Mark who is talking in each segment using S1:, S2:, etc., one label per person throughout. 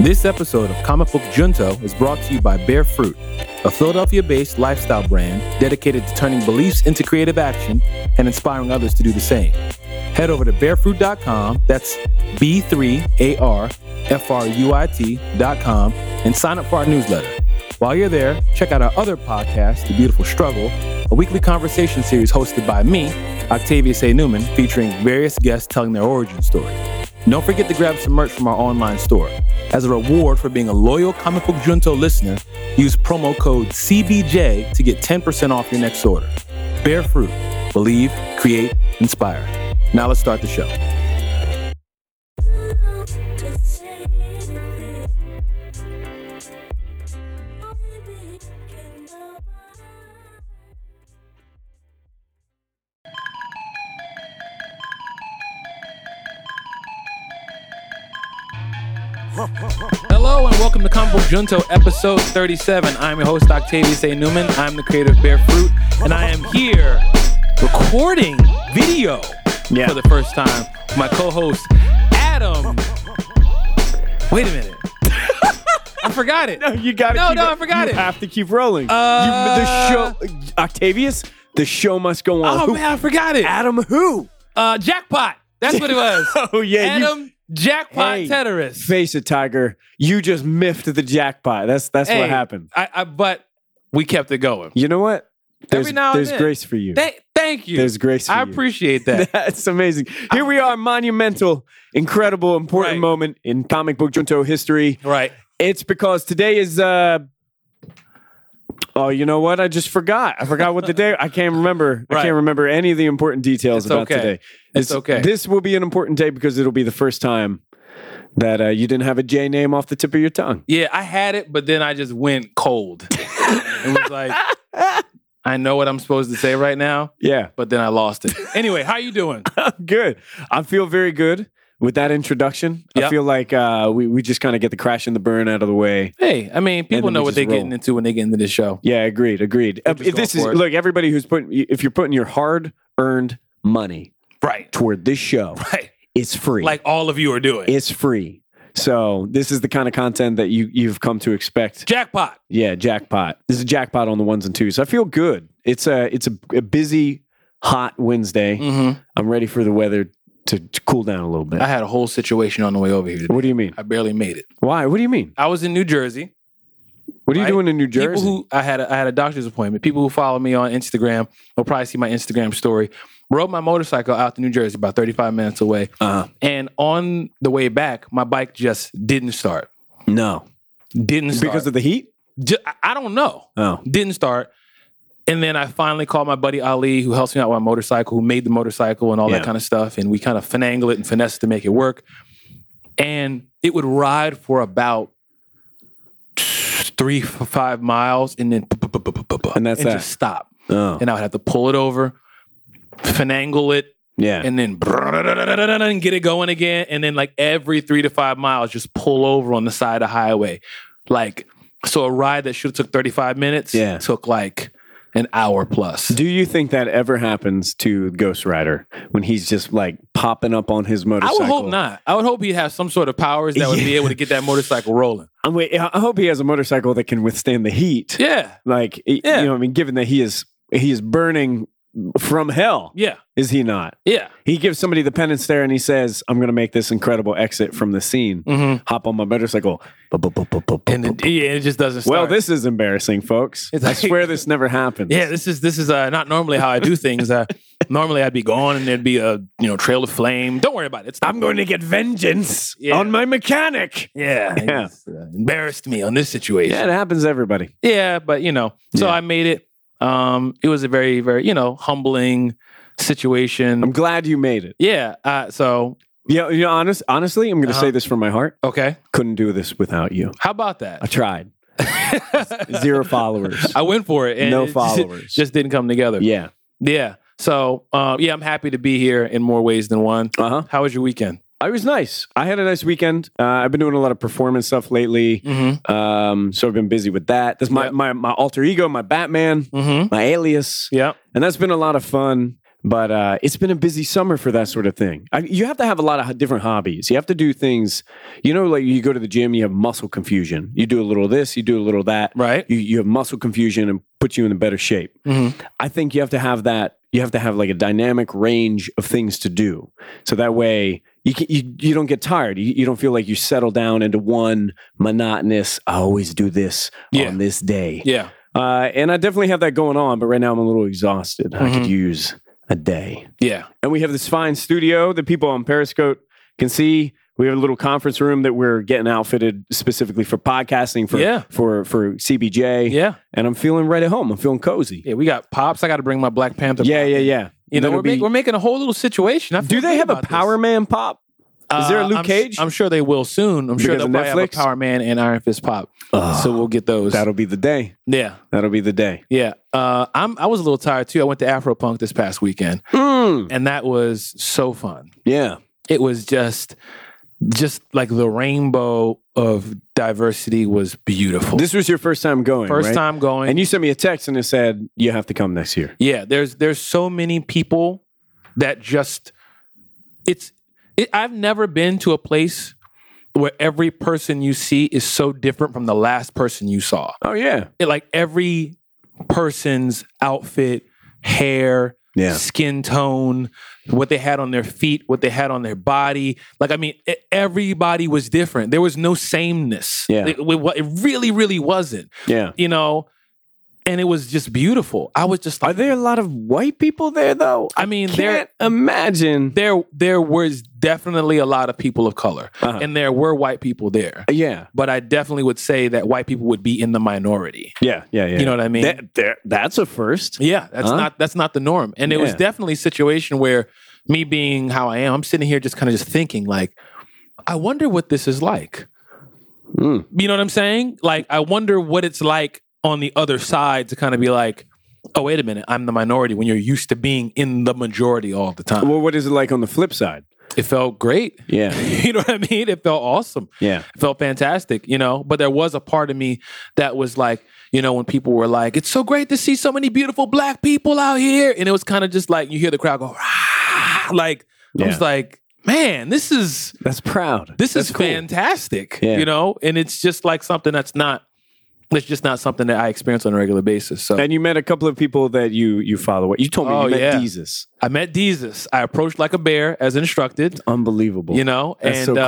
S1: This episode of Comic Book Junto is brought to you by Bear Fruit, a Philadelphia based lifestyle brand dedicated to turning beliefs into creative action and inspiring others to do the same. Head over to barefruit.com, that's B 3 A R F R U I T.com, and sign up for our newsletter. While you're there, check out our other podcast, The Beautiful Struggle, a weekly conversation series hosted by me, Octavius A. Newman, featuring various guests telling their origin story. Don't forget to grab some merch from our online store. As a reward for being a loyal Comic Book Junto listener, use promo code CBJ to get 10% off your next order. Bear fruit. Believe, create, inspire. Now let's start the show. Hello and welcome to Comic Book Junto episode 37. I'm your host, Octavius A. Newman. I'm the creator of Bear Fruit, and I am here recording video
S2: Yeah.
S1: for the first time with my co host, Adam. Wait a minute. I forgot it.
S2: You got
S1: No, no, I forgot
S2: you
S1: it.
S2: Have to keep rolling.
S1: Uh,
S2: you, the show, Octavius. The show must go on.
S1: Oh,
S2: Who-
S1: man, I forgot it.
S2: Adam, who?
S1: Uh, jackpot. That's what it was.
S2: Oh yeah, you
S1: Adam Jackpot
S2: Hey,
S1: Teteris.
S2: face it, Tiger. You just miffed the jackpot. That's that's
S1: Hey,
S2: what happened.
S1: I, I, but we kept it going.
S2: You know what? There's
S1: Every now and
S2: there's
S1: then.
S2: grace for you.
S1: Thank- thank you.
S2: there's grace. For
S1: I
S2: you.
S1: appreciate that.
S2: That's amazing. Here we are, monumental, incredible, important
S1: Right.
S2: moment in comic book junto history.
S1: right.
S2: It's because today is uh Oh, you know what? I just forgot. I forgot what the day. I can't remember. I
S1: Right.
S2: can't remember any of the important details
S1: It's
S2: about
S1: okay.
S2: today.
S1: It's okay.
S2: This will be an important day because it'll be the first time that uh, you didn't have a J name off the tip of your tongue.
S1: Yeah, I had it, but then I just went cold. it was like, I know what I'm supposed to say right now,
S2: Yeah,
S1: but then I lost it. Anyway, how you doing?
S2: good. I feel very good with that introduction. I
S1: Yep.
S2: feel like uh, we we just kind of get the crash and the burn out of the way.
S1: Hey, I mean, people
S2: then
S1: know
S2: we
S1: what
S2: just
S1: they're
S2: roll.
S1: getting into when they get into this show.
S2: Yeah, agreed, agreed. Uh,
S1: just
S2: if this
S1: going
S2: is
S1: for it.
S2: look, everybody who's putting if you're putting your hard earned money
S1: Right.
S2: toward this show,
S1: Right.
S2: it's free.
S1: Like all of you are doing.
S2: It's free. So this is the kind of content that you you've come to expect.
S1: Jackpot.
S2: Yeah, jackpot. This is jackpot on the ones and twos. I feel good. It's a it's a, a busy, hot Wednesday.
S1: hmm
S2: I'm ready for the weather to, to cool down a little bit.
S1: I had a whole situation on the way over here today.
S2: what do you mean?
S1: I barely made it.
S2: Why? What do you mean?
S1: I was in New Jersey.
S2: What are you
S1: Right.
S2: doing in New Jersey?
S1: People who I had a, I had a doctor's appointment. People who follow me on Instagram will probably see my Instagram story. Rode my motorcycle out to New Jersey, about 35 minutes away,
S2: uh,
S1: and on the way back, my bike just didn't start.
S2: no,
S1: Didn't start
S2: because of the heat.
S1: Ju- I- I don't know.
S2: Oh,
S1: Didn't start. And then I finally called my buddy Ali, who helps me out with my motorcycle, who made the motorcycle and all that
S2: Yeah.
S1: kind of stuff. And we kind of finagle it and finesse it to make it work. And it would ride for about three, f- five miles and then
S2: And that's that.
S1: just stop.
S2: oh,
S1: And I would have to pull it over, finagle it,
S2: yeah.
S1: and then and get it going again. And then like every three to five miles, just pull over on the side of the highway. Like so a ride that should have took 35 minutes
S2: Yeah.
S1: took like an hour plus.
S2: do you think that ever happens to Ghost Rider when he's just like popping up on his
S1: I
S2: motorcycle?
S1: would hope not. I would hope he'd have some sort of powers that would be
S2: Yeah.
S1: able to get that motorcycle rolling.
S2: I'm wait, I hope he has a motorcycle that can withstand the heat.
S1: Yeah.
S2: Like, y-
S1: Yeah.
S2: you know, what I mean, given that he is he is burning from hell,
S1: Yeah.
S2: is he not?
S1: Yeah.
S2: He gives somebody the penance there, and he says, "I'm going to make this incredible exit from the scene.
S1: Mm-hmm.
S2: Hop on my motorcycle."
S1: And it, yeah, it just doesn't start.
S2: Well, this is embarrassing, folks.
S1: It's
S2: I
S1: like-
S2: swear this never happens.
S1: Yeah, this is this is uh, not normally how I do things. Uh, normally I'd be gone and there'd be a you know trail of flame. Don't worry about it. It's not-
S2: I'm going to get vengeance
S1: Yeah.
S2: on my mechanic.
S1: yeah, it
S2: Yeah.
S1: just, uh, embarrassed me on this situation.
S2: Yeah, it happens to everybody.
S1: Yeah, but you know, so
S2: Yeah.
S1: I made it. Um, it was a very, very, you know, humbling situation.
S2: I'm glad you made it.
S1: yeah. Uh, so
S2: Yeah, you know, honest, honestly, I'm going to
S1: Uh-huh.
S2: say this from my heart.
S1: okay,
S2: Couldn't do this without you.
S1: how about
S2: I
S1: that?
S2: tried. Zero followers.
S1: I went for it. And
S2: no
S1: it just-
S2: followers.
S1: Just, didn't come together. Yeah.
S2: yeah.
S1: So uh, yeah, I'm happy to be here in more ways than one.
S2: Uh huh.
S1: How was your weekend?
S2: I was nice. I had a nice weekend. Uh, I've been doing a lot of performance stuff lately,
S1: Mm-hmm.
S2: um, so I've been busy with that. That's my
S1: Yep.
S2: my my alter ego, my Batman,
S1: Mm-hmm.
S2: my alias,
S1: Yeah.
S2: and that's been a lot of fun. But uh, it's been a busy summer for that sort of thing. I, you have to have a lot of different hobbies. You have to do things, you know, like you go to the gym, you have muscle confusion. You do a little of this, you do a little of that.
S1: Right. Mm-hmm.
S2: You, you have muscle confusion and puts you in a better shape. I think you have to have that. You have to have like a dynamic range of things to do, so that way you can, you, you don't get tired. You, you don't feel like you settle down into one monotonous. I always do this
S1: Yeah.
S2: on this day,
S1: Yeah.
S2: uh, and I definitely have that going on. But right now I'm a little exhausted. I could
S1: Mhm.
S2: use a day.
S1: Yeah.
S2: And we have this fine studio that people on Periscope can see. We have a little conference room that we're getting outfitted specifically for podcasting for
S1: Yeah.
S2: for for CBJ.
S1: Yeah.
S2: And I'm feeling right at home. I'm feeling cozy.
S1: Yeah. We got pops. I got to bring my Black Panther.
S2: Yeah,
S1: pop.
S2: yeah, yeah.
S1: You know,
S2: That'll
S1: we're, make,
S2: be-
S1: we're making a whole little situation. I
S2: do
S1: feel
S2: they
S1: good
S2: have a
S1: about this.
S2: Power Man pop? Is there a
S1: Uh,
S2: Luke
S1: I'm,
S2: Cage?
S1: I'm sure they will soon. I'm sure
S2: Because
S1: they'll
S2: of
S1: probably have a
S2: Netflix?
S1: Power Man and Iron Fist pop.
S2: Ugh.
S1: so we'll get those.
S2: That'll be the day.
S1: Yeah,
S2: That'll be the day.
S1: yeah. Uh, I'm. I was a little tired too. I went to Afropunk this past weekend,
S2: Mm,
S1: and that was so fun.
S2: yeah.
S1: It was just, just like the rainbow of diversity was beautiful.
S2: This was your first time going.
S1: first
S2: right?
S1: time going,
S2: And you sent me a text and it said you have to come next year.
S1: Yeah, there's there's so many people that just it's it, I've never been to a place where every person you see is so different from the last person you saw.
S2: Oh yeah.
S1: It, like every person's outfit, hair,
S2: Yeah.
S1: skin tone, what they had on their feet, what they had on their body. Like I mean, e- everybody was different. There was no sameness.
S2: Yeah.
S1: It- it- it really, really wasn't.
S2: Yeah.
S1: You know. And it was just beautiful. I was just like,
S2: Are there a lot of white people there though?
S1: I mean, there
S2: can't imagine.
S1: there there was definitely a lot of people of color,
S2: Uh-huh.
S1: and there were white people there.
S2: yeah.
S1: But I definitely would say that white people would be in the minority.
S2: Yeah. Yeah. Yeah.
S1: You know what I mean?
S2: That- there- that's a first.
S1: yeah, that's
S2: Huh?
S1: not that's not the norm. And it was
S2: Yeah.
S1: definitely a situation where me being how I am, I'm sitting here just kind of just thinking like, I wonder what this is like.
S2: Mm.
S1: You know what I'm saying? Like, I wonder what it's like on the other side to kind of be like, oh wait a minute, I'm the minority when you're used to being in the majority all the time.
S2: Well, what is it like on the flip side?
S1: It felt great.
S2: Yeah.
S1: you know what I mean? It felt awesome.
S2: Yeah.
S1: It felt fantastic, you know. But there was a part of me that was like, you know, when people were like, it's so great to see so many beautiful black people out here. And it was kind of just like you hear the crowd go, "Rah!" like I
S2: Yeah.
S1: was like, man, this is
S2: That's proud.
S1: this
S2: That's
S1: is
S2: cool.
S1: fantastic.
S2: Yeah.
S1: You know? And it's just like something that's not it's just not something that I experience on a regular basis. So
S2: And you met a couple of people that you you follow. You told me
S1: Oh,
S2: you met
S1: yeah.
S2: Jesus.
S1: I met Jesus. I approached like a bear as instructed.
S2: Unbelievable.
S1: you know
S2: That's
S1: and
S2: so cool.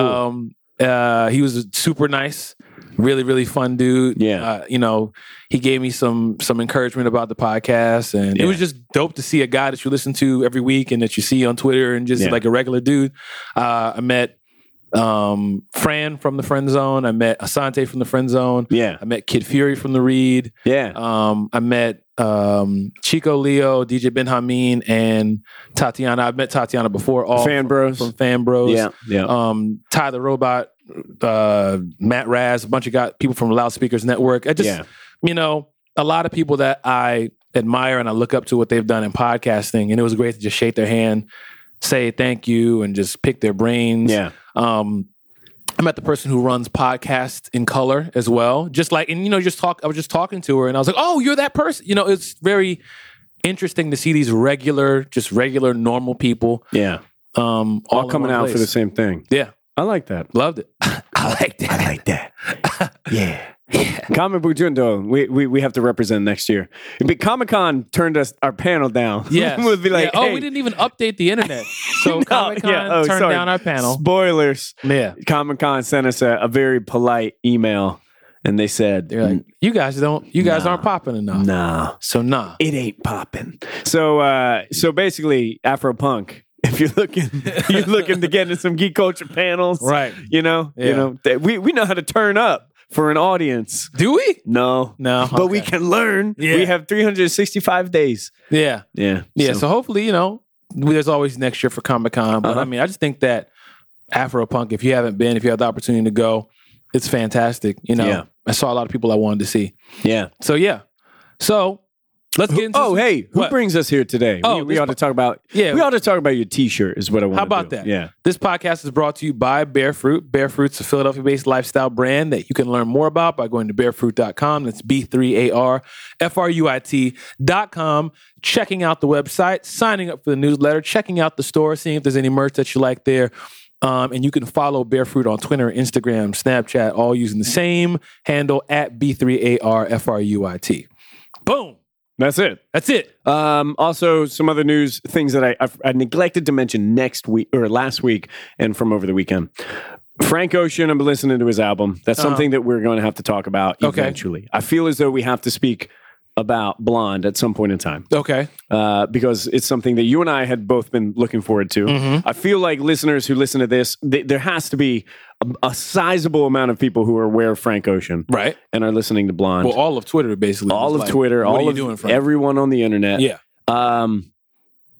S1: um uh he was super nice really really fun dude
S2: Yeah.
S1: uh, you know he gave me some some encouragement about the podcast and it was
S2: Yeah.
S1: just dope to see a guy that you listen to every week and that you see on twitter and just
S2: Yeah.
S1: like a regular dude uh i met um fran from the friend zone i met asante from the friend zone
S2: Yeah.
S1: i met kid fury from the read
S2: Yeah.
S1: um, I met um, Chico Leo, DJ Ben Hameen, and Tatiana. I've met Tatiana before, all
S2: Fan
S1: from-
S2: bros.
S1: From Fan Bros.
S2: yeah. Yeah.
S1: Um, Ty the Robot, uh, Matt Raz, a bunch of got people from Loudspeakers Network. I just,
S2: yeah.
S1: you know, a lot of people that I admire and I look up to what they've done in podcasting. And it was great to just shake their hand, say thank you, and just pick their brains.
S2: Yeah.
S1: Um, I met the person who runs podcast in color as well. Just like, and you know, just talk. I was just talking to her, and I was like, "Oh, you're that person." You know, it's very interesting to see these regular, just regular, normal people.
S2: Yeah.
S1: Um, all,
S2: All
S1: in
S2: coming
S1: one
S2: out for
S1: place.
S2: the same thing.
S1: Yeah,
S2: I like that.
S1: loved it. I liked it. I liked that.
S2: Yeah. Comic Book Junto, we, we we have to represent next year. But Comic Con turned us our panel down.
S1: Yes.
S2: we'll be like,
S1: Yeah.
S2: hey,
S1: oh, we didn't even update the internet. So
S2: No,
S1: Comic Con
S2: yeah, oh,
S1: turned
S2: sorry.
S1: down our panel.
S2: spoilers.
S1: Yeah,
S2: Comic Con sent us a, a very polite email, and they said,
S1: they're like, "You guys don't. You guys
S2: Mm. Nah.
S1: aren't popping enough."
S2: "Nah,
S1: So nah.
S2: it ain't popping." So, uh, so basically, Afro Punk. If you're looking, you're looking to get into some geek culture panels,
S1: Right.
S2: You know, you
S1: Yeah.
S2: know, that we we know how to turn up for an audience.
S1: Do we?
S2: No,
S1: No.
S2: but we
S1: okay.
S2: can learn.
S1: Yeah.
S2: We have 365 days.
S1: Yeah.
S2: Yeah,
S1: Yeah, so, hopefully, you know, there's always next year for Comic Con. But I
S2: Uh-huh.
S1: mean, I just think that Afropunk, if you haven't been, if you have the opportunity to go, it's fantastic. You know,
S2: Yeah.
S1: I saw a lot of people I wanted to see.
S2: yeah,
S1: So yeah. So Let's get into
S2: Oh,
S1: some-
S2: hey, who
S1: What?
S2: brings us here today?
S1: Oh,
S2: we, we
S1: this
S2: ought to talk about.
S1: Yeah.
S2: we ought to talk about your T-shirt. Is what I want.
S1: How about that?
S2: Yeah,
S1: This podcast is brought to you by Bear Fruit. Bear Fruit's a Philadelphia based lifestyle brand that you can learn more about by going to barefruit.com. That's B 3 A R F R U I T.com. Checking out the website, signing up for the newsletter, checking out the store, seeing if there's any merch that you like there. Um, and you can follow Bear Fruit on Twitter, Instagram, Snapchat, all using the same handle at B3ARFRUIT. Boom.
S2: that's it.
S1: That's it.
S2: Um, also, some other news things that I, I I neglected to mention next week or last week, and from over the weekend. Frank Ocean, I'm listening to his album. That's
S1: Uh-huh.
S2: something that we're going to have to talk about
S1: Okay.
S2: eventually. I feel as though we have to speak about Blonde at some point in time
S1: Okay.
S2: uh, because it's something that you and I had both been looking forward to.
S1: Mm-hmm.
S2: I feel like listeners who listen to this, th- there has to be a, a sizable amount of people who are aware of Frank Ocean
S1: Right.
S2: and are listening to Blonde.
S1: Well, all of Twitter basically. was
S2: all of
S1: like,
S2: Twitter,
S1: what
S2: all
S1: are you
S2: of
S1: doing, Frank?
S2: everyone on the internet.
S1: Yeah.
S2: Um,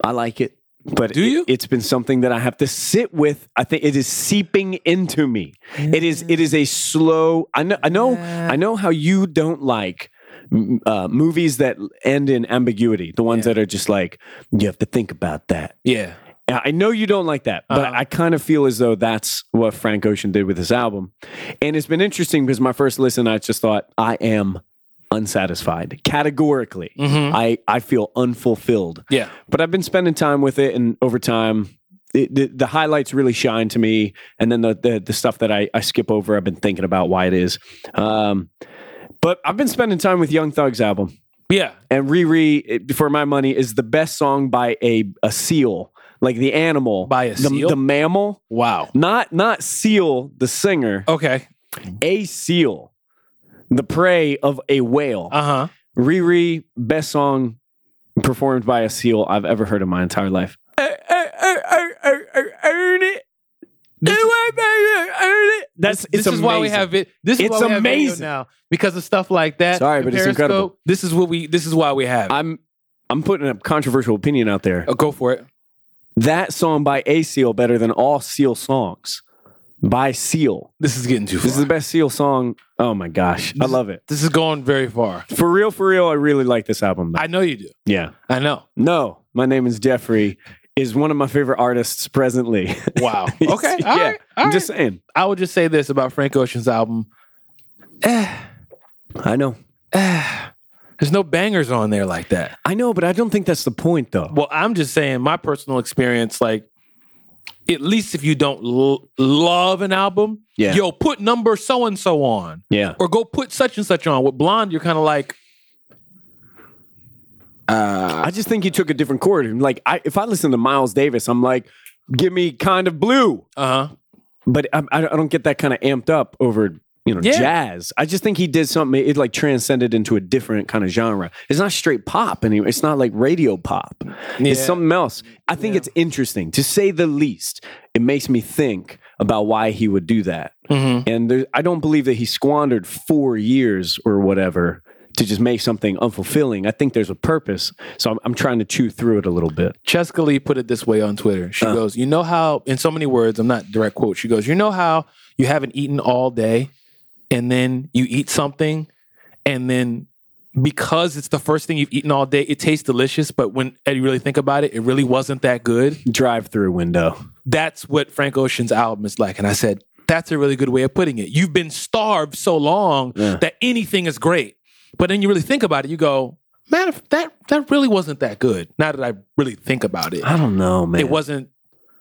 S2: I like it, but
S1: Do
S2: it-
S1: you?
S2: It's been something that I have to sit with. I think it is seeping into me. It is. It is a slow. I know. I know. I know how you don't like. m- Uh, movies that end in ambiguity, the ones
S1: Yeah.
S2: that are just like you have to think about that.
S1: Yeah.
S2: And I know you don't like that, but
S1: Uh-huh.
S2: I kind of feel as though that's what Frank Ocean did with this album, and it's been interesting because my first listen, I just thought I am unsatisfied categorically.
S1: Mm-hmm.
S2: I, I feel unfulfilled.
S1: Yeah.
S2: But I've been spending time with it, and over time, it, the, the highlights really shine to me. And then the the, the stuff that I, I skip over, I've been thinking about why it is. Um, but I've been spending time with Young Thug's album,
S1: Yeah.
S2: and Riri, it- for my money, is the best song by a a seal, like the animal,
S1: By a
S2: the,
S1: seal?
S2: the mammal,
S1: Wow.
S2: not not seal the singer,
S1: Okay.
S2: a seal, the prey of a whale.
S1: Uh huh.
S2: Riri, best song performed by a seal I've ever heard in my entire life. Earn it. That's
S1: this is why we have it. This is
S2: It's
S1: why we have video
S2: amazing.
S1: now because of stuff like that.
S2: Sorry,
S1: the
S2: but it's incredible.
S1: This is what we. This is why we have. it.
S2: I'm I'm putting a controversial opinion out there.
S1: Oh, go for it.
S2: That song by A Seal better than all Seal songs by Seal.
S1: This is getting too far.
S2: This is the best Seal song. Oh my gosh, I love it.
S1: This is going very far.
S2: For real, for real, I really like this album. though.
S1: I know you do.
S2: yeah.
S1: I know.
S2: No, my name is Jeffrey. Is one of my favorite artists presently.
S1: Wow. Okay. All right.
S2: yeah.
S1: All
S2: I'm
S1: right.
S2: just saying.
S1: I would just say this about Frank Ocean's album.
S2: I know.
S1: There's no bangers on there like that.
S2: I know, but I don't think that's the point, though.
S1: Well, I'm just saying my personal experience, like, at least if you don't l- love an album,
S2: Yeah.
S1: yo, put number so and so on,
S2: yeah.
S1: or go put such and such on. With Blonde, you're kind of like, uh,
S2: I just think he took a different chord. And, Like, I, if I listen to Miles Davis, I'm like, give me kind of blue.
S1: uh huh,
S2: But I, I don't get that kind of amped up over, you know,
S1: Yeah.
S2: jazz. I just think he did something, it like transcended into a different kind of genre. It's not straight pop anymore. It's not like radio pop. It's
S1: Yeah.
S2: something else. I think
S1: Yeah.
S2: it's interesting to say the least. It makes me think about why he would do that.
S1: mm-hmm.
S2: And there, I don't believe that he squandered four years or whatever to just make something unfulfilling. I think there's a purpose. So I'm, I'm trying to chew through it a little bit.
S1: Cheska Lee put it this way on Twitter. She
S2: Uh.
S1: goes, You know how, in so many words, I'm not direct quote. She goes, You know how you haven't eaten all day and then you eat something and then because it's the first thing you've eaten all day, it tastes delicious, but when you really think about it, it really wasn't that good.
S2: Drive through window.
S1: That's what Frank Ocean's album is like. And I said, That's a really good way of putting it. You've been starved so long
S2: Yeah.
S1: that anything is great. But then you really think about it, you go, Man, if that that really wasn't that good. Now that I really think about it
S2: I don't know, Oh, man.
S1: it wasn't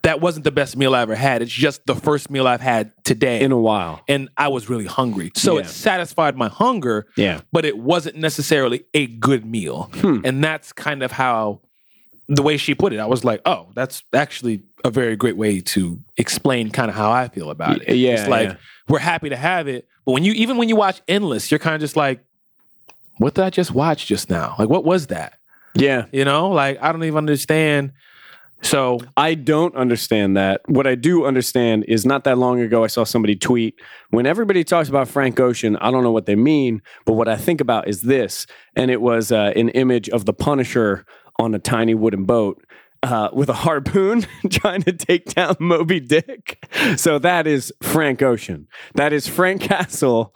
S1: that wasn't the best meal I ever had. It's just the first meal I've had today.
S2: in a while.
S1: and I was really hungry. So it
S2: Yeah.
S1: satisfied my hunger,
S2: Yeah.
S1: but it wasn't necessarily a good meal.
S2: Hmm.
S1: And that's kind of how the way she put it. I was like, oh, that's actually a very great way to explain kind of how I feel about it.
S2: Y- yeah,
S1: It's like
S2: yeah.
S1: we're happy to have it. But when you even when you watch Endless, you're kind of just like, what did I just watch just now? Like what was that?
S2: Yeah.
S1: You know, like I don't even understand. So
S2: I don't understand that. What I do understand is not that long ago, I saw somebody tweet when everybody talks about Frank Ocean, I don't know what they mean, but what I think about is this. And it was uh, an image of the Punisher on a tiny wooden boat. Uh, with a harpoon trying to take down Moby Dick. So that is Frank Ocean. That is Frank Castle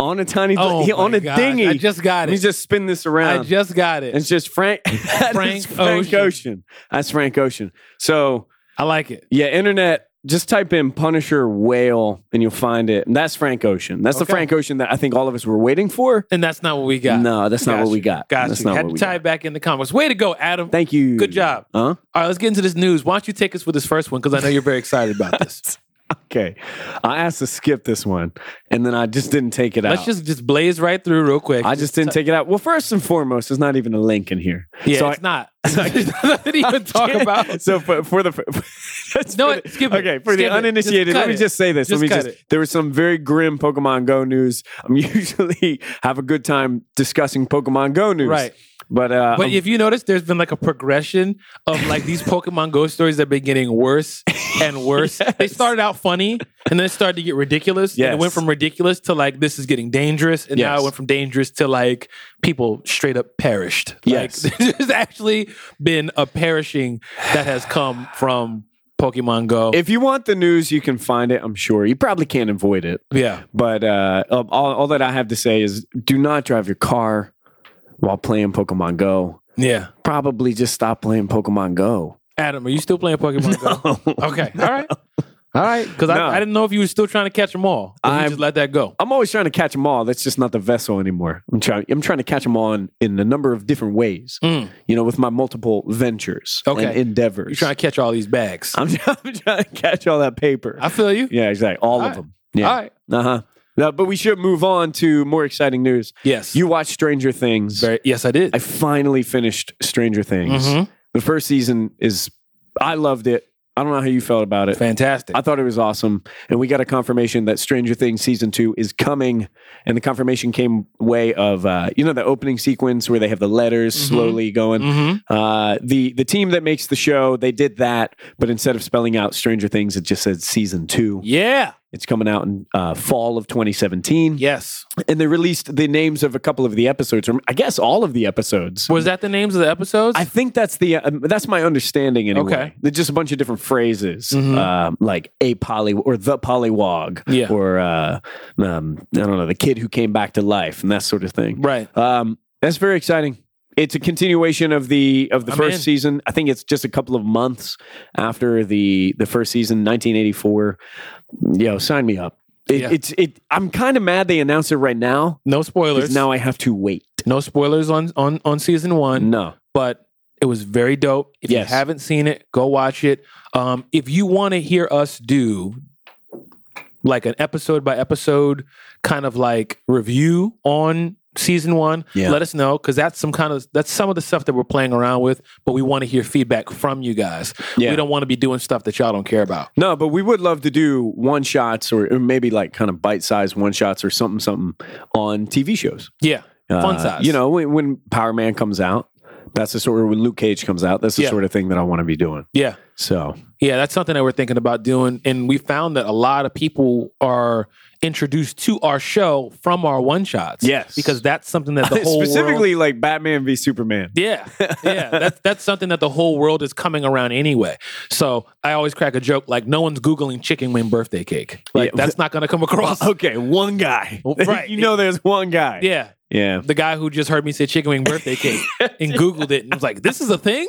S2: on a tiny
S1: Oh
S2: he- on
S1: my
S2: a
S1: gosh,
S2: dinghy.
S1: I just got
S2: Let me
S1: it.
S2: just spin this
S1: I
S2: around.
S1: just got it.
S2: it's just Frank. that is
S1: Frank
S2: Frank
S1: Ocean.
S2: Ocean. That's Frank Ocean. So
S1: I like it.
S2: yeah, internet. Just type in Punisher whale and you'll find it. And that's Frank Ocean. That's
S1: Okay.
S2: the Frank Ocean that I think all of us were waiting for.
S1: And that's not what we got.
S2: No, that's not
S1: Gotcha.
S2: what we got. That's
S1: Gotcha.
S2: not
S1: Had
S2: what
S1: to
S2: we
S1: tie
S2: got.
S1: it back into comics. Way to go, Adam.
S2: Thank you.
S1: Good job.
S2: Huh?
S1: All right, let's get into this news. Why don't you take us with this first one? Because I know you're very excited about this.
S2: Okay. I asked to skip this one and then I just didn't take it
S1: Let's
S2: out.
S1: just just blaze right through real quick.
S2: I just didn't take it out. Well, first and foremost, there's not even a link in here.
S1: Yeah,
S2: so
S1: it's
S2: I-
S1: not. There's nothing to even talk about.
S2: So for, for the that's
S1: No,
S2: for
S1: it-
S2: the-
S1: skip it.
S2: okay for
S1: Skip it.
S2: the
S1: Just
S2: uninitiated.
S1: cut
S2: Let me
S1: it.
S2: just say this.
S1: Just
S2: let me
S1: cut
S2: just.
S1: it.
S2: There was some very grim Pokemon Go news. I'm usually have a good time discussing Pokemon Go news,
S1: Right.
S2: But uh,
S1: But
S2: I'm-
S1: if you notice, there's been like a progression of like these Pokemon Go stories that have been getting worse and worse. They started out funny and then it started to get ridiculous. And
S2: Yes.
S1: it went from ridiculous to like this is getting dangerous. And now
S2: Yes.
S1: it went from dangerous to like people straight up perished.
S2: Yes.
S1: Like there's actually been a perishing that has come from Pokemon Go.
S2: if you want the news, you can find it. I'm sure you probably can't avoid it.
S1: yeah.
S2: But uh, um, all, all that I have to say is, do not drive your car while playing Pokemon Go.
S1: Yeah.
S2: Probably just stop playing Pokemon Go.
S1: Adam, are you still playing Pokemon Go? Okay. All right. All right. Because
S2: No.
S1: I, I didn't know if you were still trying to catch them all. I
S2: I'm-
S1: just let that go.
S2: I'm always trying to catch them all. That's just not the vessel anymore. I'm trying. I'm trying to catch them all in, in a number of different ways.
S1: Mm.
S2: You know, with my multiple ventures and
S1: Okay.
S2: endeavors.
S1: You're trying to catch all these bags.
S2: I'm, I'm trying to catch all that paper.
S1: I feel you.
S2: yeah, exactly. All,
S1: All
S2: of them. Yeah.
S1: All right.
S2: Uh huh. No, but we should move on to more exciting news.
S1: Yes.
S2: You watched Stranger Things.
S1: Very, yes, I did.
S2: I finally finished Stranger Things.
S1: Mhm.
S2: The first season is. I loved it. I don't know how you felt about it.
S1: Fantastic.
S2: I thought it was awesome. And we got a confirmation that Stranger Things season two is coming. And the confirmation came way of uh, you know the opening sequence where they have the letters
S1: Mhm.
S2: slowly going.
S1: mm-hmm.
S2: Uh, the the team that makes the show they did that, but instead of spelling out Stranger Things, it just said season two.
S1: Yeah.
S2: It's coming out in uh, fall of 2017,
S1: Yes.
S2: and they released the names of a couple of the episodes, or I guess all of the episodes.
S1: Was that the names of the episodes?
S2: I think that's the um, that's my understanding anyway.
S1: Okay.
S2: They're just a bunch of different phrases,
S1: Mhm.
S2: um, like a poly or the polywog,
S1: Yeah.
S2: or uh, um, I don't know, the kid who came back to life and that sort of thing.
S1: right.
S2: Um, that's very exciting. It's a continuation of the of the
S1: I'm
S2: first
S1: in.
S2: season. I think it's just a couple of months after the the first season, 1984. Yo, sign me up. It,
S1: Yeah.
S2: It's it. I'm kind of mad they announced it right now
S1: No spoilers.
S2: because now I have to wait.
S1: no spoilers on, on, on season one,
S2: No,
S1: but it was very dope. If
S2: Yes.
S1: you haven't seen it, go watch it. Um, if you want to hear us do like an episode by episode kind of like review on season one,
S2: Yeah.
S1: let us know because that's some kind of that's some of the stuff that we're playing around with, but we want to hear feedback from you guys.
S2: Yeah.
S1: We don't want to be doing stuff that y'all don't care about.
S2: No, but we would love to do one shots or, or maybe like kind of bite sized one shots or something, something on TV shows.
S1: Yeah. Fun size.
S2: Uh, You know, when, when Power Man comes out, that's the sort of, when Luke Cage comes out, that's the
S1: Yeah.
S2: sort of thing that I want to be doing.
S1: Yeah.
S2: So,
S1: Yeah, that's something that we're thinking about doing. And we found that a lot of people are introduced to our show from our one shots.
S2: Yes.
S1: Because that's something that the whole world-
S2: specifically like Batman v Superman.
S1: yeah, yeah, that's that's something that the whole world is coming around anyway. So I always crack a joke like, no one's googling chicken wing birthday cake. Like
S2: Yeah.
S1: that's not going to come across.
S2: Okay, one guy.
S1: Right.
S2: you know, there's one guy.
S1: Yeah,
S2: Yeah.
S1: the guy who just heard me say chicken wing birthday cake and googled it and was like, "This is a thing."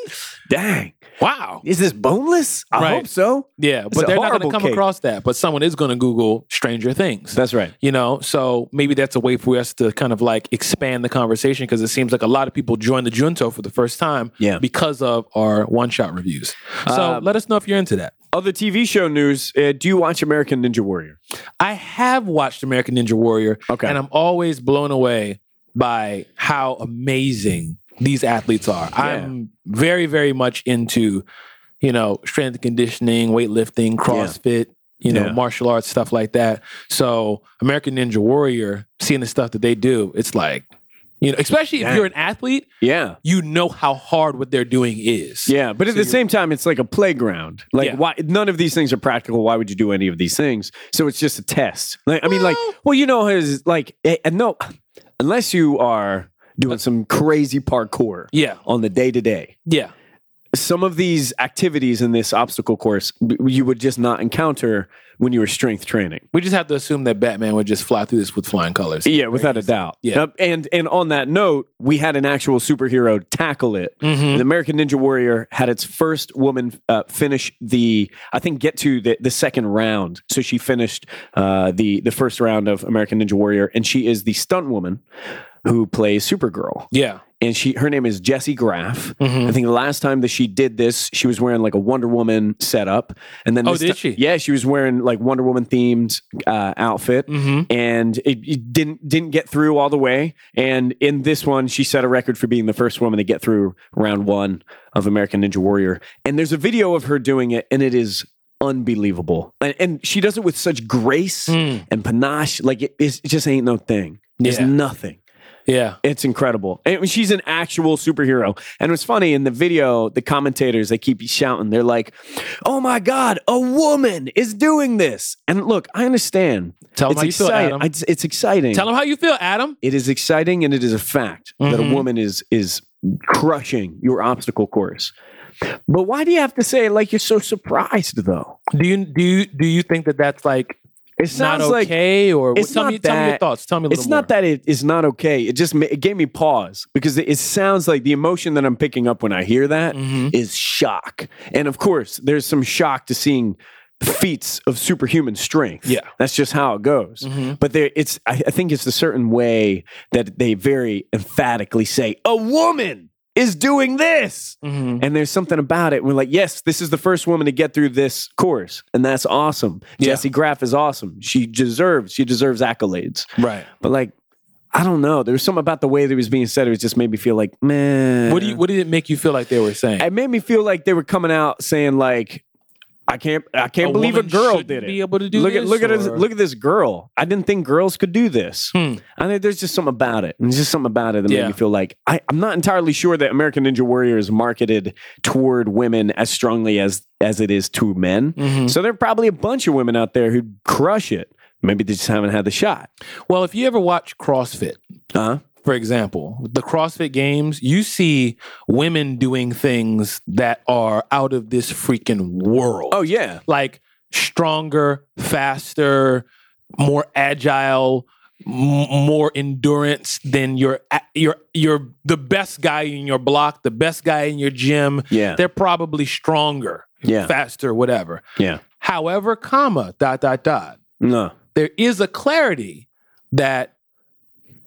S2: Dang.
S1: Wow.
S2: Is this boneless? I
S1: Right.
S2: hope so.
S1: Yeah,
S2: a
S1: but they're not going to
S2: horrible
S1: come
S2: cake.
S1: across that. But someone is going to Google Stranger Things.
S2: That's right.
S1: you know so maybe that's a way for us to kind of like expand the conversation because it seems like a lot of people join the junto for the first time
S2: Yeah.
S1: because of our one shot reviews so
S2: Uh,
S1: let us know if you're into that
S2: Other TV show news uh, do you watch American Ninja Warrior?
S1: i have watched american ninja warrior
S2: Okay.
S1: and i'm always blown away by how amazing these athletes are i'm very very much into you know strength and conditioning weightlifting crossfit you know
S2: Yeah.
S1: martial arts stuff like that so american ninja warrior seeing the stuff that they do it's like you know especially if
S2: Dang.
S1: you're an athlete
S2: Yeah.
S1: you know how hard what they're doing is
S2: Yeah, but at the same time, it's like a playground. Like,
S1: Yeah.
S2: why? None of these things are practical. Why would you do any of these things? So it's just a test. Like, I mean, like,
S1: Well-
S2: well, you know, is like, eh, and no, unless you are doing some crazy parkour
S1: yeah
S2: on the day to day,
S1: yeah
S2: some of these activities in this obstacle course b- you would just not encounter when you were strength training.
S1: We just have to assume that Batman would just fly through this with flying colors.
S2: Yeah, without a doubt.
S1: Yeah.
S2: Uh, and and on that note, we had an actual superhero tackle it.
S1: Mhm.
S2: The American Ninja Warrior had its first woman uh, finish the, I think, get to the, the second round. So she finished uh, the the first round of American Ninja Warrior, and she is the stunt woman who plays Supergirl.
S1: Yeah.
S2: And she her name is Jessie Graff.
S1: Mhm.
S2: I think the last time that she did this, she was wearing like a Wonder Woman setup. And then
S1: Oh,
S2: this
S1: did
S2: ti-
S1: she?
S2: Yeah, she was wearing like Wonder Woman themed uh, outfit
S1: Mm-hmm.
S2: and it, it didn't didn't get through all the way. And in this one, she set a record for being the first woman to get through round one of American Ninja Warrior. And there's a video of her doing it, and it is unbelievable. And, and she does it with such grace
S1: Mm.
S2: and panache, like it, it's- it just ain't no thing. It's
S1: Yeah.
S2: nothing.
S1: Yeah.
S2: It's incredible. And she's an actual superhero. And what's funny in the video, the commentators they keep shouting, they're like, "Oh my god, a woman is doing this!" And look, I understand.
S1: Tell 'em how you feel,
S2: exciting.
S1: Adam.
S2: It's, it's exciting.
S1: Tell him how you feel, Adam.
S2: it is exciting, and it is a fact that
S1: Mhm.
S2: a woman is is crushing your obstacle course. But why do you have to say it like you're so surprised though?
S1: Do you do you do you think that that's like
S2: It sounds
S1: not
S2: like
S1: okay or
S2: it's
S1: tell
S2: not
S1: me tell me your
S2: that-
S1: thoughts. Tell me a little
S2: It's not that it is not okay. It just ma- it gave me pause because it, it sounds like the emotion that I'm picking up when I hear that is
S1: Mhm.
S2: shock. And of course, there's some shock to seeing feats of superhuman strength.
S1: Yeah.
S2: that's just how it goes.
S1: Mhm.
S2: But there, it's I, I think it's a certain way that they very emphatically say a woman is doing this.
S1: Mhm.
S2: And there's something about it. We're like, yes, this is the first woman to get through this course, and that's awesome.
S1: Yeah.
S2: Jessie Graff is awesome. She deserves she deserves accolades.
S1: Right.
S2: But like, I don't know. There was something about the way that it was being said. It just made me feel like, man.
S1: What do you what did it make you feel like they were saying?
S2: It made me feel like they were coming out saying like, I can't, I can't believe a
S1: woman
S2: girl
S1: shouldn't
S2: did it.
S1: Be able to do
S2: look
S1: this,
S2: at look at this,
S1: or-
S2: look at this girl. I didn't think girls could do this.
S1: Hmm.
S2: I think there's just something about it. There's just something about it that
S1: Yeah.
S2: made me feel like I, I'm not entirely sure that American Ninja Warrior is marketed toward women as strongly as as it is to men.
S1: Mhm.
S2: So there are probably a bunch of women out there who crush it. Maybe they just haven't had the shot.
S1: Well, if you ever watch CrossFit,
S2: Huh?
S1: for example, the CrossFit games, you see women doing things that are out of this freaking world.
S2: Oh yeah.
S1: like stronger, faster, more agile, m- more endurance than your a- your your the best guy in your block, the best guy in your gym.
S2: Yeah.
S1: They're probably stronger,
S2: Yeah.
S1: faster, whatever.
S2: Yeah.
S1: However, comma dot dot dot.
S2: No.
S1: There is a clarity that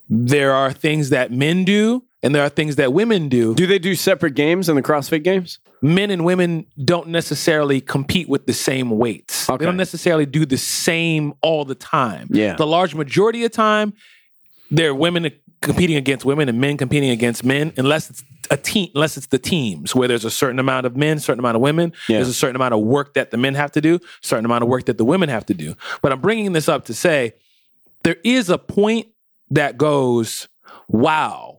S1: there are things that men do and there are things that women do.
S2: Do they do separate games in the CrossFit games?
S1: men and women don't necessarily compete with the same weights.
S2: Okay.
S1: They don't necessarily do the same all the time.
S2: Yeah.
S1: The large majority of time, there are women competing against women and men competing against men, unless it's a team, unless it's the teams where there's a certain amount of men, certain amount of women.
S2: Yeah.
S1: There's a certain amount of work that the men have to do, certain amount of work that the women have to do. But I'm bringing this up to say there is a point that goes, wow,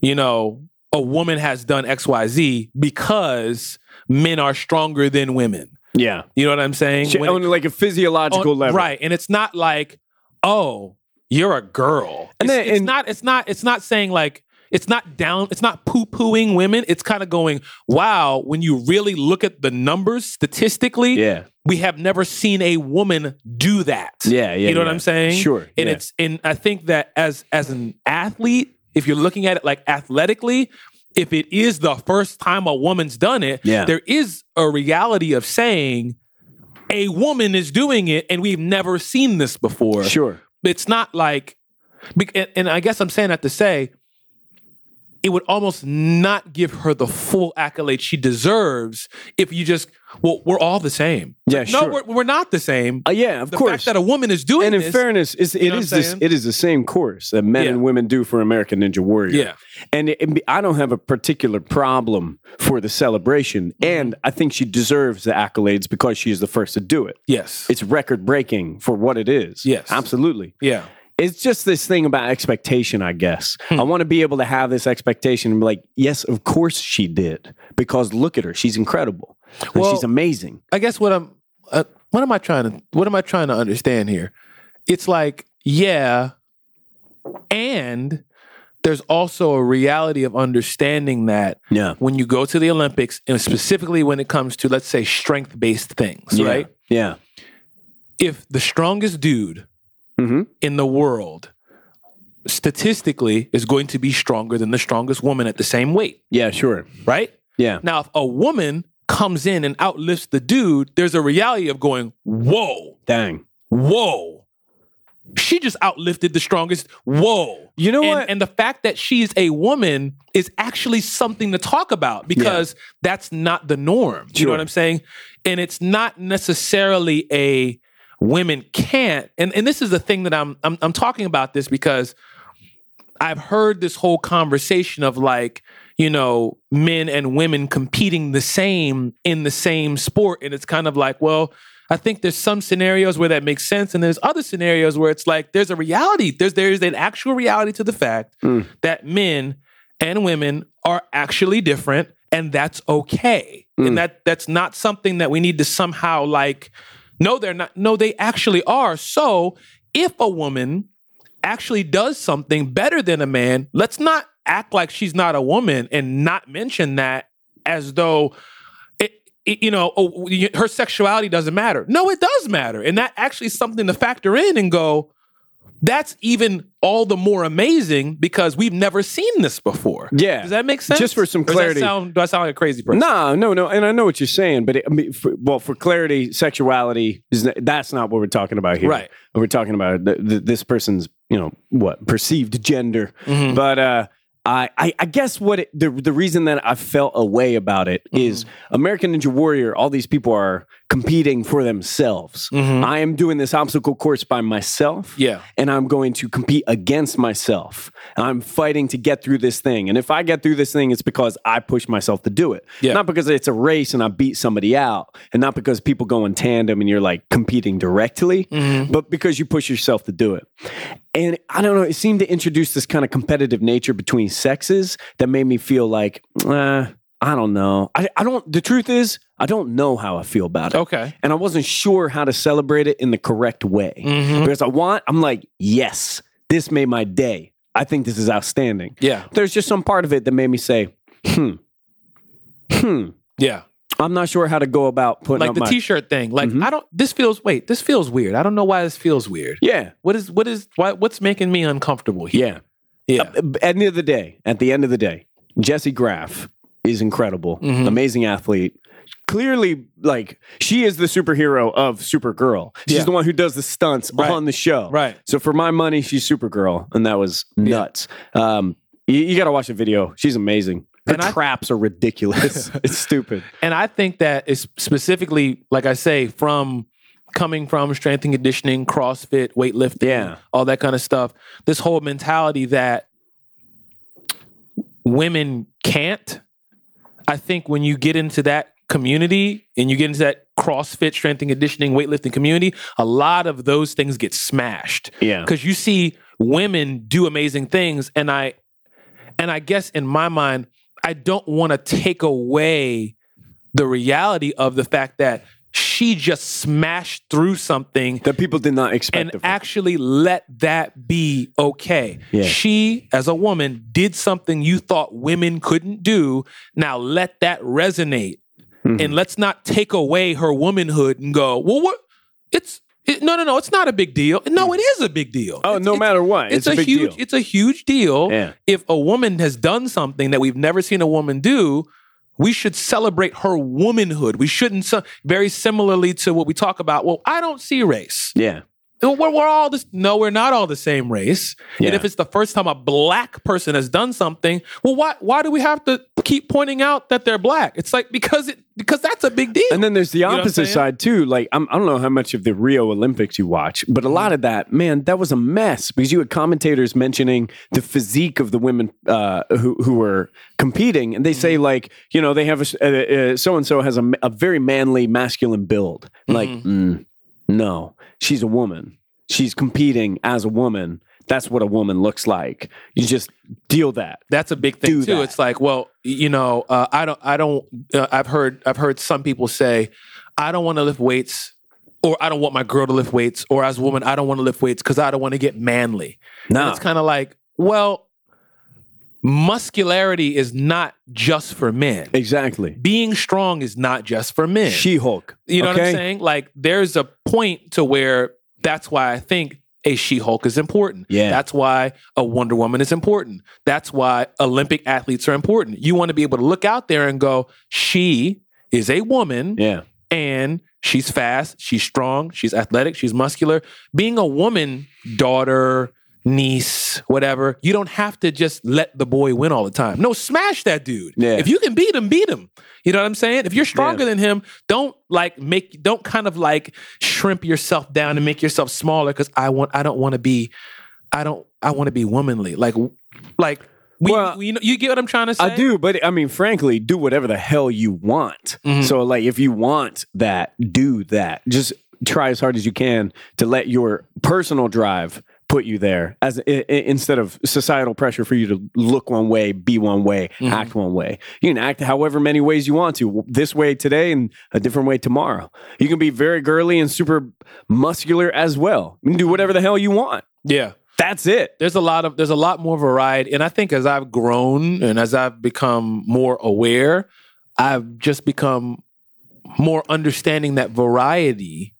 S1: you know, a woman has done XYZ because men are stronger than women.
S2: Yeah.
S1: You know what I'm saying?
S2: Sh- oh,
S1: When it-
S2: on like a physiological
S1: on-
S2: level.
S1: Right. And it's not like, oh, you're a girl.
S2: And
S1: And it's,
S2: then-
S1: it's
S2: and-
S1: not, it's not, it's not saying like, it's not down, it's not poo-pooing women. It's kind of going, wow, when you really look at the numbers statistically,
S2: Yeah.
S1: we have never seen a woman do that.
S2: Yeah. Yeah.
S1: You know what
S2: yeah.
S1: I'm saying?
S2: Sure.
S1: And
S2: yeah.
S1: it's and I think that as as an athlete, if you're looking at it like athletically, if it is the first time a woman's done it,
S2: Yeah.
S1: there is a reality of saying a woman is doing it and we've never seen this before.
S2: sure.
S1: It's not like bec- and, and I guess I'm saying that to say it would almost not give her the full accolade she deserves if you just well, we're all the same.
S2: Yeah. Sure.
S1: No, we're, we're not the same.
S2: Uh, yeah. Of
S1: the
S2: course.
S1: fact that a woman is doing
S2: and in
S1: this,
S2: fairness, it's, it
S1: know what
S2: is
S1: I'm
S2: this.
S1: saying?
S2: It is the same course that men
S1: Yeah.
S2: and women do for American Ninja Warrior.
S1: yeah.
S2: And it, it- I don't have a particular problem for the celebration,
S1: Mm-hmm.
S2: and I think she deserves the accolades because she is the first to do it.
S1: Yes.
S2: It's record breaking for what it is.
S1: Yes.
S2: Absolutely.
S1: yeah. Hmm.
S2: it's just this thing about expectation, I guess. I want to be able to have this expectation and be like, yes, of course she did, because look at her, she's incredible, And
S1: Well-
S2: she's amazing.
S1: I guess what I'm uh, what am I trying to what am I trying to understand here? It's like yeah, and there's also a reality of understanding that
S2: Yeah,
S1: when you go to the Olympics and specifically when it comes to let's say strength based things,
S2: yeah.
S1: right?
S2: Yeah,
S1: if the strongest dude
S2: hmm
S1: in the world statistically is going to be stronger than the strongest woman at the same weight,
S2: Yeah, sure.
S1: right?
S2: Yeah.
S1: Now, if a woman comes in and outlifts the dude, there's a reality of going, whoa,
S2: Dang.
S1: whoa. She just outlifted the strongest. Whoa.
S2: You know
S1: and,
S2: what?
S1: and the fact that she's a woman is actually something to talk about because that's not the norm. You know
S2: Sure.
S1: what I'm saying? And it's not necessarily a women can't. And and this is the thing that I'm I'm, I'm talking about this because I've heard this whole conversation of like, you know, men and women competing the same in the same sport. And it's kind of like, well, I think there's some scenarios where that makes sense. And there's other scenarios where it's like there's a reality. There's there's an actual reality to the fact
S2: Mm.
S1: that men and women are actually different, and that's okay. And that that's not something that we need to somehow like, no, they're not. No, they actually are. So if a woman actually does something better than a man, let's not act like she's not a woman and not mention that as though it, it- you know oh, you- her sexuality doesn't matter. No, it does matter, and that actually is something to factor in and go. That's even all the more amazing because we've never seen this before.
S2: Yeah.
S1: does that make sense?
S2: Just for some
S1: Or does that
S2: clarity.
S1: sound- do I sound like a crazy person?
S2: No, no, no, and I know what you're saying, but it, I mean, for, well, for clarity, sexuality is n- that's not what we're talking about here.
S1: Right.
S2: we're talking about th- th- this person's, you know, what perceived gender.
S1: Mm-hmm.
S2: But uh, I, I, I guess what it, the the reason that I felt a way about it
S1: Mm-hmm.
S2: is American Ninja Warrior. All these people are competing for themselves. I am doing this obstacle course by myself
S1: Mm-hmm. Yeah.
S2: and I'm going to compete against myself. I'm fighting to get through this thing. And if I get through this thing, it's because I push myself to do it.
S1: Yeah.
S2: Not because it's a race and I beat somebody out, and not because people go in tandem and you're like competing directly,
S1: Mm-hmm.
S2: but because you push yourself to do it. And I don't know, it seemed to introduce this kind of competitive nature between sexes that made me feel like, uh, I don't know. I, I don't, the truth is, I don't know how I feel about it
S1: Okay.
S2: and I wasn't sure how to celebrate it in the correct way.
S1: Mm-hmm.
S2: Because I want, I'm like, yes, this made my day. I think this is outstanding.
S1: Yeah.
S2: There's just some part of it that made me say, hmm, hmm,
S1: Yeah.
S2: I'm not sure how to go about putting
S1: Like
S2: up
S1: the
S2: my.
S1: T-shirt thing. Like
S2: Mhm.
S1: I don't. This feels. Wait. This feels weird. I don't know why this feels weird.
S2: yeah,
S1: What is what is why, what's making me uncomfortable here? Uh,
S2: yeah.
S1: Yeah.
S2: Uh, At the end of the day, at the end of the day, Jesse Graff is incredible,
S1: Mhm.
S2: amazing athlete. Clearly, like she is the superhero of Supergirl. She's
S1: Yeah.
S2: the one who does the stunts
S1: Right.
S2: on the show.
S1: Right.
S2: So for my money, she's Supergirl, and that was nuts. Um, you, you got to watch the video. She's amazing. Her
S1: And I-
S2: traps are ridiculous. it's stupid.
S1: And I think that is specifically, like I say, from coming from strength and conditioning, CrossFit, weightlifting,
S2: Yeah.
S1: all that kind of stuff. This whole mentality that women can't. I think when you get into that community and you get into that CrossFit, strength and conditioning, weightlifting community, a lot of those things get smashed.
S2: Yeah.
S1: because you see women do amazing things and i and i guess in my mind i don't want to take away the reality of the fact that she just smashed through something
S2: That people did not expect.
S1: and
S2: of her.
S1: actually let that be okay.
S2: Yeah.
S1: She, as a woman, did something you thought women couldn't do. Now let that resonate,
S2: Mhm.
S1: and let's not take away her womanhood and go, well, what? It's it, no, no, no. It's not a big deal. No, it is a big deal.
S2: oh,
S1: It's-
S2: no
S1: it's-
S2: matter what,
S1: It's,
S2: it's,
S1: a,
S2: big
S1: huge.
S2: deal.
S1: It's a huge deal.
S2: Yeah.
S1: If a woman has done something that we've never seen a woman do. We should celebrate her womanhood. We shouldn't, ce- very similarly to what we talk about. Well, I don't see race
S2: Yeah.
S1: we're, we're all this no we're not all the same race
S2: Yeah.
S1: and if it's the first time a black person has done something well why why do we have to keep pointing out that they're black it's like because it because that's a big deal
S2: And then there's the
S1: what I'm
S2: opposite
S1: saying?
S2: side too. Like I'm, I don't know how much of the Rio Olympics you watch, but
S1: Mm-hmm.
S2: a lot of that, man, that was a mess because you had commentators mentioning the physique of the women uh, who who were competing, and they
S1: Mm-hmm.
S2: say like, you know, they have a so and so has a, m- a very manly, masculine build. Like,
S1: Mm-hmm.
S2: mm, no, she's a woman. She's competing as a woman. That's what a woman looks like. You just deal that.
S1: that's a big thing
S2: do
S1: too
S2: that.
S1: it's like well you know uh, i don't i don't uh, i've heard i've heard some people say i don't want to lift weights or i don't want my girl to lift weights or as a woman i don't want to lift weights because i don't want to get manly
S2: No,
S1: And it's kind of like, well, muscularity is not just for men.
S2: Exactly.
S1: Being strong is not just for men.
S2: She Hulk.
S1: you know what I'm saying? Like there's a point to where that's why I think a She-Hulk is important.
S2: Yeah.
S1: That's why a Wonder Woman is important. That's why Olympic athletes are important. You want to be able to look out there and go, she is a woman
S2: Yeah.
S1: and she's fast, she's strong, she's athletic, she's muscular. Being a woman, daughter, niece, whatever, you don't have to just let the boy win all the time. No, smash that dude.
S2: Yeah.
S1: If you can beat him, beat him. You know what I'm saying? If you're stronger than him, don't like make don't kind of like shrimp yourself down and make yourself smaller cuz I want I don't want to be I don't I want to be womanly. Like like we,
S2: Well,
S1: we- you know you get what I'm trying to say?
S2: I do, but I mean, frankly, do whatever the hell you want.
S1: Mhm.
S2: So, like, if you want that, do that. Just try as hard as you can to let your personal drive put you there, as i- i- instead of societal pressure for you to look one way, be one way,
S1: Mhm.
S2: act one way. You can act however many ways you want to. This way today, and a different way tomorrow. You can be very girly and super muscular as well. You can do whatever the hell you want.
S1: Yeah.
S2: That's it.
S1: there's a lot of there's a lot more variety and i think as i've grown and as i've become more aware i've just become more understanding that variety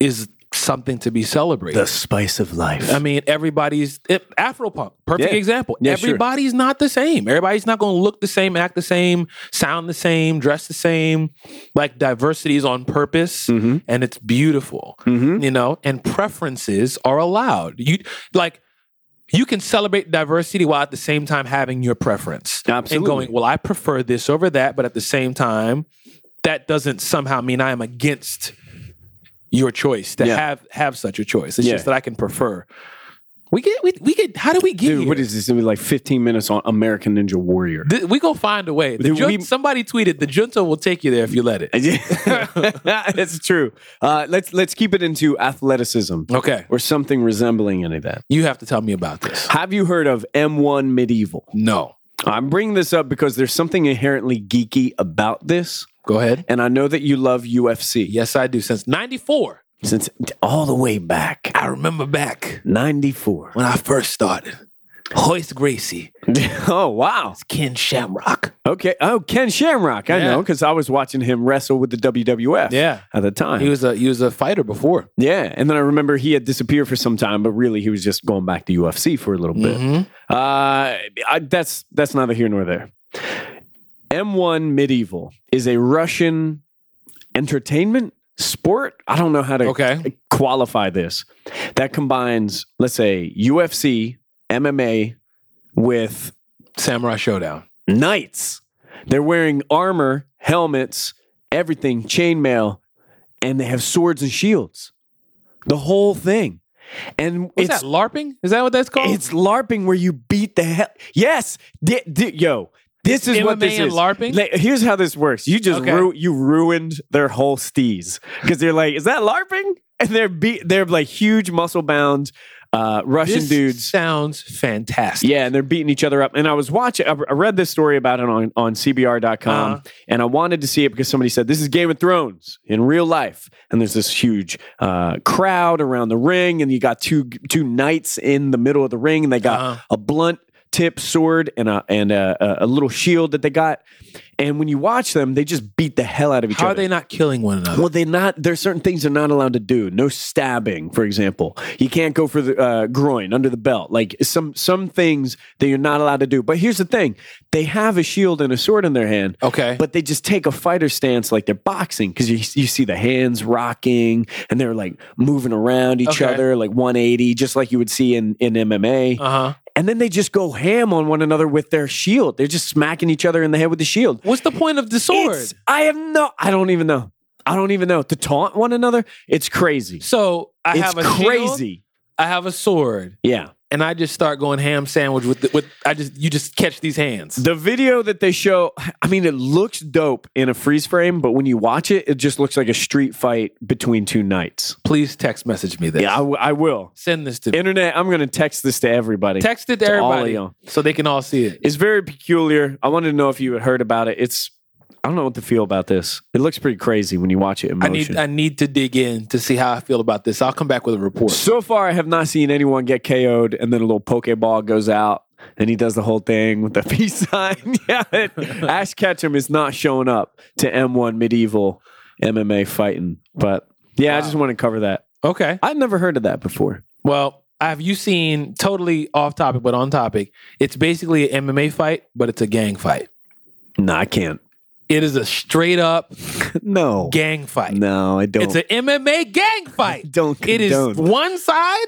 S1: is something to be celebrated
S2: spice of life.
S1: I mean, everybody's it, Afro punk, perfect
S2: Yeah.
S1: example.
S2: Yeah, sure.
S1: everybody's not the same. Everybody's not going to look the same, act the same, sound the same, dress the same. Like diversity is on purpose,
S2: Mhm.
S1: and it's beautiful
S2: Mhm.
S1: you know and preferences are allowed you like you can celebrate diversity while at the same time having your preference
S2: Absolutely.
S1: and going well i prefer this over that but at the same time that doesn't somehow mean i am against your choice to
S2: Yeah.
S1: have have such a choice it's
S2: Yeah.
S1: just that i can prefer we get we, we get how do we get
S2: Dude,
S1: here?
S2: what is this? It was like 15 minutes on American Ninja Warrior.
S1: Th- we gonna find a way. The
S2: Dude,
S1: jun-
S2: we-
S1: somebody tweeted the junta will take you there if you let it.
S2: That's true. Uh, let's let's keep it into athleticism
S1: Okay,
S2: or something resembling any of that.
S1: you have to tell me about this.
S2: Have you heard of M1 Medieval?
S1: No,
S2: I'm bringing this up because there's something inherently geeky about this,
S1: go ahead.
S2: and I know that you love UFC
S1: Yes, I do. Since '94,
S2: since all the way back
S1: I remember back
S2: 94.
S1: when I first started. Hoist Gracie,
S2: oh wow.
S1: Ken Shamrock.
S2: Okay. Oh, Ken Shamrock. I
S1: Yeah.
S2: know because I was watching him wrestle with the WWF.
S1: Yeah.
S2: At the time,
S1: He was a he was a fighter before.
S2: Yeah, and then I remember he had disappeared for some time, but really he was just going back to UFC for a little bit.
S1: Mm-hmm.
S2: Uh, I, that's that's neither here nor there. M1 Medieval is a Russian entertainment sport. I don't know how to
S1: Okay.
S2: qualify this. That combines, let's say, UFC, MMA, with
S1: Samurai Showdown.
S2: knights. They're wearing armor, helmets, everything, chainmail, and they have swords and shields. The whole thing. And
S1: What's
S2: it's
S1: that LARPing? Is that what that's called?
S2: it's LARPing where you beat the hell. Yes, di- di- yo, this is what
S1: MMA
S2: this
S1: and
S2: is.
S1: LARPing?
S2: Like, here's how this works. You just
S1: Okay.
S2: ru- you ruined their whole steez because they're like, is that LARPing? And they're be- they're like huge muscle bound uh, Russian
S1: this
S2: dudes.
S1: sounds fantastic.
S2: Yeah, and they're beating each other up. And I was watching, I I read this story about it on, on CBR.com,
S1: Uh-huh.
S2: and I wanted to see it because somebody said, This is Game of Thrones in real life. And there's this huge uh, crowd around the ring, and you got two two knights in the middle of the ring, and they got
S1: Uh-huh.
S2: a blunt tip sword and a and a, a a little shield that they got. And when you watch them, they just beat the hell out of each
S1: How are
S2: other.
S1: they not killing one another?
S2: Well, they're not. There's certain things they're not allowed to do. No stabbing, for example. You can't go for the uh, groin under the belt. Like some some things that you're not allowed to do. But here's the thing: they have a shield and a sword in their hand.
S1: okay.
S2: But they just take a fighter stance like they're boxing because you, you see the hands rocking and they're like moving around each
S1: Okay.
S2: other like 180, just like you would see in, in MMA.
S1: uh-huh.
S2: And then they just go ham on one another with their shield. They're just smacking each other in the head with the shield.
S1: What's the point of the sword?
S2: It's- I have no. I don't even know. I don't even know to taunt one another. It's crazy.
S1: so I
S2: it's
S1: have a
S2: crazy.
S1: shield, I have a sword,
S2: Yeah.
S1: and I just start going ham sandwich with the, with I just you just catch these hands.
S2: The video that they show. I mean, it looks dope in a freeze frame, but when you watch it, it just looks like a street fight between two knights.
S1: Please text message me this.
S2: Yeah, I, w- I will.
S1: Send this to me.
S2: Internet. I'm gonna text this to everybody.
S1: Text it to
S2: all of
S1: everybody
S2: y'all.
S1: so they can all see it.
S2: It's very peculiar. I wanted to know if you had heard about it. It's. I don't know what to feel about this. It looks pretty crazy when you watch it in
S1: I
S2: motion.
S1: need I need to dig in to see how I feel about this. I'll come back with a report.
S2: So far, I have not seen anyone get KO'd, and then a little Pokeball goes out. Then he does the whole thing with the peace sign. yeah, it- Ash Ketchum is not showing up to M1 medieval MMA fighting. But yeah, I
S1: Wow.
S2: just want to cover that.
S1: Okay.
S2: I'd never heard of that before.
S1: Well, have you seen totally off topic but on topic? It's basically an MMA fight, but it's a gang fight.
S2: No, I can't.
S1: It is a straight up
S2: No.
S1: gang fight.
S2: No, I don't.
S1: It's an MMA gang fight.
S2: don't
S1: It is
S2: condone.
S1: one side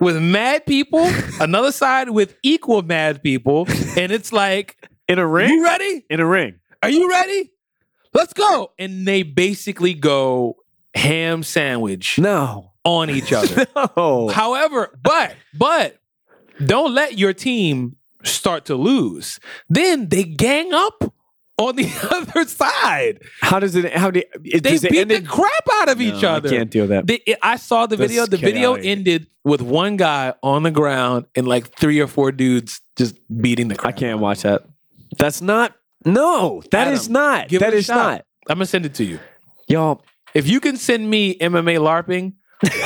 S1: with mad people, another side with equal mad people, and it's like,
S2: in a
S1: you
S2: ring.
S1: ready?
S2: In a ring.
S1: Are you ready? Let's go. And they basically go ham sandwich
S2: No.
S1: on each other.
S2: No.
S1: However, but but don't let your team start to lose. Then they gang up on the other side.
S2: How does it? How do? It,
S1: They
S2: does it
S1: beat
S2: end
S1: the
S2: in-
S1: crap out of each
S2: No,
S1: other.
S2: I can't deal that.
S1: The- it- I saw the
S2: That's
S1: video. The video
S2: chaotic.
S1: ended with one guy on the ground and like three or four dudes just beating the
S2: I
S1: crap.
S2: can't watch that. That's not. No, that
S1: Adam,
S2: is not.
S1: give
S2: That
S1: it a
S2: is
S1: shot.
S2: not.
S1: I'm gonna send it to you.
S2: Y'all.
S1: If you can send me MMA LARPing,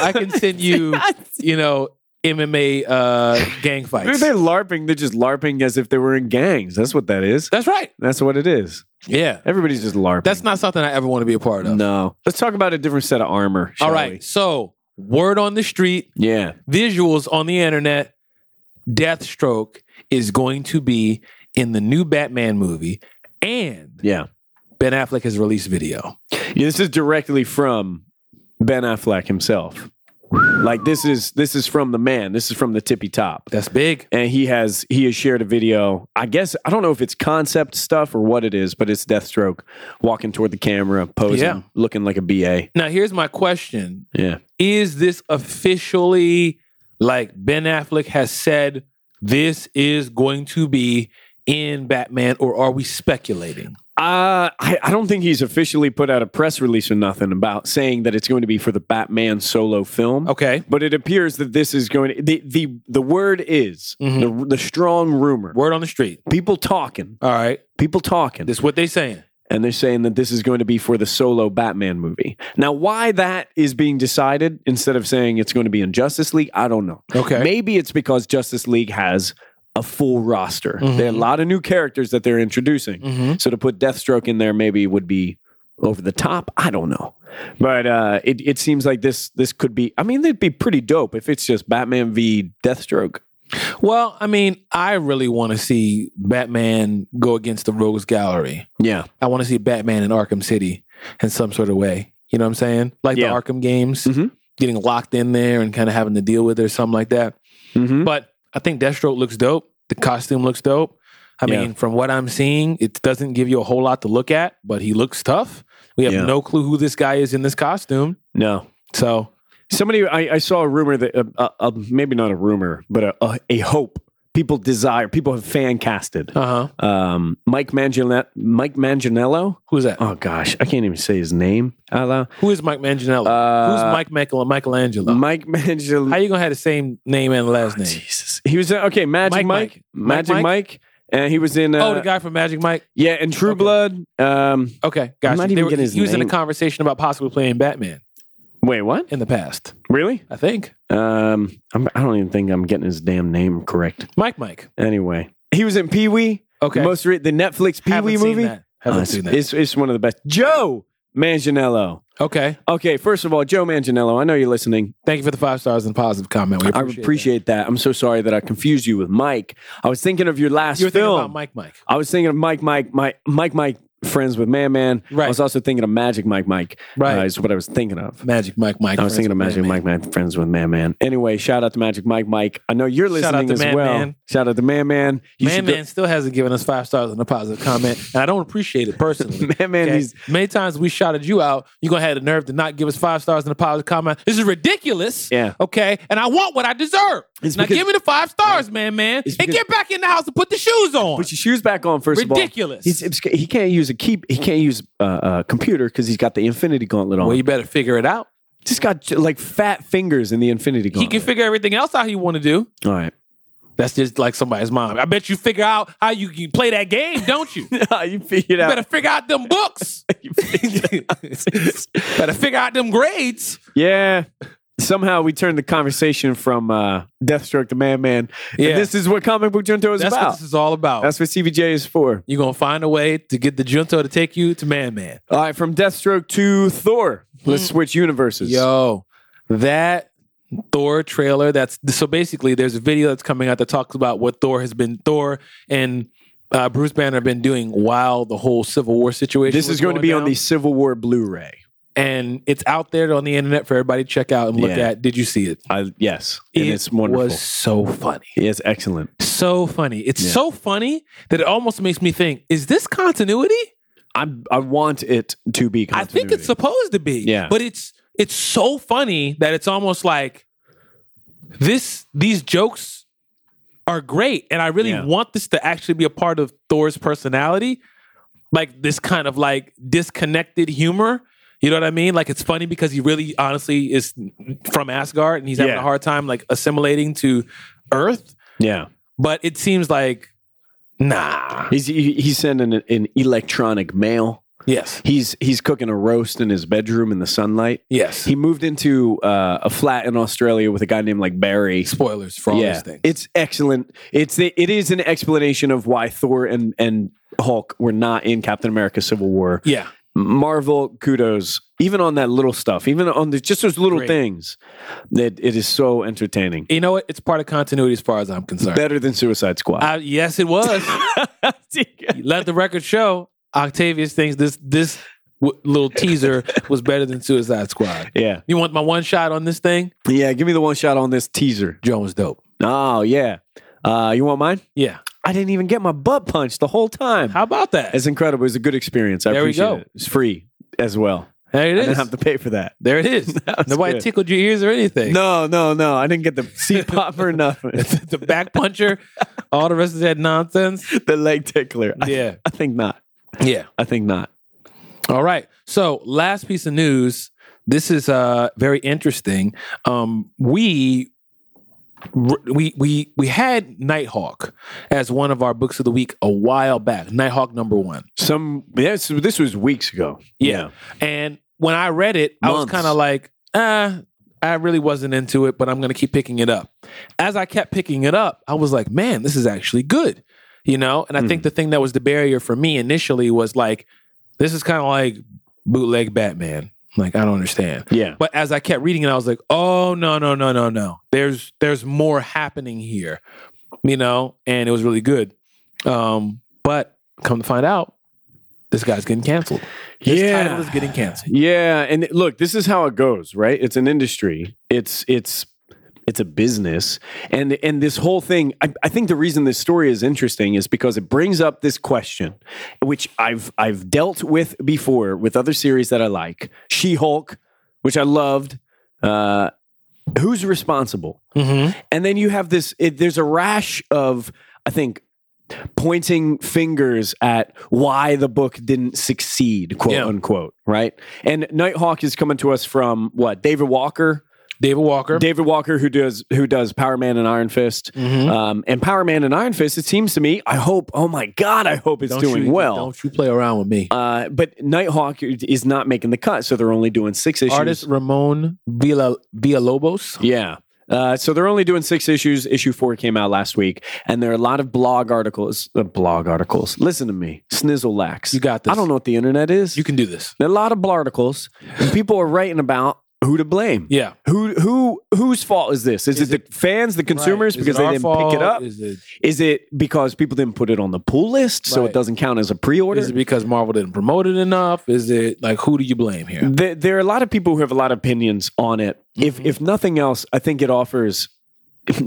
S1: I can send you, you know, MMA uh, gang
S2: They're,
S1: fights.
S2: they're LARPing. They're just LARPing as if they were in gangs. That's what that is.
S1: That's right.
S2: That's what it is.
S1: Yeah.
S2: Everybody's just LARPing.
S1: That's not something I ever want to be a part of.
S2: no. Let's talk about a different set of armor. shall
S1: All right.
S2: we?
S1: So, word on the street,
S2: Yeah.
S1: visuals on the internet, Deathstroke is going to be in the new Batman movie, and
S2: Yeah.
S1: Ben Affleck has released video.
S2: Yeah, this is directly from Ben Affleck himself. Like this is this is from the man. This is from the tippy top.
S1: That's big.
S2: And he has he has shared a video. I guess I don't know if it's concept stuff or what it is, but it's Deathstroke walking toward the camera, posing,
S1: Yeah.
S2: looking like a BA.
S1: Now, here's my question
S2: Yeah.
S1: Is this officially like Ben Affleck has said this is going to be in Batman, or are we speculating?
S2: Uh, I, I don't think he's officially put out a press release or nothing about saying that it's going to be for the Batman solo film.
S1: Okay.
S2: But it appears that this is going to the the, the word is
S1: Mhm.
S2: the, the strong rumor.
S1: Word on the street.
S2: People talking.
S1: All right.
S2: People talking.
S1: This is what they saying.
S2: and they're saying that this is going to be for the solo Batman movie. Now, why that is being decided instead of saying it's going to be in Justice League, I don't know.
S1: Okay.
S2: Maybe it's because Justice League has a full roster. There are a lot of new characters that they're introducing.
S1: Mhm.
S2: So to put Deathstroke in there maybe would be over the top. I don't know. But uh, it, it seems like this this could be I mean, that'd be pretty dope if it's just Batman v Deathstroke.
S1: Well, I mean, I really want to see Batman go against the Rogues Gallery.
S2: Yeah.
S1: I want to see Batman in Arkham City in some sort of way. You know what I'm saying? Like
S2: Yeah.
S1: the Arkham games,
S2: Mhm.
S1: getting locked in there and kind of having to deal with it or something like that.
S2: Mm-hmm.
S1: But I think Deathstroke looks dope. The costume looks dope. I
S2: Yeah.
S1: mean, from what I'm seeing, it doesn't give you a whole lot to look at, but he looks tough. We have
S2: Yeah.
S1: no clue who this guy is in this costume.
S2: No.
S1: So,
S2: Somebody, I, I saw a rumor that, uh, uh, uh, maybe not a rumor, but a, a, a hope. People desire, people have fan casted.
S1: uh huh.
S2: Um, Mike, Mangine- Mike Manganiello.
S1: Who's that?
S2: Oh gosh, I can't even say his name. out loud.
S1: Who is Mike Manganiello? Who's
S2: Uh,
S1: Mike Michael- Michelangelo?
S2: Mike
S1: How
S2: Manganiello.
S1: you gonna have the same name and last name?
S2: Jesus, he was uh, okay. Magic
S1: Mike,
S2: Mike, Magic Mike,
S1: Mike,
S2: and he was in. Uh,
S1: oh, the guy from Magic Mike.
S2: yeah, in True
S1: Okay.
S2: Blood. Um,
S1: Okay, gotcha.
S2: not
S1: They
S2: even
S1: were-
S2: getting his
S1: he was in a
S2: name.
S1: conversation about possibly playing Batman
S2: wait, what?
S1: in the past.
S2: Really?
S1: I think
S2: Um, I'm, I don't even think I'm getting his damn name correct.
S1: Mike Mike.
S2: Anyway, he was in Pee Wee.
S1: Okay,
S2: The most re- the Netflix Pee
S1: Haven't
S2: Wee
S1: seen
S2: movie.
S1: that. Haven't
S2: Oh, it's,
S1: seen that.
S2: It's, it's one of the best. Joe Manganiello.
S1: okay,
S2: Okay, first of all, Joe Manganiello, I know you're listening.
S1: thank you for the five stars and positive comment. We appreciate.
S2: I appreciate that. I'm so sorry that I confused you with Mike. I was thinking of your
S1: that.
S2: last
S1: you were thinking
S2: film.
S1: about Mike Mike.
S2: I was thinking of Mike, Mike, Mike, Mike, Mike, friends with Man Man. I
S1: Right.
S2: was also thinking of Magic Mike, Mike.
S1: Right.
S2: uh, is what I was thinking of.
S1: Magic Mike Mike.
S2: I was thinking of Magic Mike, Mike, friends with Man Man. Anyway, shout out to Magic Mike, Mike. I know you're
S1: Shout out
S2: listening
S1: to
S2: as
S1: Man
S2: well.
S1: Man.
S2: Shout out to Man Man. You
S1: Man
S2: should go-
S1: Man still hasn't given us five stars and a positive comment, and I don't appreciate it personally.
S2: Man Man,
S1: Okay?
S2: he's
S1: Many times we shouted you out. You gonna have the nerve to not give us five stars and a positive comment. This is ridiculous.
S2: yeah.
S1: Okay, and I want what I deserve.
S2: It's
S1: now
S2: because-
S1: give me the five stars, man, man,
S2: It's
S1: and
S2: because-
S1: get back in the house and put the shoes on.
S2: Put your shoes back on first of all.
S1: Ridiculous.
S2: He's, obsc- he can't use a key. He can't use a uh, uh, computer because he's got the Infinity Gauntlet on.
S1: well, you better figure it out.
S2: Just got j- like fat fingers in the Infinity
S1: He
S2: Gauntlet.
S1: can figure everything else out he want to do.
S2: All right.
S1: That's just like somebody's mom. I bet you figure out how you can play that game, don't you? Ah, You
S2: you figured
S1: better figure out them books. better figure out them grades.
S2: yeah. somehow we turned the conversation from uh, Deathstroke to Man Man. Yeah.
S1: Yeah.
S2: this is what comic book junto is
S1: That's
S2: about.
S1: what this is all about.
S2: That's what CBJ is for.
S1: You're going to find a way to get the Junto to take you to Man Man.
S2: All right, from Deathstroke to Thor. Let's switch universes.
S1: Hmm. Yo, that Thor trailer. That's so basically there's a video that's coming out that talks about what Thor has been Thor and uh, Bruce Banner have been doing while the whole Civil War situation.
S2: This
S1: was
S2: is going to be on
S1: down.
S2: the Civil War Blu-ray.
S1: and it's out there on the internet for everybody to check out and look
S2: Yeah.
S1: at. Did you see it?
S2: I, yes, and it's wonderful.
S1: was so funny.
S2: it's excellent.
S1: So funny. It's
S2: Yeah.
S1: so funny that it almost makes me think, is this continuity?
S2: I I want it to be.
S1: I think it's
S2: continuity.
S1: supposed to be.
S2: Yeah.
S1: But it's it's so funny that it's almost like this these jokes are great. And I really
S2: Yeah.
S1: want this to actually be a part of Thor's personality. Like this kind of like disconnected humor. You know what I mean? Like it's funny because he really honestly is from Asgard and he's having
S2: Yeah.
S1: a hard time like assimilating to Earth.
S2: yeah.
S1: But it seems like nah.
S2: He's he, he's sending an, an electronic mail.
S1: Yes.
S2: He's he's cooking a roast in his bedroom in the sunlight.
S1: Yes.
S2: He moved into uh, a flat in Australia with a guy named like Barry.
S1: Spoilers for all
S2: yeah,
S1: these things.
S2: it's excellent. It's the, it is an explanation of why Thor and and Hulk were not in Captain America: Civil War.
S1: yeah.
S2: Marvel kudos, even on that little stuff, even on the, just those little
S1: Great.
S2: things. That it is so entertaining,
S1: You know what? It's part of continuity as far as I'm concerned.
S2: better than Suicide Squad.
S1: Uh, yes, it was. Let the record show. Octavius thinks this this w- little teaser was better than Suicide Squad.
S2: yeah,
S1: You want my one shot on this thing?
S2: yeah. Give me the one shot on this teaser.
S1: Joan was dope.
S2: Oh yeah, uh, you want mine?
S1: Yeah.
S2: I didn't even get my butt punched the whole time.
S1: How about that?
S2: It's incredible. It was a good experience. I
S1: There we
S2: appreciate
S1: go.
S2: it. It's free as well.
S1: there
S2: I
S1: it
S2: didn't
S1: is.
S2: have to pay for that.
S1: there it is.
S2: was
S1: Nobody
S2: good.
S1: tickled your ears or anything.
S2: No, no, no. I didn't get the seat pop or nothing.
S1: the back puncher, all the rest of that nonsense.
S2: the leg tickler. I,
S1: Yeah.
S2: I think not.
S1: Yeah.
S2: I think not.
S1: All right. So, last piece of news. This is uh, very interesting. Um, we we we we had Nighthawk as one of our books of the week a while back. Nighthawk number one.
S2: Some yes, this was weeks ago.
S1: Yeah. And when I read it, I was
S2: Months.
S1: kind of like, ah, I really wasn't into it, but I'm going to keep picking it up. As I kept picking it up, I was like, man, this is actually good, you know? And I think the thing that was the barrier for me initially was like, this is kind of like bootleg Batman. Like, I don't understand.
S2: Yeah.
S1: But as I kept reading it, I was like, oh no, no, no, no, no. There's there's more happening here. You know? And it was really good. Um, but come to find out, this guy's getting canceled. His title is getting canceled.
S2: Yeah, and it- look, this is how it goes, right? It's an industry. It's it's it's a business, and and this whole thing. I, I think the reason this story is interesting is because it brings up this question, which I've I've dealt with before with other series that I like, She Hulk, which I loved. Uh, who's responsible?
S1: Mm-hmm.
S2: And then you have this, it, there's a rash of, I think, pointing fingers at why the book didn't succeed, quote
S1: Yeah.
S2: unquote, right? And Nighthawk is coming to us from what? David Walker?
S1: David Walker.
S2: David Walker, who does who does Power Man and Iron Fist,
S1: Mhm.
S2: um, and Power Man and Iron Fist. It seems to me. I hope. Oh my God! I hope it's
S1: Don't
S2: doing
S1: you-
S2: well.
S1: Don't you play around with me.
S2: Uh, but Nighthawk is not making the cut, so they're only doing six issues.
S1: Artist Ramon Villa Villalobos.
S2: Yeah. Uh, so they're only doing six issues. Issue four came out last week, and there are a lot of blog articles. Uh, blog articles. Listen to me, Snizzle Lax.
S1: You got this.
S2: I don't know what the internet is.
S1: You can do this.
S2: There are a lot of blog articles. and people are writing about who to blame.
S1: Yeah.
S2: Who who whose fault is this? Is,
S1: Is
S2: it, the fans, the
S1: Right. Is
S2: consumers, because
S1: it
S2: they
S1: our
S2: didn't
S1: fault?
S2: pick it up? Is,
S1: Is it,
S2: it because people didn't put it on the pull list, so
S1: Right.
S2: it doesn't count as a pre-order?
S1: is it because Marvel didn't promote it enough? Is it like who do you blame here?
S2: There, there are a lot of people who have a lot of opinions on it. If if nothing else, I think it offers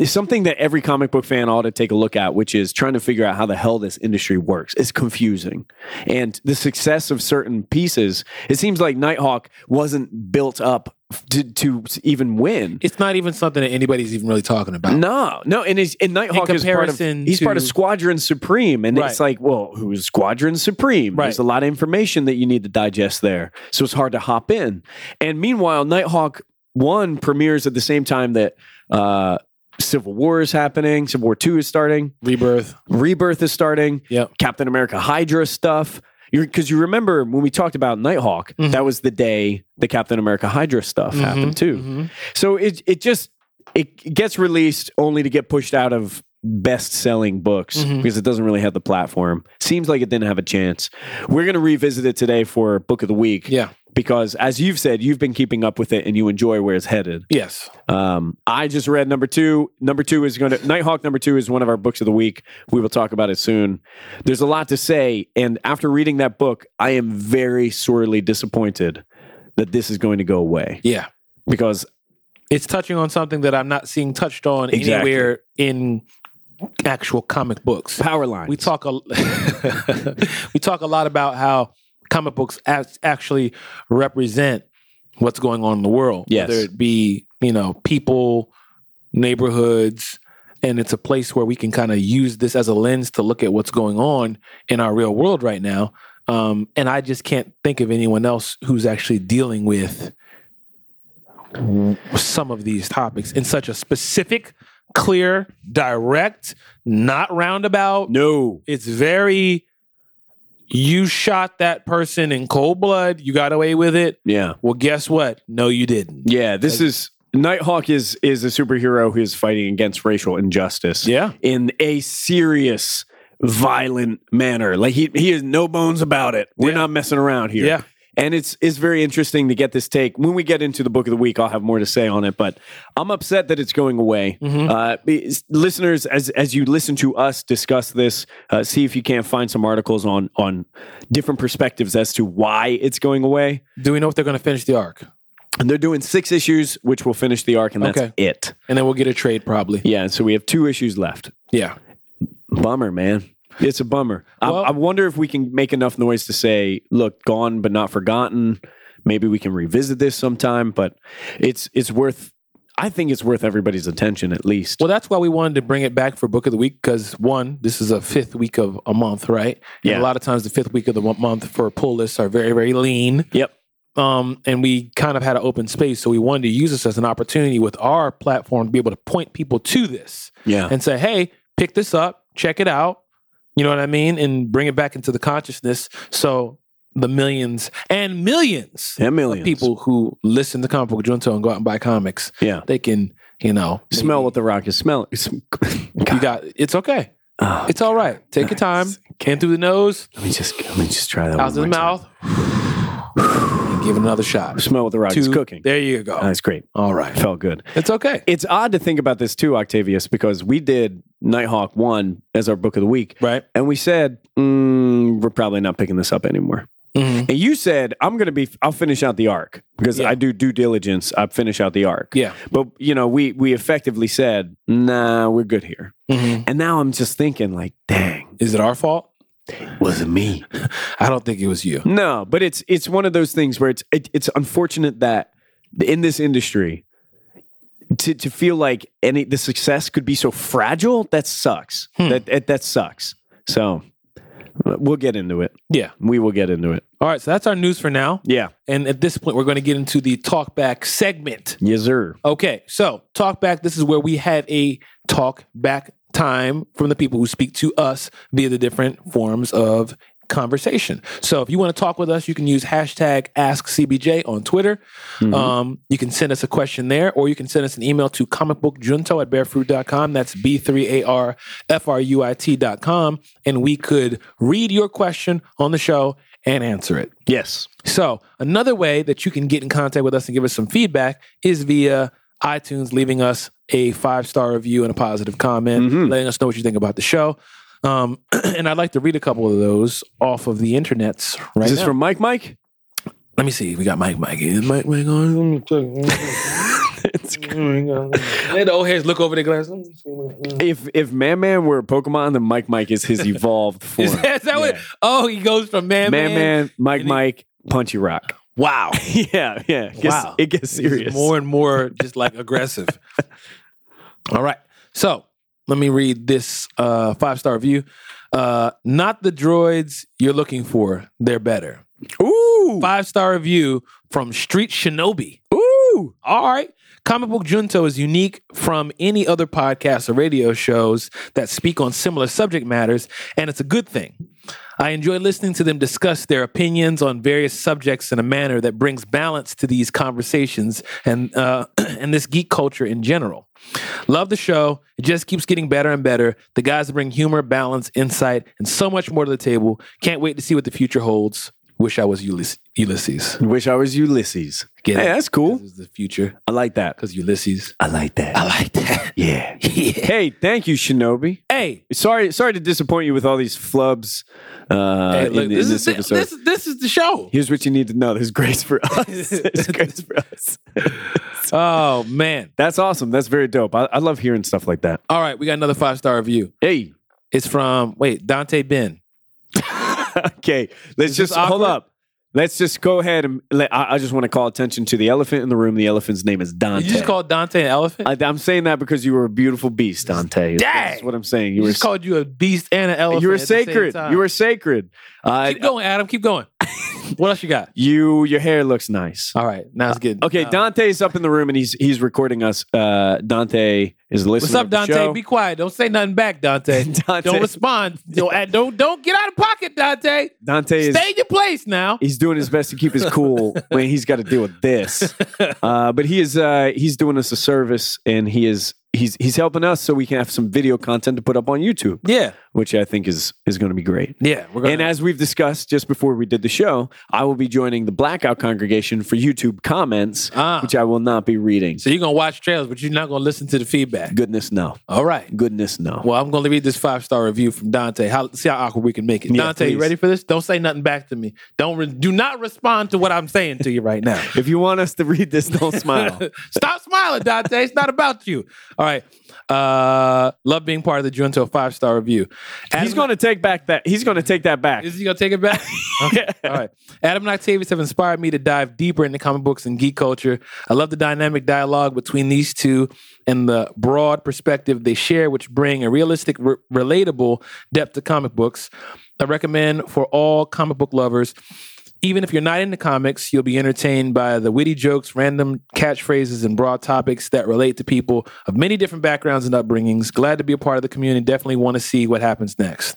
S2: something that every comic book fan ought to take a look at, which is trying to figure out how the hell this industry works. It's confusing, and the success of certain pieces. It seems like Nighthawk wasn't built up to to even win.
S1: It's not even something that anybody's even really talking about.
S2: No, no, and, it's, and Nighthawk is part of
S1: comparison
S2: he's part of
S1: to-
S2: Squadron Supreme, and
S1: Right.
S2: it's like, well, who's Squadron Supreme?
S1: Right.
S2: There's a lot of information that you need to digest there, so it's hard to hop in. And meanwhile, Nighthawk One premieres at the same time that uh, Civil War is happening, Civil War Two is starting,
S1: Rebirth.
S2: Rebirth is starting,
S1: Yep.
S2: Captain America Hydra stuff. Because you remember when we talked about Nighthawk,
S1: Mm-hmm.
S3: Mhm.
S2: that was the day the Captain America Hydra stuff happened too.
S1: Mm-hmm.
S3: Mhm.
S2: So it it just it gets released only to get pushed out of best selling books
S1: Mm-hmm.
S3: Mhm.
S2: because it doesn't really have the platform. Seems like it didn't have a chance. We're gonna revisit it today for book of the week
S1: Yeah.
S2: because as you've said, you've been keeping up with it and you enjoy where it's headed.
S1: Yes.
S2: Um, I just read number two. Number two is going to Nighthawk. Number two is one of our books of the week. We will talk about it soon. There's a lot to say, and after reading that book, I am very sorely disappointed that this is going to go away
S1: Yeah.
S2: because
S1: It's touching on something that I'm not seeing touched on
S2: Exactly.
S1: anywhere in actual comic books.
S2: power lines.
S1: We talk a we talk a lot about how comic books act- actually represent what's going on in the world,
S2: Yes.
S1: whether it be you know people, neighborhoods, and it's a place where we can kind of use this as a lens to look at what's going on in our real world right now. Um, and I just can't think of anyone else who's actually dealing with some of these topics in such a specific, clear, direct, not roundabout,
S2: no.
S1: it's very you shot that person in cold blood you got away with it
S2: Yeah.
S1: well guess what no you didn't
S2: Yeah. This is Nighthawk is is a superhero who is fighting against racial injustice.
S1: yeah
S2: in a serious violent manner like he he has no bones about it we're
S1: Yeah.
S2: not messing around here
S1: yeah
S2: And it's it's very interesting to get this take. When we get into the book of the week, I'll have more to say on it. But I'm upset that it's going away.
S1: Mhm.
S2: Uh, be- listeners, as as you listen to us discuss this, uh, see if you can't find some articles on on different perspectives as to why it's going away.
S1: do we know if they're going to finish the arc
S2: And they're doing six issues, which will finish the arc, and that's
S1: Okay.
S2: it.
S1: and then we'll get a trade probably
S2: Yeah. So we have two issues left.
S1: yeah
S2: Bummer, man. It's a bummer.
S1: Well-
S2: I, I wonder if we can make enough noise to say, look, gone but not forgotten. Maybe we can revisit this sometime, but it's it's worth I think it's worth everybody's attention at least.
S1: well that's why we wanted to bring it back for book of the week because one this is a fifth week of a month right And
S2: Yeah.
S1: a lot of times the fifth week of the mo- month for pull lists are very very lean
S2: Yep.
S1: um, and we kind of had an open space, so we wanted to use this as an opportunity with our platform to be able to point people to this.
S2: Yeah.
S1: and say, hey, pick this up, check it out. You know what I mean? And bring it back into the consciousness. So the millions and millions
S2: And
S1: of
S2: millions.
S1: people who listen to Comic Book Junto and go out and buy comics,
S2: Yeah.
S1: they can, you know,
S2: Smell what the rock is smelling.
S1: You got it's okay.
S2: Oh,
S1: It's all right. Take your time. In through the nose,
S2: let me just let me just try that.
S1: out
S2: one
S1: through the
S2: more time.
S1: mouth. and give it another shot.
S2: Smell what the rock is
S1: Two.
S2: cooking.
S1: There you go.
S2: That's great.
S1: All right.
S2: Felt good.
S1: It's okay.
S2: It's odd to think about this too, Octavius, because we did Nighthawk one as our book of the week.
S1: Right.
S2: And we said, mm, we're probably not picking this up anymore.
S1: Mhm.
S2: And you said, I'm going to be, I'll finish out the arc because
S1: Yeah.
S2: I do due diligence. I finish out the arc.
S1: Yeah.
S2: But, you know, we, we effectively said, nah, we're good here.
S1: Mhm.
S2: And now I'm just thinking, like, dang,
S1: Is it our fault?
S2: was it me?
S1: I don't think it was you.
S2: no, but it's, it's one of those things where it's, it, it's unfortunate that in this industry, to, to feel like any the success could be so fragile that sucks that, that that sucks so we'll get into it
S1: Yeah.
S2: we will get into it
S1: All right. So that's our news for now.
S2: yeah
S1: And at this point, we're going to get into the talk back segment.
S2: yes sir
S1: Okay, so talk back. This is where we have a talk back time from the people who speak to us via the different forms of conversation. So if you want to talk with us, you can use hashtag AskCBJ on Twitter. Um, you can send us a question there, or you can send us an email to comicbookjunto at barefruit.com. That's B3ARFRUIT.com. And we could read your question on the show and answer it.
S2: yes
S1: So, another way that you can get in contact with us and give us some feedback is via iTunes, leaving us a five star review and a positive comment, letting us know what you think about the show. Um, and I'd like to read a couple of those off of the internets right
S2: Is this
S1: now.
S2: from Mike Mike?
S1: Let me see. We got Mike. Mike is Mike. Mike on. Let me check. Let the old heads look over their glass. Let me see what-
S2: if if Man Man were a Pokemon, then Mike Mike is his evolved form.
S1: Is that, is that what? Oh, he goes from man, man,
S2: Man Man, Mike
S1: And he-
S2: Mike, Punchy Rock.
S1: Wow.
S2: yeah, yeah. It gets,
S1: Wow.
S2: It gets
S1: He's
S2: serious.
S1: More and more just like aggressive. All right. So let me read this uh, five star review. Uh, not the droids you're looking for. They're better.
S2: Ooh.
S1: Five star review from Street Shinobi.
S2: Ooh.
S1: All right. Comic Book Junto is unique from any other podcasts or radio shows that speak on similar subject matters, and it's a good thing. I enjoy listening to them discuss their opinions on various subjects in a manner that brings balance to these conversations and uh, and this geek culture in general. Love the show. It just keeps getting better and better. The guys bring humor, balance, insight, and so much more to the table. Can't wait to see what the future holds. Wish I was Ulyss- Ulysses.
S2: Wish I was Ulysses.
S1: Get
S2: hey,
S1: it?
S2: that's cool.
S1: This is the future
S2: I like that.
S1: because Ulysses.
S2: I like that.
S1: I like that.
S2: yeah.
S1: yeah.
S2: Hey, thank you, Shinobi.
S1: Hey,
S2: Sorry, sorry to disappoint you with all these flubs uh,
S1: hey, look,
S2: in, the-
S1: this,
S2: in
S1: is
S2: this
S1: the,
S2: episode.
S1: this, is- this is the show.
S2: Here's what you need to know. There's grace for us. There's grace for us.
S1: Oh man!
S2: That's awesome. That's very dope. I, I love hearing stuff like that.
S1: All right, we got another five star review.
S2: Hey.
S1: It's from wait Dante Ben.
S2: okay. Let's
S1: Is this
S2: just hold
S1: awkward?
S2: up. Let's just go ahead and let, I, I just want to call attention to the elephant in the room. The elephant's name is Dante.
S1: You just called Dante an elephant.
S2: I, am saying that because you were a beautiful beast, Dante.
S1: Dang!
S2: That's what I'm saying. You
S1: You
S2: were
S1: just called you a beast and an elephant.
S2: you were
S1: at the same
S2: sacred.
S1: time.
S2: You were sacred. Uh,
S1: Keep going, Adam. Keep going. what else you got?
S2: you your hair looks nice.
S1: All right, now it's good.
S2: Okay,
S1: Uh,
S2: Dante's up in the room and he's he's recording us. Uh, Dante is listening.
S1: What's up, Dante? Be quiet. Don't say nothing back, Dante.
S2: Dante,
S1: Don't respond. Don't add- don't don't get out of pocket, Dante.
S2: Dante is
S1: Stay in your place now.
S2: he's doing his best to keep his cool when he's got to deal with this. Uh, but he is uh, he's doing us a service and he is he's he's helping us so we can have some video content to put up on YouTube,
S1: Yeah,
S2: which I think is is going to be great.
S1: yeah. We're gonna.
S2: And as we've discussed just before we did the show, I will be joining the Blackout congregation for YouTube comments,
S1: Ah.
S2: which I will not be reading.
S1: so you're gonna watch trailers, but you're not gonna listen to the feedback.
S2: Goodness no.
S1: All right.
S2: Goodness no.
S1: Well, I'm going to read this five star review from Dante. How, see how awkward we can make it.
S2: Yeah,
S1: Dante, you
S2: please.
S1: ready for this? Don't say nothing back to me. Don't re- do not respond to what I'm saying to you right now.
S2: If you want us to read this, don't smile.
S1: Stop smiling, Dante. It's not about you. All right. Uh, love being part of the Junto five star review. Adam-
S2: he's going to take back that. He's going to take that back.
S1: Is he gonna take it back? Okay. All right. Adam and Octavius have inspired me to dive deeper into comic books and geek culture. I love the dynamic dialogue between these two and the broad perspective they share, which bring a realistic, re- relatable depth to comic books. I recommend for all comic book lovers. Even if you're not into comics, you'll be entertained by the witty jokes, random catchphrases, and broad topics that relate to people of many different backgrounds and upbringings. Glad to be a part of the community. Definitely want to see what happens next.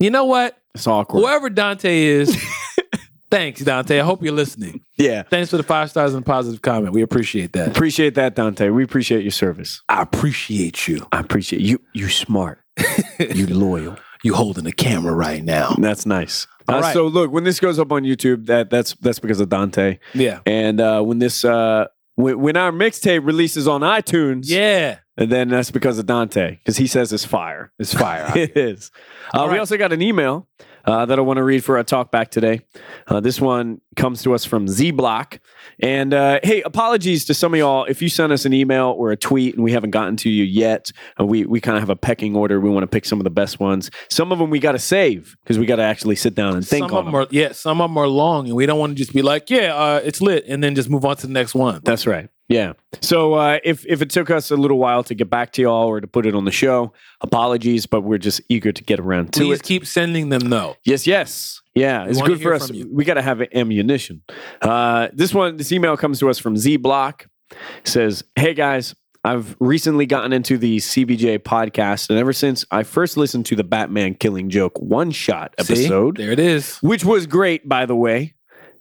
S1: You know what?
S2: It's awkward.
S1: whoever Dante is, thanks, Dante. I hope you're listening.
S2: Yeah.
S1: Thanks for the five stars and positive comment. We appreciate that.
S2: Appreciate that, Dante. We appreciate your service.
S1: I appreciate you.
S2: I appreciate you. You smart. you loyal.
S1: You holding the camera right now.
S2: That's nice.
S1: All
S2: Uh,
S1: right.
S2: So look, when this goes up on YouTube, that that's that's because of Dante.
S1: Yeah.
S2: And uh, when this uh, when, when our mixtape releases on iTunes,
S1: Yeah.
S2: then that's because of Dante because he says it's fire.
S1: It's fire.
S2: it is. Uh,
S1: All
S2: We
S1: right.
S2: also got an email uh, that I want to read for our talk back today. Uh, this one comes to us from Z Block. And uh, hey, apologies to some of y'all if you sent us an email or a tweet and we haven't gotten to you yet. Uh, we we kind of have a pecking order. We want to pick some of the best ones. Some of them we got to save because we got to actually sit down and think
S1: some
S2: on
S1: of
S2: them.
S1: them are yeah, some of them are long, and we don't want to just be like, yeah, uh, it's lit, and then just move on to the next one.
S2: That's right. Yeah. So uh, if if it took us a little while to get back to y'all or to put it on the show, apologies, but we're just eager to get around to
S1: Please
S2: it.
S1: keep sending them though.
S2: Yes, yes. Yeah, it's
S1: wanna
S2: good for
S1: hear
S2: us.
S1: from you.
S2: We got to have ammunition. Uh, this one, this email comes to us from Z Block. It says, "Hey guys, I've recently gotten into the CBJ podcast, and ever since I first listened to the Batman Killing Joke one shot
S1: See?
S2: episode,
S1: There it is.
S2: which was great, by the way.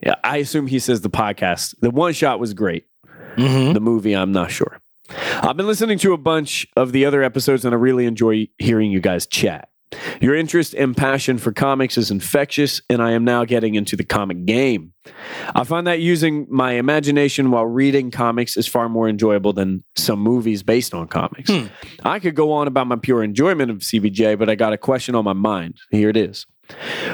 S2: Yeah, I assume he says the podcast. The one shot was great.
S1: Mm-hmm.
S2: The movie, I'm not sure. I've been listening to a bunch of the other episodes and I really enjoy hearing you guys chat. Your interest and passion for comics is infectious, and I am now getting into the comic game. I find that using my imagination while reading comics is far more enjoyable than some movies based on comics.
S1: Hmm.
S2: I could go on about my pure enjoyment of CBJ, but I got a question on my mind. Here it is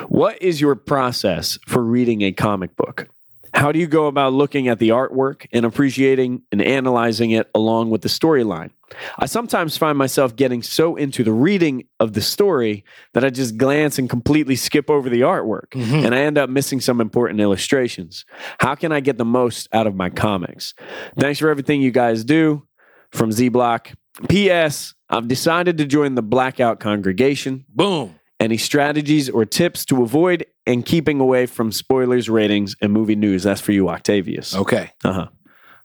S2: What is your process for reading a comic book? How do you go about looking at the artwork and appreciating and analyzing it along with the storyline? I sometimes find myself getting so into the reading of the story that I just glance and completely skip over the artwork,
S1: Mhm.
S2: and I end up missing some important illustrations. How can I get the most out of my comics? Thanks for everything you guys do from Z Block. P.S. I've decided to join the Blackout congregation
S1: Boom.
S2: any strategies or tips to avoid and keeping away from spoilers, ratings, and movie news. That's for you, Octavius.
S1: Okay.
S2: Uh-huh.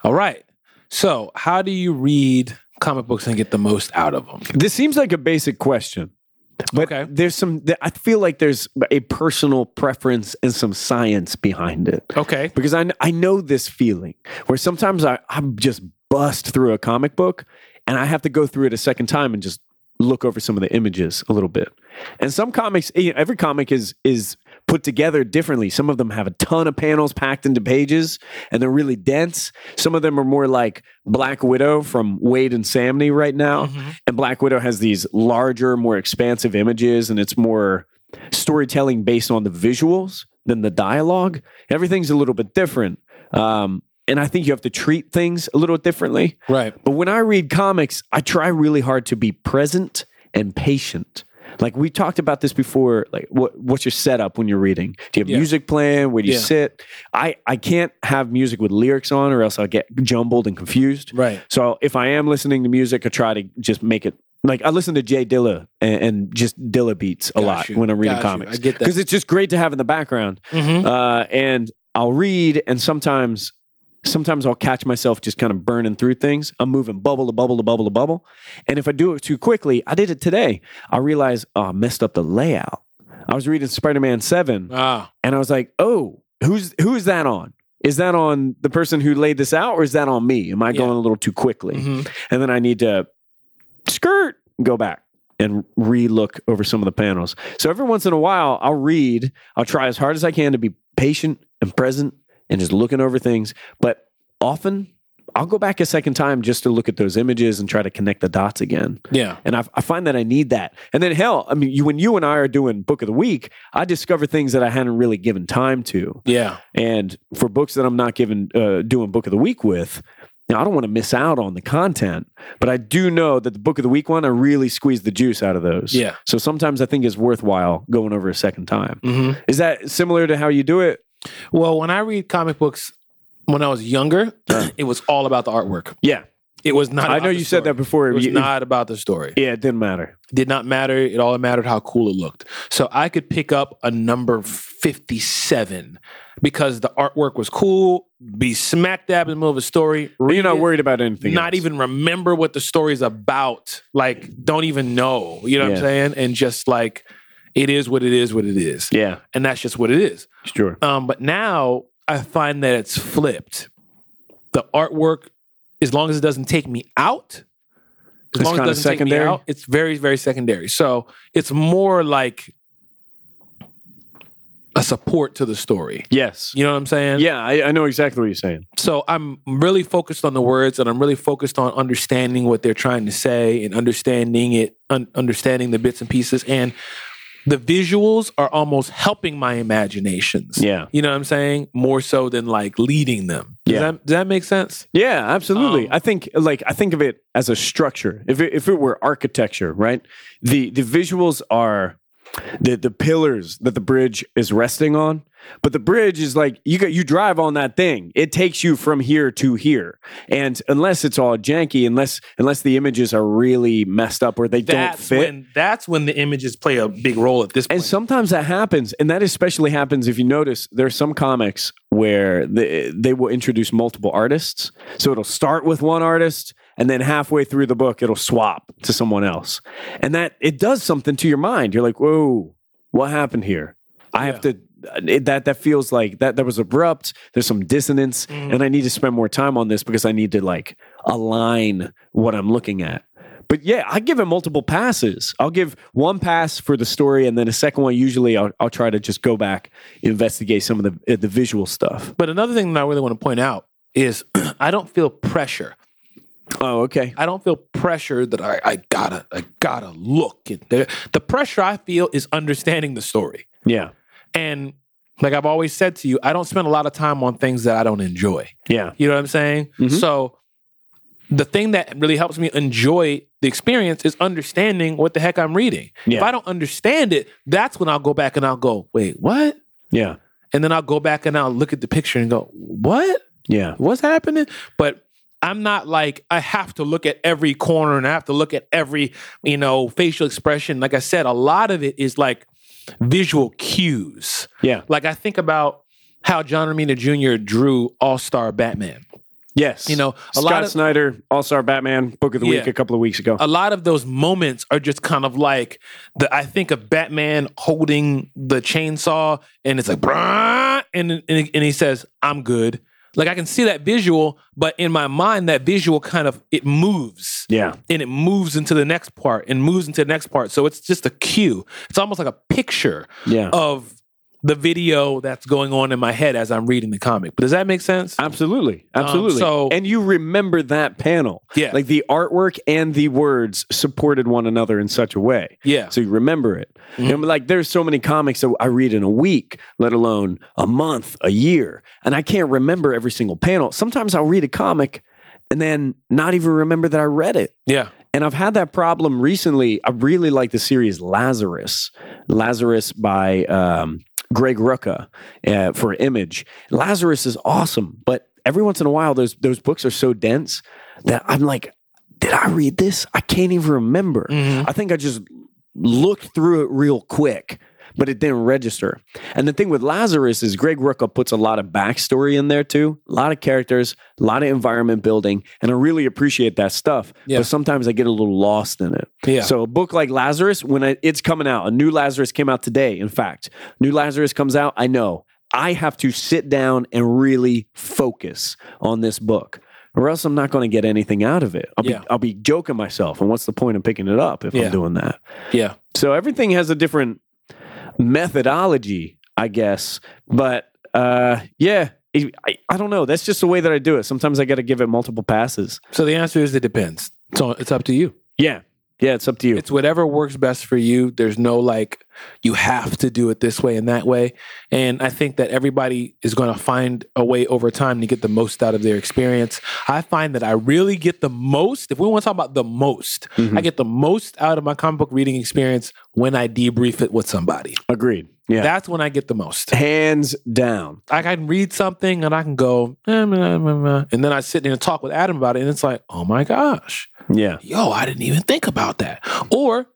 S1: All right. So, how do you read comic books and get the most out of them?
S2: This seems like a basic question, But
S1: Okay.
S2: there's some, th- I feel like there's a personal preference and some science behind it.
S1: Okay.
S2: Because I, kn- I know this feeling where sometimes I, I just bust through a comic book and I have to go through it a second time and just look over some of the images a little bit. And some comics, eh, you know, every comic is is put together differently. Some of them have a ton of panels packed into pages and they're really dense. Some of them are more like Black Widow from Wade and Samney right now. And Black Widow has these larger, more expansive images, and it's more storytelling based on the visuals than the dialogue. Everything's a little bit different. Um, and I think you have to treat things a little differently.
S1: Right.
S2: But when I read comics, I try really hard to be present and patient. Like we talked about this before, like what what's your setup when you're reading? Do you have
S1: Yeah.
S2: music playing? Where do you
S1: Yeah.
S2: sit? I I can't have music with lyrics on, or else I'll get jumbled and confused.
S1: Right.
S2: So if I am listening to music, I try to just make it like I listen to Jay Dilla and, and just Dilla beats a
S1: Got
S2: lot
S1: you.
S2: when I'm reading
S1: Got you.
S2: comics
S1: I get that.
S2: because it's just great to have in the background.
S1: Mm-hmm.
S2: Uh, and I'll read, and sometimes, sometimes I'll catch myself just kind of burning through things. I'm moving bubble to bubble to bubble to bubble, and if I do it too quickly, I did it today. I realized oh, I messed up the layout. I was reading Spider Man Seven,
S1: Ah.
S2: and I was like, oh, who's who is that on? Is that on the person who laid this out, or is that on me? Am I
S1: Yeah.
S2: going a little too quickly?
S1: mhm.
S2: and then I need to skirt go back and re-look over some of the panels. So every once in a while, I'll read. I'll try as hard as I can to be patient and present and just looking over things. But often, I'll go back a second time just to look at those images and try to connect the dots again.
S1: Yeah.
S2: And I, I find that I need that. And then hell, I mean, you, when you and I are doing book of the week, I discover things that I hadn't really given time to.
S1: Yeah.
S2: And for books that I'm not giving, uh, doing book of the week with, now I don't want to miss out on the content, but I do know that the book of the week one, I really squeeze the juice out of those.
S1: Yeah.
S2: So sometimes I think it's worthwhile going over a second time.
S1: Mm-hmm.
S2: Is that similar to how you do it?
S1: Well, when I read comic books when I was younger, it was all about the artwork.
S2: Yeah.
S1: It was not.
S2: I
S1: about
S2: know
S1: the
S2: you said
S1: story.
S2: that before.
S1: It was
S2: You-
S1: not about the story.
S2: yeah, it didn't matter.
S1: did not matter. It all mattered how cool it looked. So I could pick up a number 57 because the artwork was cool, be smack dab in the middle of a story.
S2: But
S1: read
S2: you're not
S1: it,
S2: worried about anything.
S1: Not
S2: else.
S1: even remember what the story's about. Like, don't even know. You know what I'm
S2: Yeah.
S1: saying? And just like, it is what it is, what it is.
S2: Yeah,
S1: And that's just what it is.
S2: sure.
S1: Um, but now I find that it's flipped. The artwork, as long as it doesn't take me out, as
S2: It's
S1: long as it
S2: kinda
S1: doesn't take
S2: secondary?
S1: me out, it's very, very secondary. So it's more like a support to the story.
S2: Yes.
S1: You know what I'm saying?
S2: Yeah, I, I know exactly what you're saying.
S1: So I'm really focused on the words, and I'm really focused on understanding what they're trying to say and understanding it, un- understanding the bits and pieces, and the visuals are almost helping my imaginations.
S2: Yeah.
S1: You know what I'm saying? More so than like leading them. Does,
S2: Yeah.
S1: that, does that make sense?
S2: Yeah, absolutely.
S1: Um,
S2: I think like I think of it as a structure. If it, if it were architecture, right? The the visuals are the the pillars that the bridge is resting on. But the bridge is like you got you drive on that thing. It takes you from here to here. And unless it's all janky, unless unless the images are really messed up or they don't
S1: That's
S2: fit.
S1: when that's when the images play a big role at this point.
S2: And sometimes that happens, and that especially happens if you notice there are some comics where they, they will introduce multiple artists. So it'll start with one artist, and then halfway through the book, it'll swap to someone else, and that it does something to your mind. You're like, "Whoa, what happened here? I have to." It, that that feels like that that was abrupt. There's some dissonance,
S1: Mhm.
S2: and I need to spend more time on this because I need to like align what I'm looking at. But yeah, I give it multiple passes. I'll give one pass for the story, and then a second one. Usually, I'll, I'll try to just go back investigate some of the uh, the visual stuff.
S1: but another thing that I really want to point out is I don't feel pressure.
S2: Oh, okay.
S1: I don't feel pressure that I, I gotta I gotta look. at The, the pressure I feel is understanding the story.
S2: Yeah,
S1: And like I've always said to you, I don't spend a lot of time on things that I don't enjoy.
S2: yeah,
S1: You know what I'm saying?
S2: Mhm.
S1: So the thing that really helps me enjoy the experience is understanding what the heck I'm reading. If
S2: Yeah.
S1: I don't understand it, that's when I'll go back and I'll go, wait, what?
S2: yeah,
S1: And then I'll go back and I'll look at the picture and go, what?
S2: yeah,
S1: What's happening? But I'm not like I have to look at every corner and I have to look at every, you know, facial expression. Like I said, a lot of it is like visual cues.
S2: yeah.
S1: Like I think about how John Romita Jr. drew All Star Batman.
S2: Yes.
S1: You know, a
S2: Scott
S1: lot of
S2: Snyder, All Star Batman, Book of the Week
S1: Yeah. Uh,
S2: a couple of weeks ago.
S1: a lot of those moments are just kind of like the I think of Batman holding the chainsaw and it's like "Bruh," and and, and he says I'm good. Like I can see that visual, but in my mind that visual kind of it moves
S2: yeah.
S1: and it moves into the next part and moves into the next part. So it's just a cue. It's almost like a picture
S2: Yeah.
S1: of the video that's going on in my head as I'm reading the comic. But does that make sense?
S2: Absolutely. Absolutely.
S1: Um, so-
S2: and you remember that panel.
S1: Yeah.
S2: Like the artwork and the words supported one another in such a way.
S1: yeah. Mm-hmm.
S2: So you remember it. And like there's so many comics that I read in a week, let alone a month, a year. And I can't remember every single panel. Sometimes I'll read a comic and then not even remember that I read it.
S1: Yeah.
S2: And I've had that problem recently. I really like the series Lazarus, Lazarus by um, Greg Rucka uh, for Image. Lazarus is awesome, but every once in a while, those those books are so dense that I'm like, did I read this? I can't even remember.
S1: Mhm.
S2: I think I just looked through it real quick, but it didn't register. And the thing with Lazarus is Greg Rucka puts a lot of backstory in there too, a lot of characters, a lot of environment building, and I really appreciate that stuff.
S1: Yeah.
S2: But sometimes I get a little lost in it.
S1: Yeah.
S2: So a book like Lazarus, when I, it's coming out, a new Lazarus came out today. In fact, new Lazarus comes out. I know I have to sit down and really focus on this book. Or else I'm not going to get anything out of it. I'll
S1: Yeah.
S2: be I'll be joking myself, and what's the point of picking it up if
S1: Yeah.
S2: I'm doing that?
S1: yeah.
S2: So everything has a different methodology, I guess. But uh, yeah, I, I- I don't know. That's just the way that I do it. Sometimes I got to give it multiple passes.
S1: So the answer is it depends. So it's up to you.
S2: Yeah. Yeah, it's up to you.
S1: It's whatever works best for you. There's no like you have to do it this way and that way. And I think that everybody is going to find a way over time to get the most out of their experience. I find that I really get the most, if we want to talk about the most,
S2: Mhm.
S1: I get the most out of my comic book reading experience when I debrief it with somebody.
S2: Agreed. Yeah.
S1: That's when I get the most.
S2: Hands down.
S1: I can read something and I can go, "Eh, meh, meh, meh," and then I sit there and talk with Adam about it. And it's like, oh my gosh
S2: Yeah.
S1: yo, I didn't even think about that. Or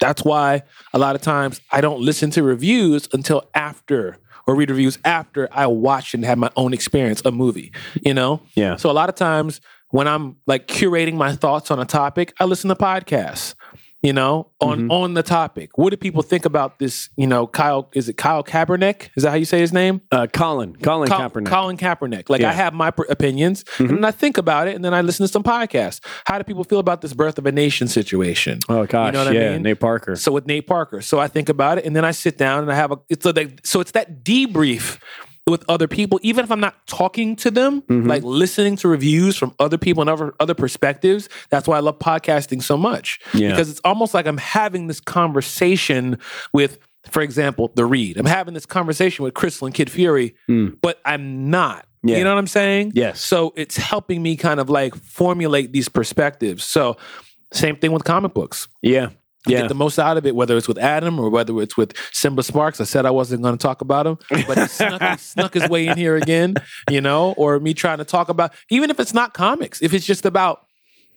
S1: that's why a lot of times I don't listen to reviews until after or read reviews after I watch and have my own experience a movie, you know?
S2: Yeah.
S1: So a lot of times when I'm like curating my thoughts on a topic, I listen to podcasts, you know, on on the topic. What do people think about this, you know, Kyle is it Kyle Kaepernick? Is that how you say his name?
S2: Uh, Colin. Colin
S1: Col-
S2: Kaepernick.
S1: Colin Kaepernick. Like I
S2: Yeah. Mm-hmm.
S1: have my pr- opinions, and then I think about it, and then I listen to some podcasts. How do people feel about this birth of a nation situation?
S2: oh gosh.
S1: You know what I
S2: yeah.
S1: mean?
S2: Nate Parker.
S1: So with Nate Parker, so I think about it, and then I sit down and I have a. It's so that so it's that debrief with other people, even if I'm not talking to them,
S2: Mm-hmm.
S1: like listening to reviews from other people and other other perspectives. That's why I love podcasting so much
S2: Yeah.
S1: because it's almost like I'm having this conversation with. For example, the Reed. I'm having this conversation with Crystal and Kid Fury, but I'm not.
S2: Mm. Yeah.
S1: You know what I'm saying?
S2: Yes.
S1: So it's helping me kind of like formulate these perspectives. So same thing with comic books
S2: yeah.
S1: get
S2: Yeah.
S1: the most out of it, whether it's with Adam or whether it's with Simba Sparks. I said I wasn't going to talk about him, but he snuck, he snuck his way in here again, you know, or me trying to talk about, even if it's not comics, if it's just about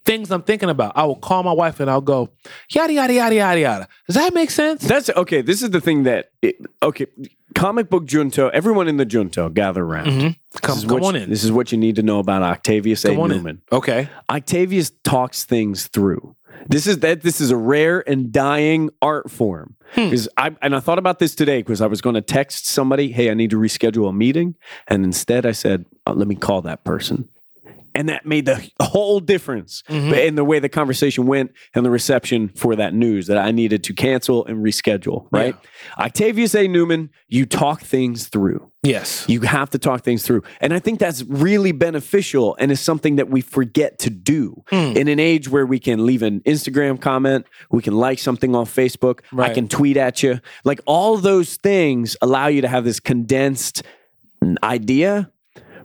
S1: things I'm thinking about, I will call my wife and I'll go, yada, yada, yada, yada, yada. Does that make sense?
S2: That's okay. This is the thing that it, okay. Comic book junto. Everyone in the junto, gather around.
S1: Come,
S2: This is
S1: Mm-hmm. come
S2: what
S1: on
S2: you-
S1: in.
S2: This is what you need to know about Octavius A.
S1: Come on in.
S2: Newman.
S1: Okay.
S2: Octavius talks things through. This is that this is a rare and dying art form. Because I and I thought about this today because I was going to text somebody, hey, I need to reschedule a meeting. And instead I said, "Uh, let me call that person. And that made the whole difference but in the way the conversation went and the reception for that news that I needed to cancel and reschedule, right? Octavius A. Newman, you talk things through.
S1: Yes.
S2: You have to talk things through. And I think that's really beneficial and is something that we forget to do
S1: Hmm.
S2: in an age where we can leave an Instagram comment, we can like something on Facebook,
S1: Right.
S2: I can tweet at you. Like all those things allow you to have this condensed idea,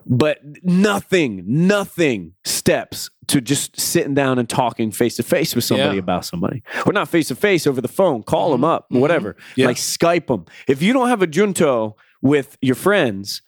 S2: but nothing, nothing steps to just sitting down and talking face to face with somebody
S1: Yeah.
S2: about somebody. Or not face to face over the phone, call them up, whatever.
S1: Yeah.
S2: Like Skype them. If you don't have a junto with your friends,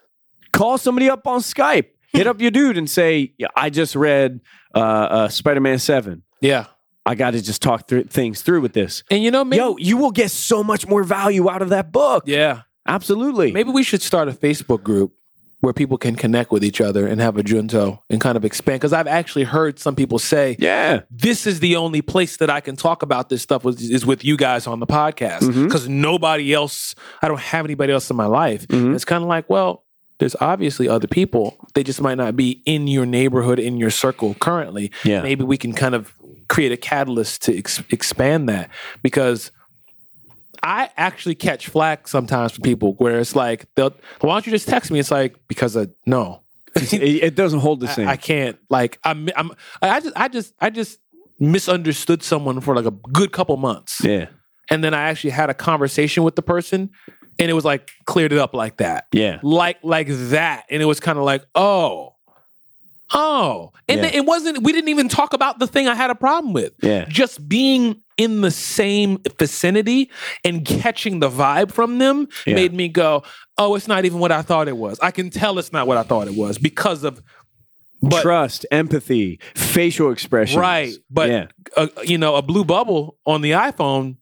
S2: call somebody up on Skype. Hit up your dude and say, "Yeah, I just read uh, uh, Spider Man 7.
S1: Yeah.
S2: I got to just talk through things through with this.
S1: And you know, maybe.
S2: Yo, you will get so much more value out of that book.
S1: Yeah.
S2: Absolutely.
S1: Maybe we should start a Facebook group where people can connect with each other and have a junto and kind of expand. Because I've actually heard some people say,
S2: Yeah.
S1: this is the only place that I can talk about this stuff was, is with you guys on the podcast
S2: Mhm.
S1: because nobody else, I don't have anybody else in my life.
S2: Mhm.
S1: It's kind of like, well, there's obviously other people. They just might not be in your neighborhood, in your circle currently.
S2: Yeah.
S1: Maybe we can kind of create a catalyst to ex- expand that because I actually catch flack sometimes from people where it's like, they'll, why don't you just text me? It's like, because I, no,
S2: it, it doesn't hold the
S1: I-
S2: same.
S1: I, can't like I'm I'm I just I just I just misunderstood someone for like a good couple months.
S2: yeah.
S1: And then I actually had a conversation with the person and it was like cleared it up like that.
S2: Yeah.
S1: Like like that. And it was kind of like, "Oh. Oh." And
S2: Yeah.
S1: then it wasn't we didn't even talk about the thing I had a problem with.
S2: Yeah.
S1: Just being in the same vicinity and catching the vibe from them
S2: Yeah.
S1: made me go, "Oh, it's not even what I thought it was. I can tell it's not what I thought it was because of but-
S2: Trust, empathy, facial expressions.
S1: Right, but-
S2: yeah.
S1: a, you know a blue bubble on the iPhone,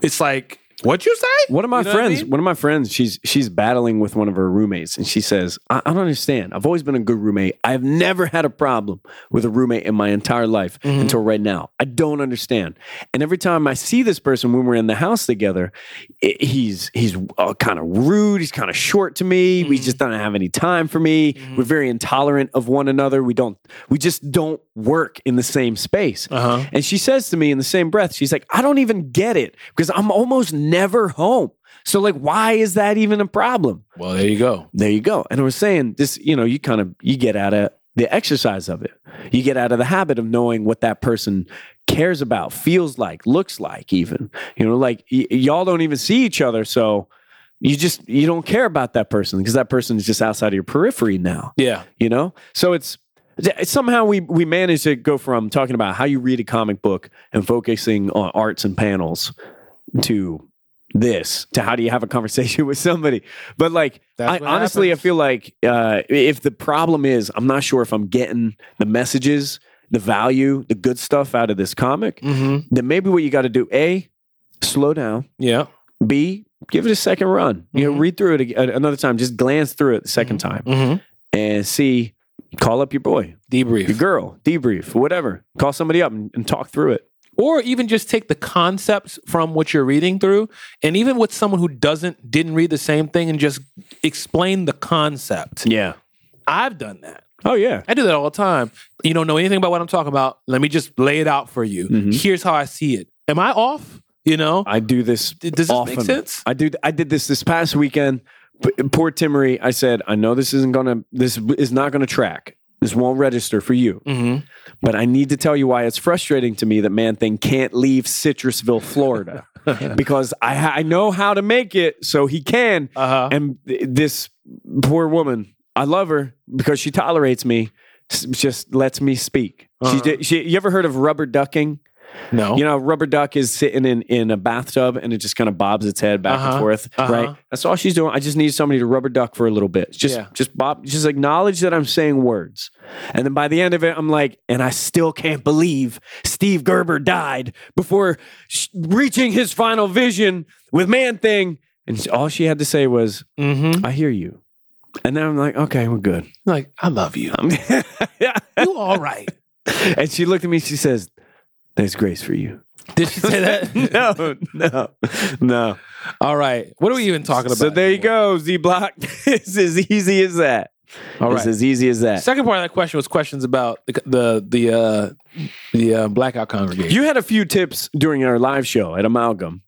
S1: it's like what you say?
S2: One of my
S1: You know what I
S2: friends,
S1: mean?
S2: one of my friends, she's she's battling with one of her roommates, and she says, I, "I don't understand. I've always been a good roommate. I've never had a problem with a roommate in my entire life
S1: Mm-hmm.
S2: until right now. I don't understand." And every time I see this person when we're in the house together, i he's he's uh, kind of rude. He's kind of short to me.
S1: Mm-hmm.
S2: We just don't have any time for me. We're very intolerant of one another. We don't. We just don't work in the same space.
S1: Uh huh.
S2: And she says to me in the same breath, she's like, I don't even get it because I'm almost never home. So, like, why is that even a problem?
S1: Well, there you go.
S2: There you go. And I was saying, this, you know, you kind of you get out of the exercise of it. You get out of the habit of knowing what that person cares about, feels like, looks like, even. You know, like y- y'all don't even see each other. So you just you don't care about that person because that person is just outside of your periphery now
S1: Yeah.
S2: you know so it's it's somehow we we managed to go from talking about how you read a comic book and focusing on arts and panels to this to how do you have a conversation with somebody but like
S1: That's
S2: I,
S1: what
S2: honestly
S1: happens.
S2: i feel like uh, if the problem is i'm not sure if i'm getting the messages the value the good stuff out of this comic
S1: Mm-hmm.
S2: then maybe what you got to do a slow down
S1: Yeah.
S2: b give it a second run you know
S1: Mhm.
S2: read through it ag- another time just glance through it the 2nd time
S1: Mm-hmm.
S2: and see, call up your boy, your
S1: Debrief,
S2: girl, debrief, whatever. Call somebody up and, and talk through it.
S1: or even just take the concepts from what you're reading through, and even with someone who doesn't didn't read the same thing, and just explain the concept.
S2: Yeah.
S1: I've done that.
S2: Oh yeah.
S1: I do that all the time. You don't know anything about what I'm talking about. Let me just lay it out for you.
S2: Mhm.
S1: Here's how I see it. Am I off? You know?
S2: I do this.
S1: D- Does this
S2: often.
S1: make sense?
S2: I do. I did this this past weekend. P- poor Timory. I said, I know this isn't gonna. This is not gonna track. This won't register for you.
S1: Mm-hmm.
S2: But I need to tell you why it's frustrating to me that Man Thing can't leave Citrusville, Florida, because I ha- I know how to make it so he can.
S1: Uh huh.
S2: And th- this poor woman, I love her because she tolerates me, s- just lets me speak.
S1: Uh-huh. Oh.
S2: She, did, she, you ever heard of rubber ducking?
S1: No.
S2: You know, a rubber duck is sitting in, in a bathtub and it just kind of bobs its head back
S1: Uh-huh.
S2: and forth,
S1: Uh-huh.
S2: right? That's all she's doing. I just need somebody to rubber duck for a little bit. Just,
S1: Yeah.
S2: just bob, just acknowledge that I'm saying words. And then by the end of it, I'm like, and I still can't believe Steve Gerber died before sh- reaching his final vision with Man Thing. And s- all she had to say was,
S1: mm-hmm.
S2: I hear you. And then I'm like, okay, we're good.
S1: Like, I love you.
S2: I'm-
S1: You all right.
S2: and she looked at me, she says, There's grace for you.
S1: Did she say that?
S2: no, no, no.
S1: all right. What are we even talking about?
S2: So there you go, Z Block. it's as easy as that.
S1: All right.
S2: it's as easy as that.
S1: Second part of that question was questions about the the the, uh, the uh, blackout congregation.
S2: you had a few tips during our live show at Amalgam.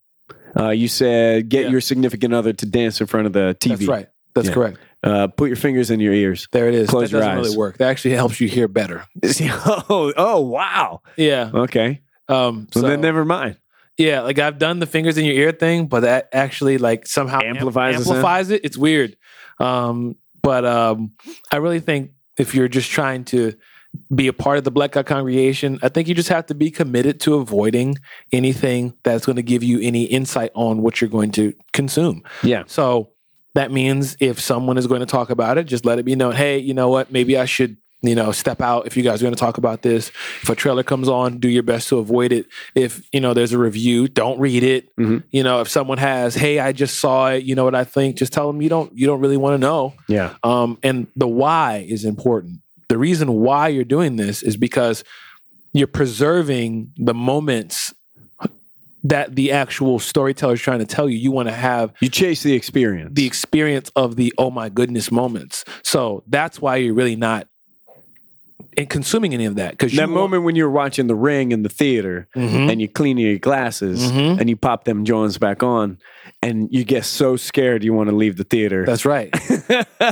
S2: Uh, you said get
S1: Yeah.
S2: your significant other to dance in front of the TV.
S1: That's right. That's
S2: Yeah.
S1: correct.
S2: Uh, put your fingers in your ears.
S1: There it is.
S2: Close
S1: that
S2: your
S1: doesn't
S2: eyes.
S1: really work. That actually helps you hear better.
S2: oh, oh, wow.
S1: Yeah.
S2: Okay.
S1: Um.
S2: So
S1: so-
S2: then never mind.
S1: yeah. Like I've done the fingers in your ear thing, but that actually like somehow am-
S2: Amplifies the sound?
S1: amplifies it. It's weird. Um. But um, I really think if you're just trying to be a part of the blackout congregation, I think you just have to be committed to avoiding anything that's going to give you any insight on what you're going to consume.
S2: Yeah.
S1: So that means if someone is going to talk about it, just let it be known, hey, you know what? Maybe I should you know, step out if you guys are going to talk about this. If a trailer comes on, do your best to avoid it. If, you know, there's a review, don't read it.
S2: Mhm.
S1: You know, if someone has, "Hey, I just saw it, you know what I think?" just tell them you don't you don't really want to know.
S2: Yeah.
S1: Um, and the why is important. The reason why you're doing this is because you're preserving the moments that the actual storyteller is trying to tell you. You want to have
S2: You chase the experience.
S1: the experience of the oh my goodness moments. So that's why you're really not in consuming any of that because
S2: that moment when you're watching The Ring in the theater
S1: Mm-hmm.
S2: and you clean your glasses
S1: Mhm.
S2: and you pop them joints back on and you get so scared you want to leave the theater.
S1: That's right.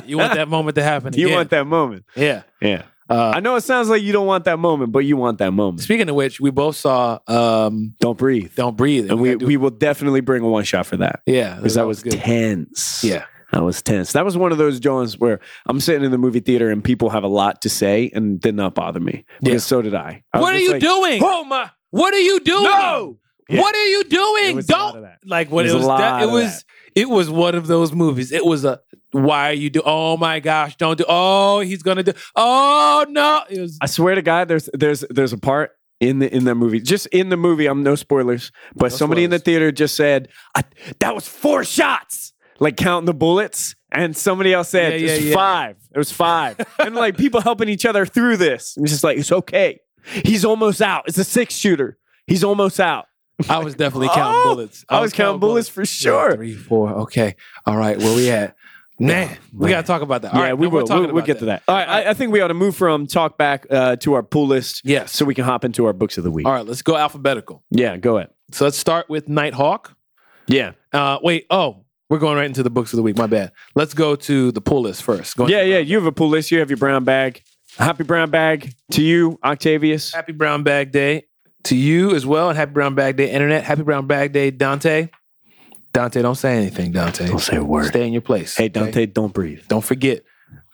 S1: You want that moment to happen.
S2: you
S1: again.
S2: want that moment.
S1: yeah.
S2: Yeah.
S1: Uh,
S2: I know it sounds like you don't want that moment, but you want that moment.
S1: speaking of which, we both saw um,
S2: Don't breathe.
S1: "Don't Breathe,"
S2: And we,
S1: gotta do-
S2: we will definitely bring a one shot for that
S1: yeah,
S2: because that was tense.
S1: Yeah.
S2: That was tense. That was one of those joints where I'm sitting in the movie theater and people have a lot to say and did not bother me. Because
S1: Yeah.
S2: so did I. I was
S1: What are
S2: just
S1: you
S2: like,
S1: doing?
S2: Oh my!
S1: What are you doing?
S2: No! Yeah.
S1: What are you doing?
S2: was a lot of
S1: Don't
S2: that.
S1: like what
S2: It
S1: it
S2: was
S1: was.
S2: a lot
S1: That, it
S2: of
S1: was.
S2: that.
S1: It was one of those movies. It was a. Why are you do? Oh my gosh! Don't do. Oh, he's gonna do. Oh no! It was.
S2: I swear to God, there's there's there's a part in the in that movie, just in the movie. I'm no spoilers, but
S1: No
S2: somebody in the theater just said I, that was four shots, like counting the bullets, and somebody else said
S1: Yeah,
S2: it was
S1: yeah, yeah.
S2: five. It was five, and like people helping each other through this. I'm just like, it's okay. He's almost out. It's a six shooter. He's almost out.
S1: I was definitely counting
S2: Oh,
S1: bullets.
S2: I was counting bullets for
S1: One,
S2: sure.
S1: three, four. Okay. All right. Where we at? Man, we
S2: man.
S1: gotta talk about that. All
S2: yeah,
S1: right,
S2: we
S1: no more
S2: will.
S1: talking
S2: We'll, we'll
S1: about
S2: get to that. All right, I, I think we ought to move from talk back uh, to our pool list,
S1: Yes.
S2: so we can hop into our books of the week.
S1: All right. Let's go alphabetical.
S2: Yeah, go ahead.
S1: So let's start with Nighthawk.
S2: Yeah,
S1: Uh, wait. Oh, we're going right into the books of the week. My bad. Let's go to the pull list first. Go
S2: Yeah, yeah. You have a pool list. You have your brown bag. Happy brown bag to you, Octavius.
S1: Happy Brown Bag Day to you as well, and Happy Brown Bag Day Internet. Happy Brown Bag Day, Dante. Dante, don't say anything, Dante.
S2: say a word.
S1: Stay in your place.
S2: Hey,
S1: okay?
S2: Dante, don't breathe.
S1: Don't forget.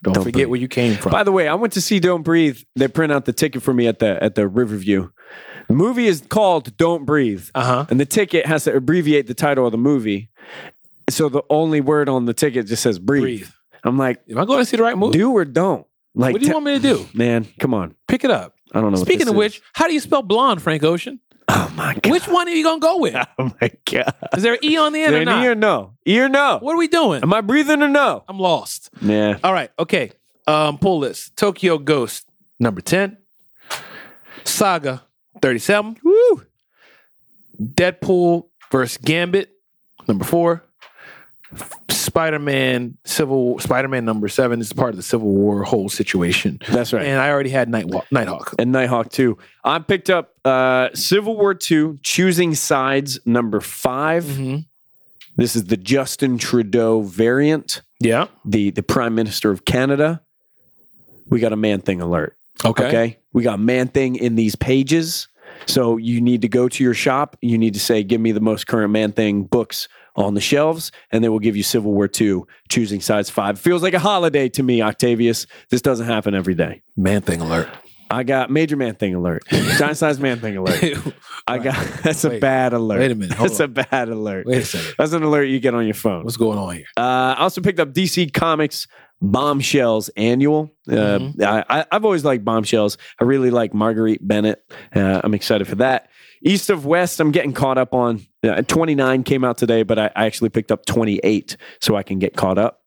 S1: Don't,
S2: Don't
S1: forget
S2: breathe.
S1: where you came from.
S2: By the way, I went to see Don't Breathe. They print out the ticket for me at the at the Riverview. The movie is called Don't Breathe,
S1: Uh huh.
S2: and the ticket has to abbreviate the title of the movie. So the only word on the ticket just says "breathe."
S1: Breathe.
S2: I'm like,
S1: Am I going to see the right movie?
S2: do or don't. Like,
S1: what do you want me to do?
S2: man, come on.
S1: Pick it up.
S2: I don't know. what
S1: Speaking
S2: this
S1: of
S2: is.
S1: which, how do you spell blonde, Frank Ocean?
S2: oh my god,
S1: Which one are you gonna go with?
S2: oh my god,
S1: Is there an E on the end or
S2: Is there an
S1: not?
S2: E or no? E or no?
S1: What are we doing?
S2: Am I breathing or no?
S1: I'm lost.
S2: Yeah.
S1: All right. Okay. Um, pull list. Tokyo Ghost, number 10. Saga, 37. Woo! Deadpool versus Gambit, number four. Spider Man, Civil Spider Man number seven. This is part of the Civil War whole situation.
S2: That's right.
S1: And I already had Nightwalk, Nighthawk.
S2: and Nighthawk 2. I picked up uh, Civil War 2, Choosing Sides, number 5
S1: Mhm.
S2: This is the Justin Trudeau variant,
S1: Yeah.
S2: the, the Prime Minister of Canada. We got a man thing alert.
S1: Okay.
S2: We got man thing in these pages. So you need to go to your shop. You need to say, give me the most current man thing books on the shelves, and they will give you Civil War 2, Choosing Sides 5. Feels like a holiday to me, Octavius. This doesn't happen every day.
S1: Man thing alert.
S2: I got major man thing alert, giant size man thing alert. I got that's a
S1: Wait.
S2: bad alert.
S1: Wait a minute. Hold
S2: That's
S1: on.
S2: a bad alert.
S1: Wait a second.
S2: That's an alert you get on your phone.
S1: What's going on here?
S2: Uh, I also picked up DC Comics Bombshells Annual. Uh,
S1: Mhm.
S2: I, I, I've always liked Bombshells. I really like Marguerite Bennett. Uh, I'm excited for that. East of West, I'm getting caught up on. Uh, 29 came out today, but I, I actually picked up 28 so I can get caught up.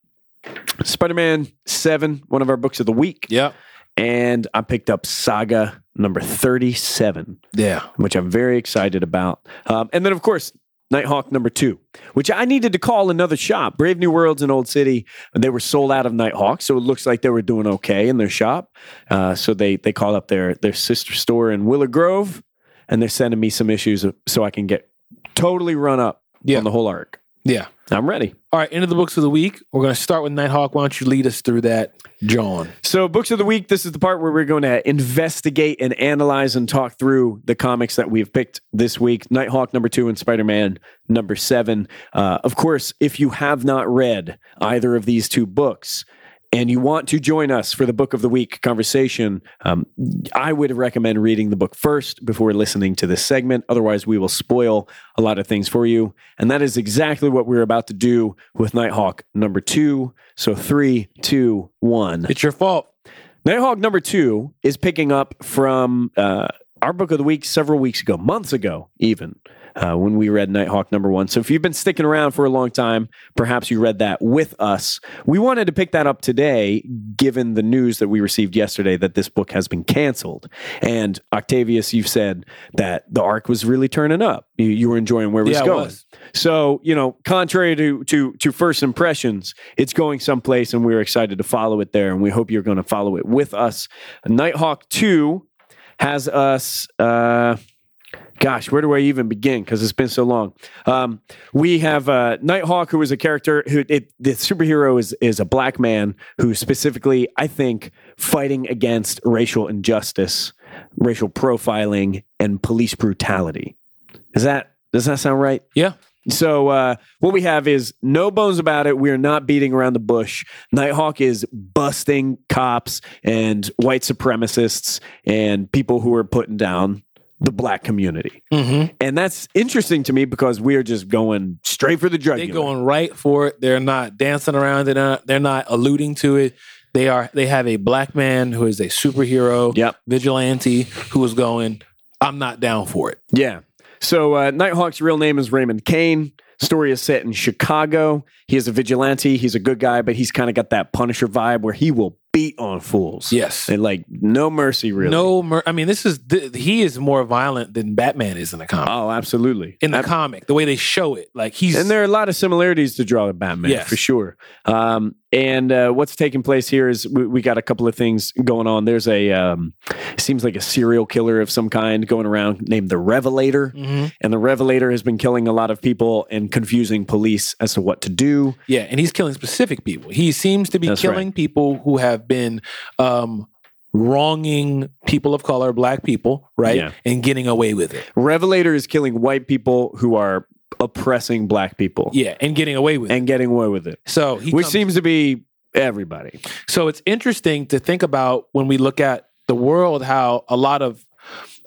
S2: Spider Man 7, one of our books of the week.
S1: Yeah.
S2: And I picked up Saga number 37
S1: Yeah.
S2: which I'm very excited about. Um, and then, of course, Nighthawk number two, which I needed to call another shop. Brave New World's in Old City, they were sold out of Nighthawk, so it looks like they were doing okay in their shop. Uh, so they they called up their their sister store in Willow Grove, and they're sending me some issues uh, so I can get totally run up
S1: Yeah.
S2: on the whole arc.
S1: Yeah.
S2: I'm ready.
S1: All right. End of the books of the week. We're going to start with Nighthawk. Why don't you lead us through that, John?
S2: So, books of the week. This is the part where we're going to investigate and analyze and talk through the comics that we've picked this week Nighthawk number two and Spider Man number seven. Uh, of course, if you have not read either of these two books, and you want to join us for the book of the week conversation, um, I would recommend reading the book first before listening to this segment. Otherwise, we will spoil a lot of things for you. And that is exactly what we're about to do with Nighthawk number two. So, three, two, one.
S1: It's your fault.
S2: Nighthawk number two is picking up from uh, our book of the week several weeks ago, months ago, even uh, when we read Nighthawk number one. So if you've been sticking around for a long time, perhaps you read that with us. We wanted to pick that up today, given the news that we received yesterday that this book has been canceled. And Octavius, you've said that the arc was really turning up. You, you were enjoying where it was
S1: Yeah, it
S2: going.
S1: was.
S2: So you know, contrary to to to first impressions, it's going someplace, and we're excited to follow it there, and we hope you're going to follow it with us. Nighthawk Two has us. Uh, gosh, where do I even begin? Because it's been so long. Um, we have uh, Nighthawk, who is a character who it, the superhero is is a black man who specifically, I think, fighting against racial injustice, racial profiling, and police brutality. Is that does that sound right?
S1: Yeah.
S2: So uh, what we have is no bones about it. We are not beating around the bush. Nighthawk is busting cops and white supremacists and people who are putting down the black community.
S1: Mm-hmm.
S2: And that's interesting to me because we are just going straight for the
S1: They're
S2: jugular.
S1: going right for it. They're not dancing around. They're not, they're not alluding to it. They are. They have a black man who is a superhero,
S2: Yep.
S1: vigilante, who is going. I'm not down for it.
S2: Yeah. So uh, Nighthawk's real name is Raymond Kane. Story is set in Chicago. He is a vigilante. He's a good guy, but he's kind of got that Punisher vibe where he will beat on fools.
S1: Yes.
S2: And like no mercy, really.
S1: No, mer- I mean, this is th- he is more violent than Batman is in the comic.
S2: Oh, absolutely.
S1: in the
S2: Ab-
S1: comic, the way they show it, like he's
S2: and there are a lot of similarities to draw to Batman
S1: Yes.
S2: for sure. Um, and uh, what's taking place here is we, we got a couple of things going on. There's a um, seems like a serial killer of some kind going around named the Revelator,
S1: Mhm.
S2: and the Revelator has been killing a lot of people and confusing police as to what to do.
S1: yeah, and he's killing specific people. He seems to be
S2: That's
S1: killing people who have been um, wronging people of color, black people, right,
S2: Yeah.
S1: and getting away with it.
S2: Revelator is killing white people who are oppressing black people
S1: Yeah, and getting away with it.
S2: and getting away with it,
S1: So he
S2: which
S1: comes-
S2: seems to be everybody.
S1: So it's interesting to think about when we look at the world how a lot of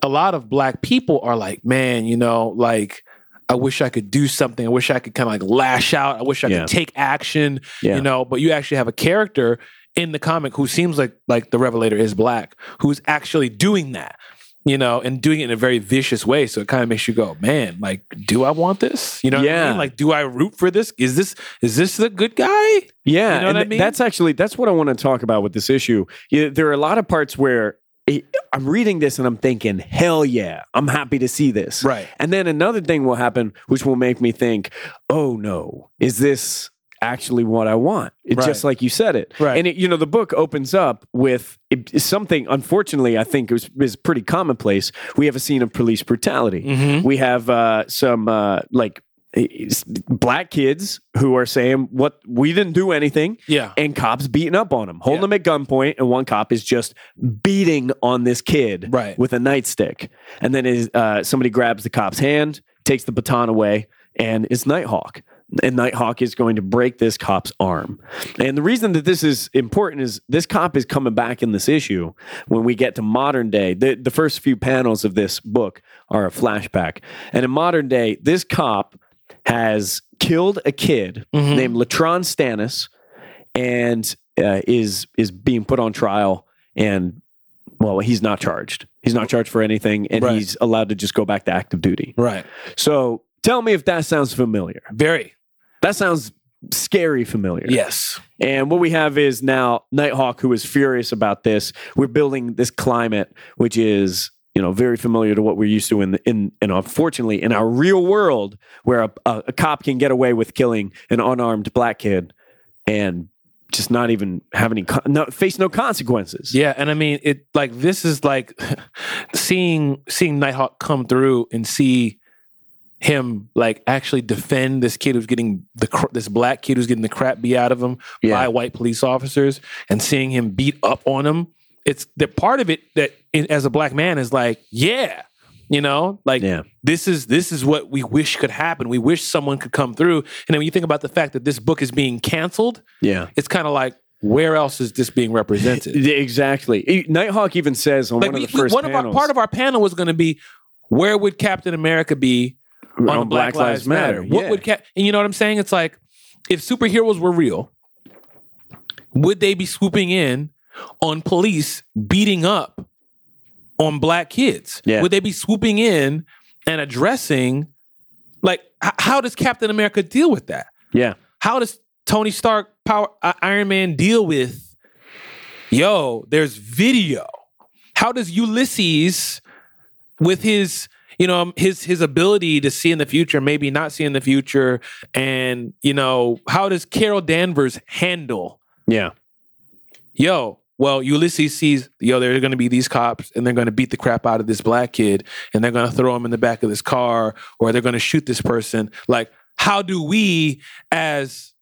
S1: a lot of black people are like, man, you know, like I wish I could do something. I wish I could kind of like lash out. I wish I
S2: Yeah.
S1: could take action,
S2: Yeah.
S1: you know, but you actually have a character in the comic who seems like like the revelator is black who's actually doing that. You know, and doing it in a very vicious way, so it kind of makes you go, "Man, like, do I want this? You know, what I
S2: Yeah.
S1: mean? like, do I root for this? Is this is this the good guy?
S2: Yeah,
S1: You know what
S2: and
S1: I
S2: th-
S1: mean?
S2: that's actually that's what I want to talk about with this issue. Yeah, there are a lot of parts where it, I'm reading this and I'm thinking, "Hell yeah, I'm happy to see this."
S1: Right?
S2: And then another thing will happen, which will make me think, "Oh no, is this actually what I want?" It's
S1: Right.
S2: Just like you said it.
S1: Right.
S2: And it, you know, the book opens up with it- something. Unfortunately, I think is is pretty commonplace. We have a scene of police brutality.
S1: Mm-hmm.
S2: We have uh, some uh, like s- black kids who are saying what we didn't do anything,
S1: Yeah.
S2: and cops beating up on them, holding
S1: Yeah.
S2: them at gunpoint, and one cop is just beating on this kid
S1: Right.
S2: with a nightstick, and then is uh, somebody grabs the cop's hand, takes the baton away, and it's Nighthawk. And Nighthawk is going to break this cop's arm. And the reason that this is important is this cop is coming back in this issue when we get to modern day. The, the first few panels of this book are a flashback. And in modern day, this cop has killed a kid
S1: Mhm.
S2: named Latron Stannis and uh, is is being put on trial and well he's not charged he's not charged for anything and
S1: Right.
S2: he's allowed to just go back to active duty
S1: Right.
S2: so tell me if that sounds familiar
S1: Very.
S2: that sounds scary familiar
S1: Yes.
S2: and what we have is now Nighthawk, who is furious about this. We're building this climate, which is you know very familiar to what we're used to in the, in and unfortunately in our real world, where a, a, a cop can get away with killing an unarmed black kid and just not even have any con- no, face no consequences.
S1: Yeah, and I mean it like this is like seeing seeing Nighthawk come through and see him like actually defend this kid who's getting the cr- this black kid who's getting the crap beat out of him
S2: Yeah.
S1: by white police officers and seeing him beat up on him. It's the part of it that in, as a black man is like, yeah, you know, like
S2: Yeah.
S1: this is this is what we wish could happen. We wish someone could come through. And then when you think about the fact that this book is being canceled,
S2: yeah.
S1: it's kind of like where else is this being represented?
S2: Exactly. E- Nighthawk even says on
S1: like
S2: one
S1: we,
S2: of the first
S1: one of our,
S2: panels,
S1: part of our panel was going to be where would Captain America be on,
S2: on
S1: the Black, Lives Matter? What
S2: Yeah.
S1: would Cap? And you know what I'm saying? It's like if superheroes were real, would they be swooping in on police beating up on black kids?
S2: Yeah.
S1: Would they be swooping in and addressing, like, h- how does Captain America deal with that?
S2: Yeah.
S1: How does Tony Stark, Power, uh, Iron Man deal with, yo, there's video? How does Ulysses, with his, you know, um, his his ability to see in the future, maybe not see in the future, and you know, how does Carol Danvers handle
S2: Yeah.
S1: yo, well, Ulysses sees, yo, there are going to be these cops and they're going to beat the crap out of this black kid and they're going to throw him in the back of this car or they're going to shoot this person. Like, how do we as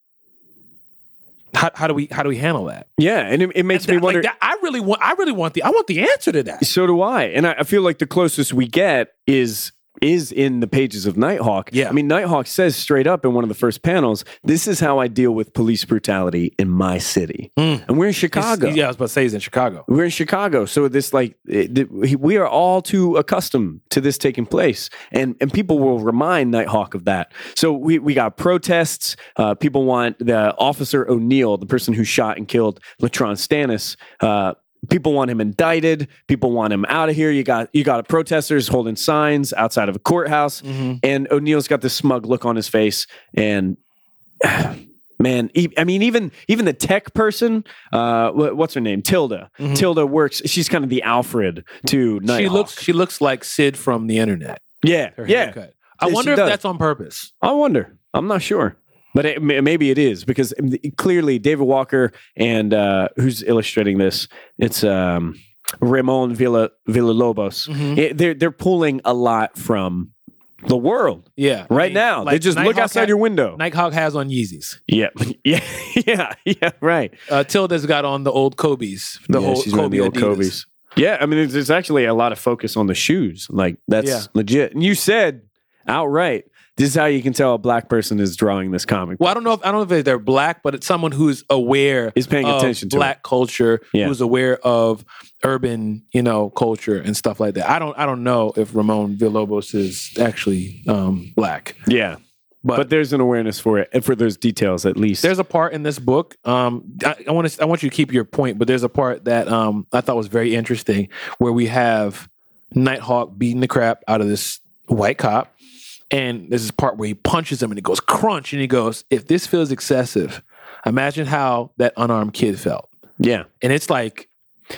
S1: how, how do we how do we handle that?
S2: Yeah. And it, it makes me
S1: That- like,
S2: wonder.
S1: that- I really want I really want the I want the answer to that.
S2: So do I. And I, I feel like the closest we get is is in the pages of Nighthawk.
S1: Yeah.
S2: I mean, Nighthawk says straight up in one of the first panels, this is how I deal with police brutality in my city.
S1: Mm.
S2: And we're in Chicago.
S1: He's- yeah, I was about to say he's in Chicago.
S2: We're in Chicago. So this like it- th- we are all too accustomed to this taking place. And and people will remind Nighthawk of that. So we, we got protests. Uh, people want the officer O'Neill, the person who shot and killed Latron Stannis, uh, People want him indicted. People want him out of here. You got you got protesters holding signs outside of a courthouse,
S1: Mm-hmm.
S2: and O'Neill's got this smug look on his face. And man, e- I mean, even even the tech person, uh, wh- what's her name? Tilda.
S1: Mhm.
S2: Tilda works. She's kind of the Alfred to Nighthawk.
S1: She looks she looks like Sid from the internet.
S2: yeah,
S1: Her
S2: yeah.
S1: haircut. I
S2: Yeah, she
S1: wonder if
S2: does.
S1: that's on purpose.
S2: I wonder. I'm not sure. But it, may- maybe it is because clearly David Walker and uh, who's illustrating this? It's um, Ramon Villa Villalobos.
S1: Mhm.
S2: It- they're they're pulling a lot from the world
S1: Yeah.
S2: right
S1: I mean,
S2: now. they
S1: like,
S2: just look
S1: Nighthawk
S2: outside
S1: ha-
S2: your window.
S1: Nighthawk has on Yeezys.
S2: yeah, yeah, yeah, yeah. Right.
S1: Uh, Tilda's got on the old Kobe's. The
S2: Yeah,
S1: old
S2: she's wearing
S1: Kobe
S2: the old
S1: Adidas.
S2: Kobe's. Yeah, I mean, there's, there's actually a lot of focus on the shoes. Like that's
S1: Yeah.
S2: legit. And you said outright, this is how you can tell a black person is drawing this comic.
S1: Well, I don't know if I don't know if they're black, but it's someone who's aware
S2: Is paying
S1: of
S2: attention to it.
S1: black culture,
S2: Yeah.
S1: who's aware of urban, you know, culture and stuff like that. I don't I don't know if Ramon Villalobos is actually um, black.
S2: Yeah,
S1: But-
S2: but, there's an awareness for it and for those details at least.
S1: There's a part in this book. Um, I, I want to I want you to keep your point, but there's a part that um, I thought was very interesting where we have Nighthawk beating the crap out of this white cop, and there's this part where he punches him and it goes crunch, and he goes, "If this feels excessive, imagine how that unarmed kid felt."
S2: yeah,
S1: And it's like,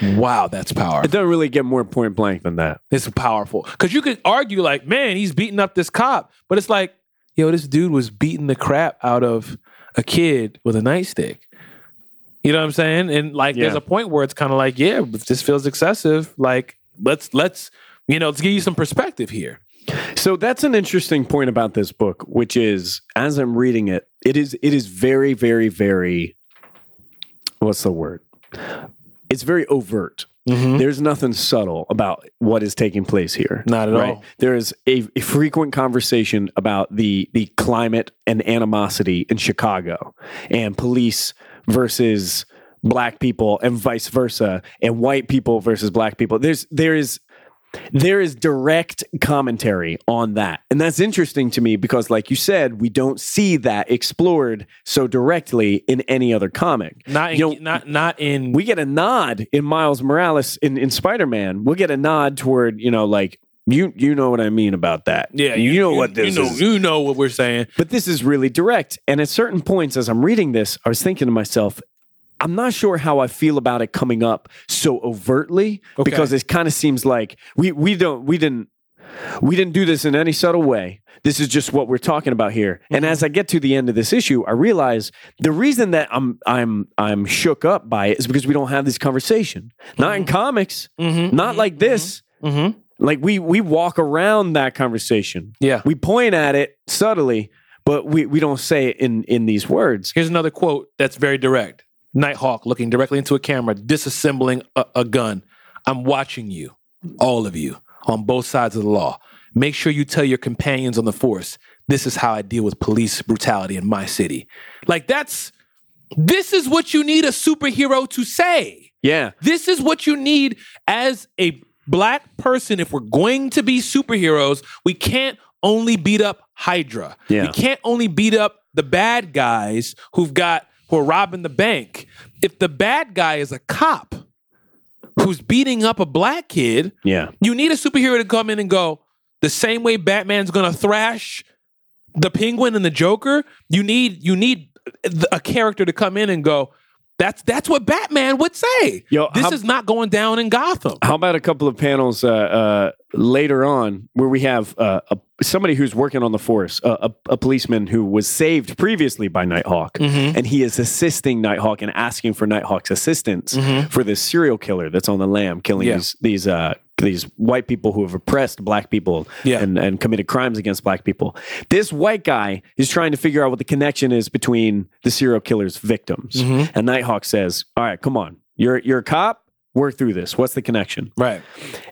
S1: wow, that's power.
S2: it doesn't really get more point blank than that.
S1: It's powerful. Because you could argue, like, man, he's beating up this cop. But it's like, yo, this dude was beating the crap out of a kid with a nightstick. You know what I'm saying? And like, there's
S2: Yeah.
S1: a point where it's kind of like, yeah, if this feels excessive, like, let's, let's, you know, let's give you some perspective here.
S2: So that's an interesting point about this book, which is as I'm reading it, it is it is very, very, very what's the word? It's very overt.
S1: Mm-hmm.
S2: There's nothing subtle about what is taking place here.
S1: Not at all.
S2: There is a, a frequent conversation about the the climate and animosity in Chicago and police versus black people and vice versa and white people versus black people. There's there is there is direct commentary on that. And that's interesting to me because, like you said, we don't see that explored so directly in any other comic.
S1: Not in,
S2: You know,
S1: not, not in,
S2: we get a nod in Miles Morales in, in Spider Man. We'll get a nod toward, you know, like, you you know what I mean about that.
S1: yeah,
S2: You, know what this
S1: you know,
S2: is.
S1: You know what we're saying.
S2: But this is really direct. And at certain points, as I'm reading this, I was thinking to myself, I'm not sure how I feel about it coming up so overtly
S1: Okay.
S2: because it kind of seems like we we don't we didn't we didn't do this in any subtle way. This is just what we're talking about here. And
S1: Mm-hmm.
S2: as I get to the end of this issue, I realize the reason that I'm I'm I'm shook up by it is because we don't have this conversation. Not in comics,
S1: Mm-hmm.
S2: not like this.
S1: Mm-hmm.
S2: Like we we walk around that conversation.
S1: Yeah.
S2: We point at it subtly, but we, we don't say it in, in these words.
S1: Here's another quote that's very direct. Nighthawk looking directly into a camera, disassembling a, a gun. I'm watching you, all of you, on both sides of the law. Make sure you tell your companions on the force, this is how I deal with police brutality in my city. Like, that's, this is what you need a superhero to say.
S2: Yeah.
S1: This is what you need as a black person. If we're going to be superheroes, we can't only beat up Hydra. We
S2: Yeah.
S1: can't only beat up the bad guys who've got who are robbing the bank. If the bad guy is a cop, who's beating up a black kid,
S2: Yeah.
S1: you need a superhero to come in and go the same way Batman's gonna thrash the Penguin and the Joker. You need you need th- a character to come in and go. That's that's what Batman would say.
S2: Yo,
S1: This
S2: how,
S1: is not going down in Gotham.
S2: how about a couple of panels uh, uh, later on where we have uh, a, somebody who's working on the force, a, a, a policeman who was saved previously by Nighthawk,
S1: Mm-hmm.
S2: and he is assisting Nighthawk and asking for Nighthawk's assistance
S1: Mhm.
S2: for this serial killer that's on the lam, killing
S1: Yeah.
S2: these these uh, these white people who have oppressed black people
S1: Yeah.
S2: and, and committed crimes against black people. This white guy is trying to figure out what the connection is between the serial killer's victims.
S1: Mhm.
S2: And Nighthawk says, "All right, come on, you're you're a cop." Work through this. What's the connection?
S1: Right.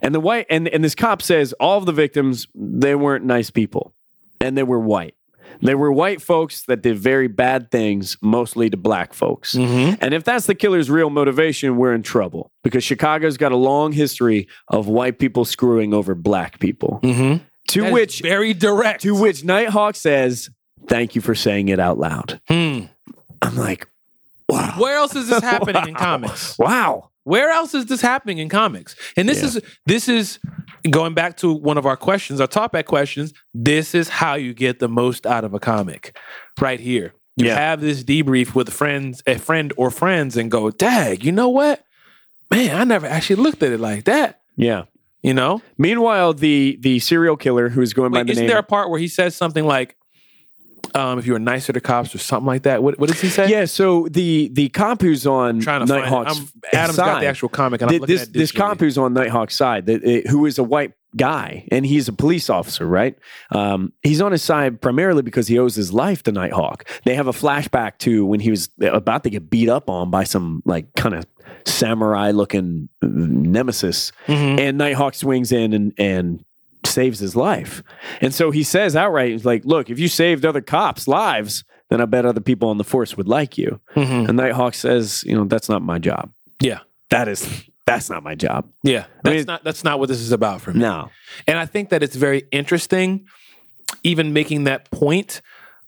S2: And the white and, and this cop says all of the victims, they weren't nice people. And they were white. They were white folks that did very bad things, mostly to black folks.
S1: Mm-hmm.
S2: And if that's the killer's real motivation, we're in trouble because Chicago's got a long history of white people screwing over black people.
S1: Mm-hmm.
S2: To which
S1: very direct.
S2: to which Nighthawk says, Thank you for saying it out loud.
S1: Hmm.
S2: I'm like, wow.
S1: Where else is this happening in
S2: Wow.
S1: comics?
S2: Wow.
S1: Where else is this happening in comics? And this
S2: Yeah.
S1: is this is going back to one of our questions, our top back questions. This is how you get the most out of a comic, right here. You
S2: Yeah.
S1: have this debrief with friends, a friend or friends, and go, "Dag, you know what? Man, I never actually looked at it like that."
S2: Yeah.
S1: You know,
S2: Meanwhile, the the serial killer who's going by
S1: Wait,
S2: the
S1: isn't
S2: name
S1: there a part where he says something like, um, "If you were nicer to cops" or something like that? What, what does he say?
S2: Yeah, so the the comp who's on
S1: trying to
S2: Nighthawk's
S1: find. It. I'm, Adam's got the
S2: side,
S1: actual comic, and
S2: thi-
S1: I'm looking
S2: this
S1: at
S2: this
S1: digitally.
S2: comp who's on Nighthawk's side, that uh, who is a white guy, and he's a police officer, right? Um, he's on his side primarily because he owes his life to Nighthawk. They have a flashback to when he was about to get beat up on by some like kind of samurai looking nemesis,
S1: Mhm.
S2: and Nighthawk swings in and and saves his life. And so he says outright, he's like, "Look, if you saved other cops' lives." Then I bet other people on the force would like you.
S1: Mhm.
S2: And Nighthawk says, you know, that's not my job.
S1: Yeah.
S2: That is that's not my job.
S1: Yeah,
S2: I
S1: that's
S2: mean-
S1: not that's not what this is about for me.
S2: No.
S1: And I think that it's very interesting, even making that point,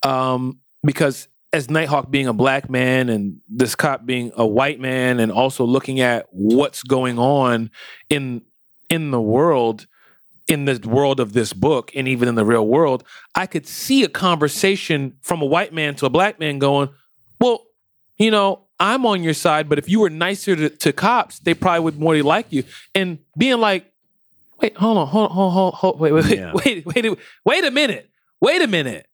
S1: um, because as Nighthawk being a black man and this cop being a white man, and also looking at what's going on in in the world, in the world of this book, and even in the real world, I could see a conversation from a white man to a black man going, "Well, you know." I'm on your side, but if you were nicer to, to cops, they probably would more like you. And being like, wait, hold on, hold on, hold, hold, hold wait, wait, wait,
S2: Yeah.
S1: wait, wait, wait, wait a minute, wait a minute.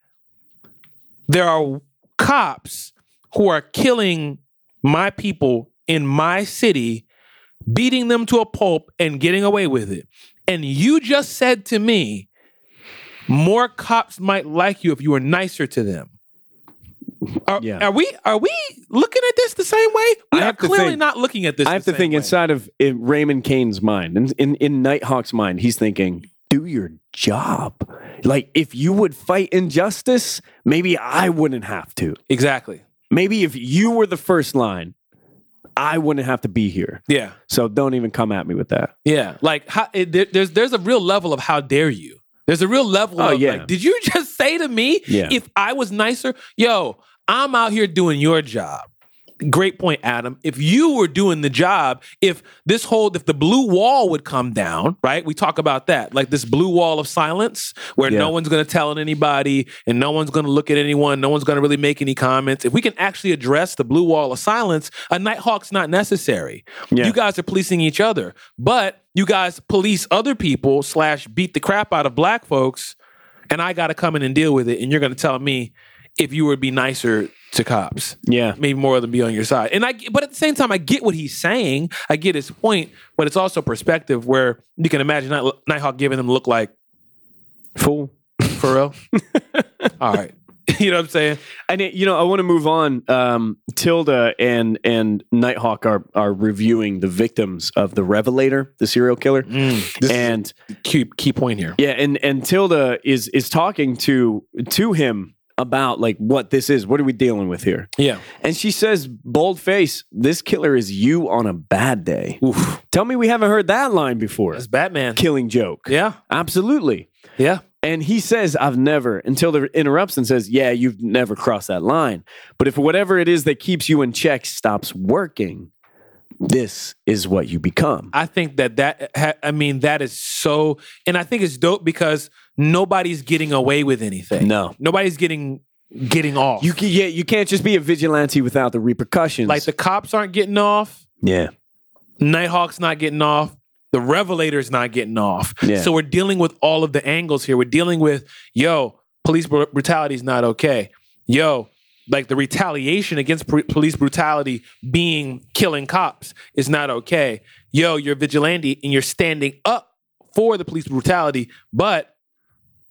S1: There are cops who are killing my people in my city, beating them to a pulp and getting away with it. And you just said to me, more cops might like you if you were nicer to them. Are,
S2: Yeah.
S1: are we are we looking at this the same way? We
S2: I
S1: are
S2: have to
S1: clearly
S2: think-
S1: not looking at this.
S2: I have to think
S1: inside.
S2: inside of in Raymond Kane's mind, in, in in Nighthawk's mind, he's thinking, do your job. Like if you would fight injustice, maybe I wouldn't have to.
S1: Exactly.
S2: Maybe if you were the first line, I wouldn't have to be here.
S1: Yeah.
S2: So don't even come at me with that.
S1: Yeah, like how, it, there, there's there's a real level of how dare you. There's a real level
S2: Oh,
S1: of
S2: yeah.
S1: like, did you just say to me
S2: Yeah.
S1: if I was nicer? Yo, I'm out here doing your job. Great point, Adam. If you were doing the job, if this whole if the blue wall would come down, right? We talk about that, like this blue wall of silence where
S2: Yeah.
S1: no one's going to tell anybody and no one's going to look at anyone, no one's going to really make any comments. If we can actually address the blue wall of silence, a Nighthawk's not necessary.
S2: Yeah.
S1: You guys are policing each other, but you guys police other people slash beat the crap out of black folks, and I got to come in and deal with it. And you're going to tell me if you would be nicer to cops,
S2: Yeah.
S1: maybe more than be on your side. And I, but at the same time, I get what he's saying. I get his point, but it's also perspective where you can imagine Night- Nighthawk giving them a look like
S2: Fool.
S1: for real. All right, you know what I'm saying?
S2: And it, you know, I want to move on. Um, Tilda and and Nighthawk are are reviewing the victims of the Revelator, the serial killer.
S1: Mm. This and
S2: And
S1: is key key point here.
S2: yeah, and and Tilda is is talking to to him about like what this is. What are we dealing with here?
S1: Yeah.
S2: And she says, bold face, this killer is you on a bad day.
S1: Oof.
S2: Tell me we haven't heard that line before.
S1: That's Batman.
S2: Killing joke.
S1: Yeah.
S2: Absolutely.
S1: Yeah.
S2: And he says, I've never, until the interrupts and says, Yeah, you've never crossed that line. But if whatever it is that keeps you in check stops working, this is what you become.
S1: I think that that ha- I mean that is so, and I think it's dope because nobody's getting away with anything.
S2: No.
S1: nobody's getting getting off.
S2: You can, yeah, you can't just be a vigilante without the repercussions.
S1: like the cops aren't getting off.
S2: yeah,
S1: Nighthawk's not getting off. The Revelator's not getting off.
S2: Yeah.
S1: So we're dealing with all of the angles here. We're dealing with, yo, police br- brutality is not okay. Yo, like the retaliation against pr- police brutality being killing cops is not okay. Yo, you're a vigilante and you're standing up for the police brutality, but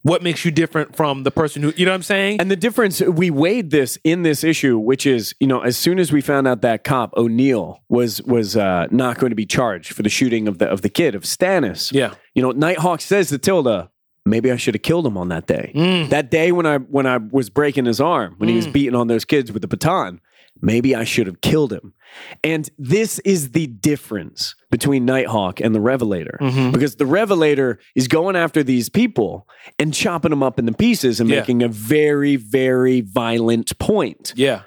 S1: what makes you different from the person who, you know what I'm saying?
S2: and the difference we weighed this in this issue, which is you know, as soon as we found out that cop O'Neill was was uh, not going to be charged for the shooting of the of the kid of Stannis,
S1: yeah.
S2: you know, Nighthawk says to Tilda, "Maybe I should have killed him on that day.
S1: Mm.
S2: That day when I when I was breaking his arm, when he was
S1: Mm.
S2: beating on those kids with the baton, maybe I should have killed him." And this is the difference between Nighthawk and the Revelator.
S1: Mhm.
S2: Because the Revelator is going after these people and chopping them up into pieces and
S1: Yeah.
S2: making a very, very violent point.
S1: Yeah.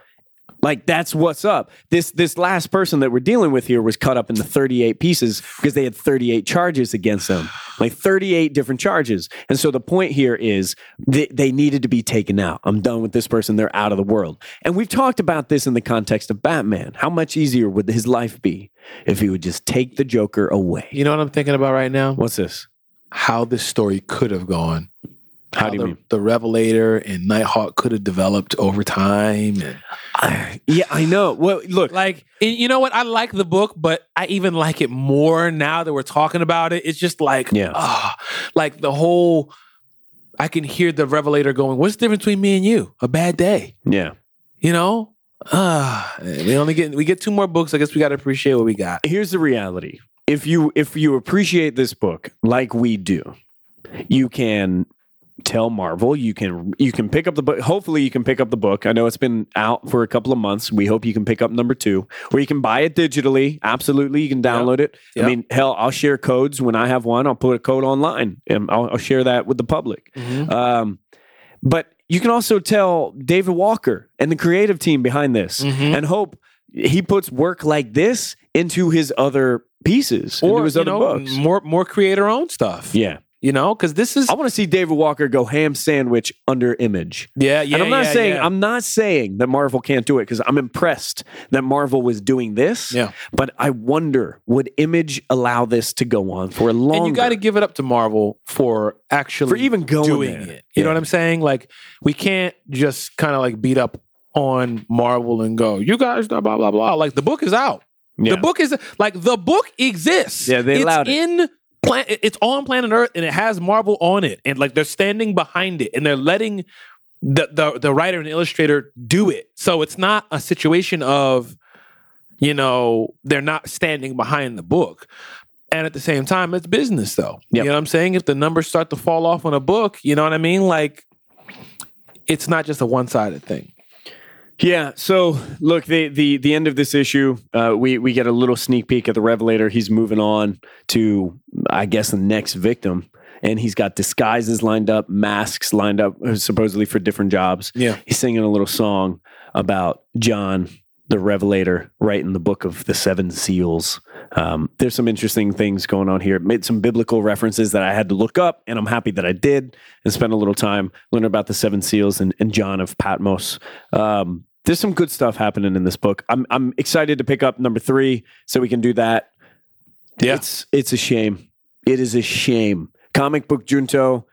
S2: Like that's what's up. This this last person that we're dealing with here was cut up into 38 pieces because they had 38 charges against them. Like 38 different charges. And so the point here is they, they needed to be taken out. I'm done with this person. They're out of the world. And we've talked about this in the context of Batman. How much easier would his life be if he would just take the Joker away?
S1: You know what I'm thinking about right now?
S2: What's this?
S1: How this story could have gone.
S2: How do you
S1: the,
S2: mean?
S1: the Revelator and Nighthawk could have developed over time? And
S2: yeah, I know. Well, look,
S1: like, and you know what? I like the book, but I even like it more now that we're talking about it. It's just like,
S2: Yeah.
S1: ah, like the whole. I can hear the Revelator going, "What's the difference between me and you? A bad day,
S2: yeah.
S1: you know." Ah, we only get we get two more books. I guess we got to appreciate what we got.
S2: Here's the reality. If you if you appreciate this book like we do, you can tell Marvel, you can you can pick up the book. Hopefully you can pick up the book. I know it's been out for a couple of months. We hope you can pick up number 2 or you can buy it digitally. Absolutely, you can download it.
S1: Yeah.
S2: I mean, hell, I'll share codes when I have one. I'll put a code online and I'll, I'll share that with the public. Um, but you can also tell David Walker and the creative team behind this
S1: Mhm.
S2: and hope he puts work like this into his other pieces, into
S1: Or
S2: his
S1: you
S2: other
S1: know,
S2: books.
S1: more more creator owned stuff.
S2: Yeah.
S1: You know, because this is
S2: I want to see David Walker go ham sandwich under image.
S1: yeah yeah.
S2: and I'm not
S1: yeah,
S2: saying
S1: yeah.
S2: I'm not saying that Marvel can't do it because I'm impressed that Marvel was doing this.
S1: Yeah.
S2: But I wonder would Image allow this to go on for a long
S1: And you got to give it up to Marvel for actually
S2: For even going
S1: doing
S2: there.
S1: it. You know
S2: Yeah.
S1: what I'm saying? Like we can't just kind of like beat up on Marvel and go, you guys blah blah blah blah. Like the book is out.
S2: Yeah.
S1: The book is like the book exists.
S2: Yeah, they
S1: it's
S2: allowed it.
S1: in plan. It's on planet Earth and it has Marvel on it, and like they're standing behind it and they're letting the the, the writer and illustrator do it. So it's not a situation of you know they're not standing behind the book. And at the same time, it's business though. You
S2: Yep.
S1: know what I'm saying? If the numbers start to fall off on a book, you know what I mean? Like it's not just a one sided thing.
S2: Yeah. So look, the the the end of this issue, uh, we we get a little sneak peek at the Revelator. He's moving on to, I guess, the next victim, and he's got disguises lined up, masks lined up, uh, supposedly for different jobs.
S1: Yeah.
S2: He's singing a little song about John the Revelator, right in the book of the Seven Seals. Um, there's some interesting things going on here. It made some biblical references that I had to look up, and I'm happy that I did and spent a little time learning about the Seven Seals and, and John of Patmos. Um, there's some good stuff happening in this book. I'm I'm excited to pick up number three so we can do that.
S1: Yeah.
S2: It's it's a shame. It is a shame. Comic book Junto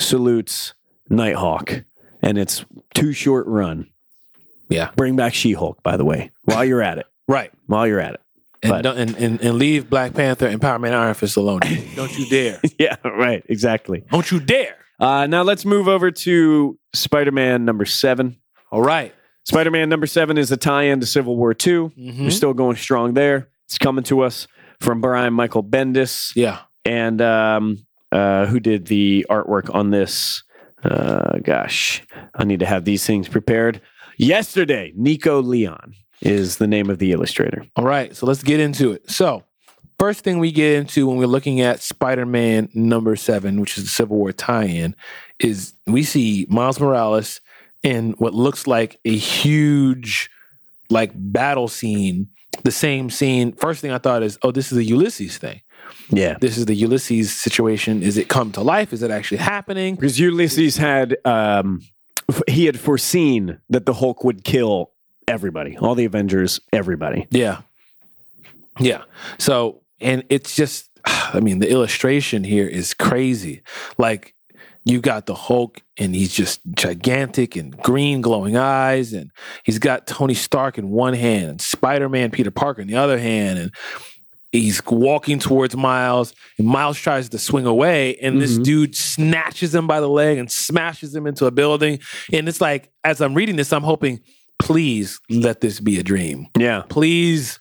S2: salutes Nighthawk, and it's too short run.
S1: Yeah.
S2: Bring back She-Hulk, by the way. While you're at it.
S1: Right.
S2: While you're at it.
S1: and,
S2: But-
S1: don't- and, and and leave Black Panther and Power Man and Iron Fist alone. Don't you dare!
S2: Yeah, right. Exactly.
S1: Don't you dare!
S2: Uh, now let's move over to Spider-Man number seven.
S1: All right.
S2: Spider-Man number seven is a tie-in to Civil War Two. We're
S1: Mhm.
S2: still going strong there. It's coming to us from Brian Michael Bendis.
S1: Yeah.
S2: and um, uh, who did the artwork on this? Uh, gosh, I need to have these things prepared. Yesterday, Nico Leon is the name of the illustrator.
S1: All right. So let's get into it. So first thing we get into when we're looking at Spider-Man number seven, which is the Civil War tie-in, is we see Miles Morales in what looks like a huge like battle scene the same scene. First thing I thought is, oh, this is a Ulysses thing.
S2: Yeah.
S1: This is the Ulysses situation. Is it come to life? Is it actually happening?
S2: Because Ulysses had um, f- he had foreseen that the Hulk would kill everybody, all the Avengers, everybody.
S1: Yeah. Yeah. So, and it's just, I mean, the illustration here is crazy. Like, you got the Hulk, and he's just gigantic and green glowing eyes, and he's got Tony Stark in one hand, and Spider Man Peter Parker in the other hand, and he's walking towards Miles, and Miles tries to swing away, and this
S2: Mhm.
S1: dude snatches him by the leg and smashes him into a building. And it's like, as I'm reading this, I'm hoping, please let this be a dream
S2: Yeah.
S1: please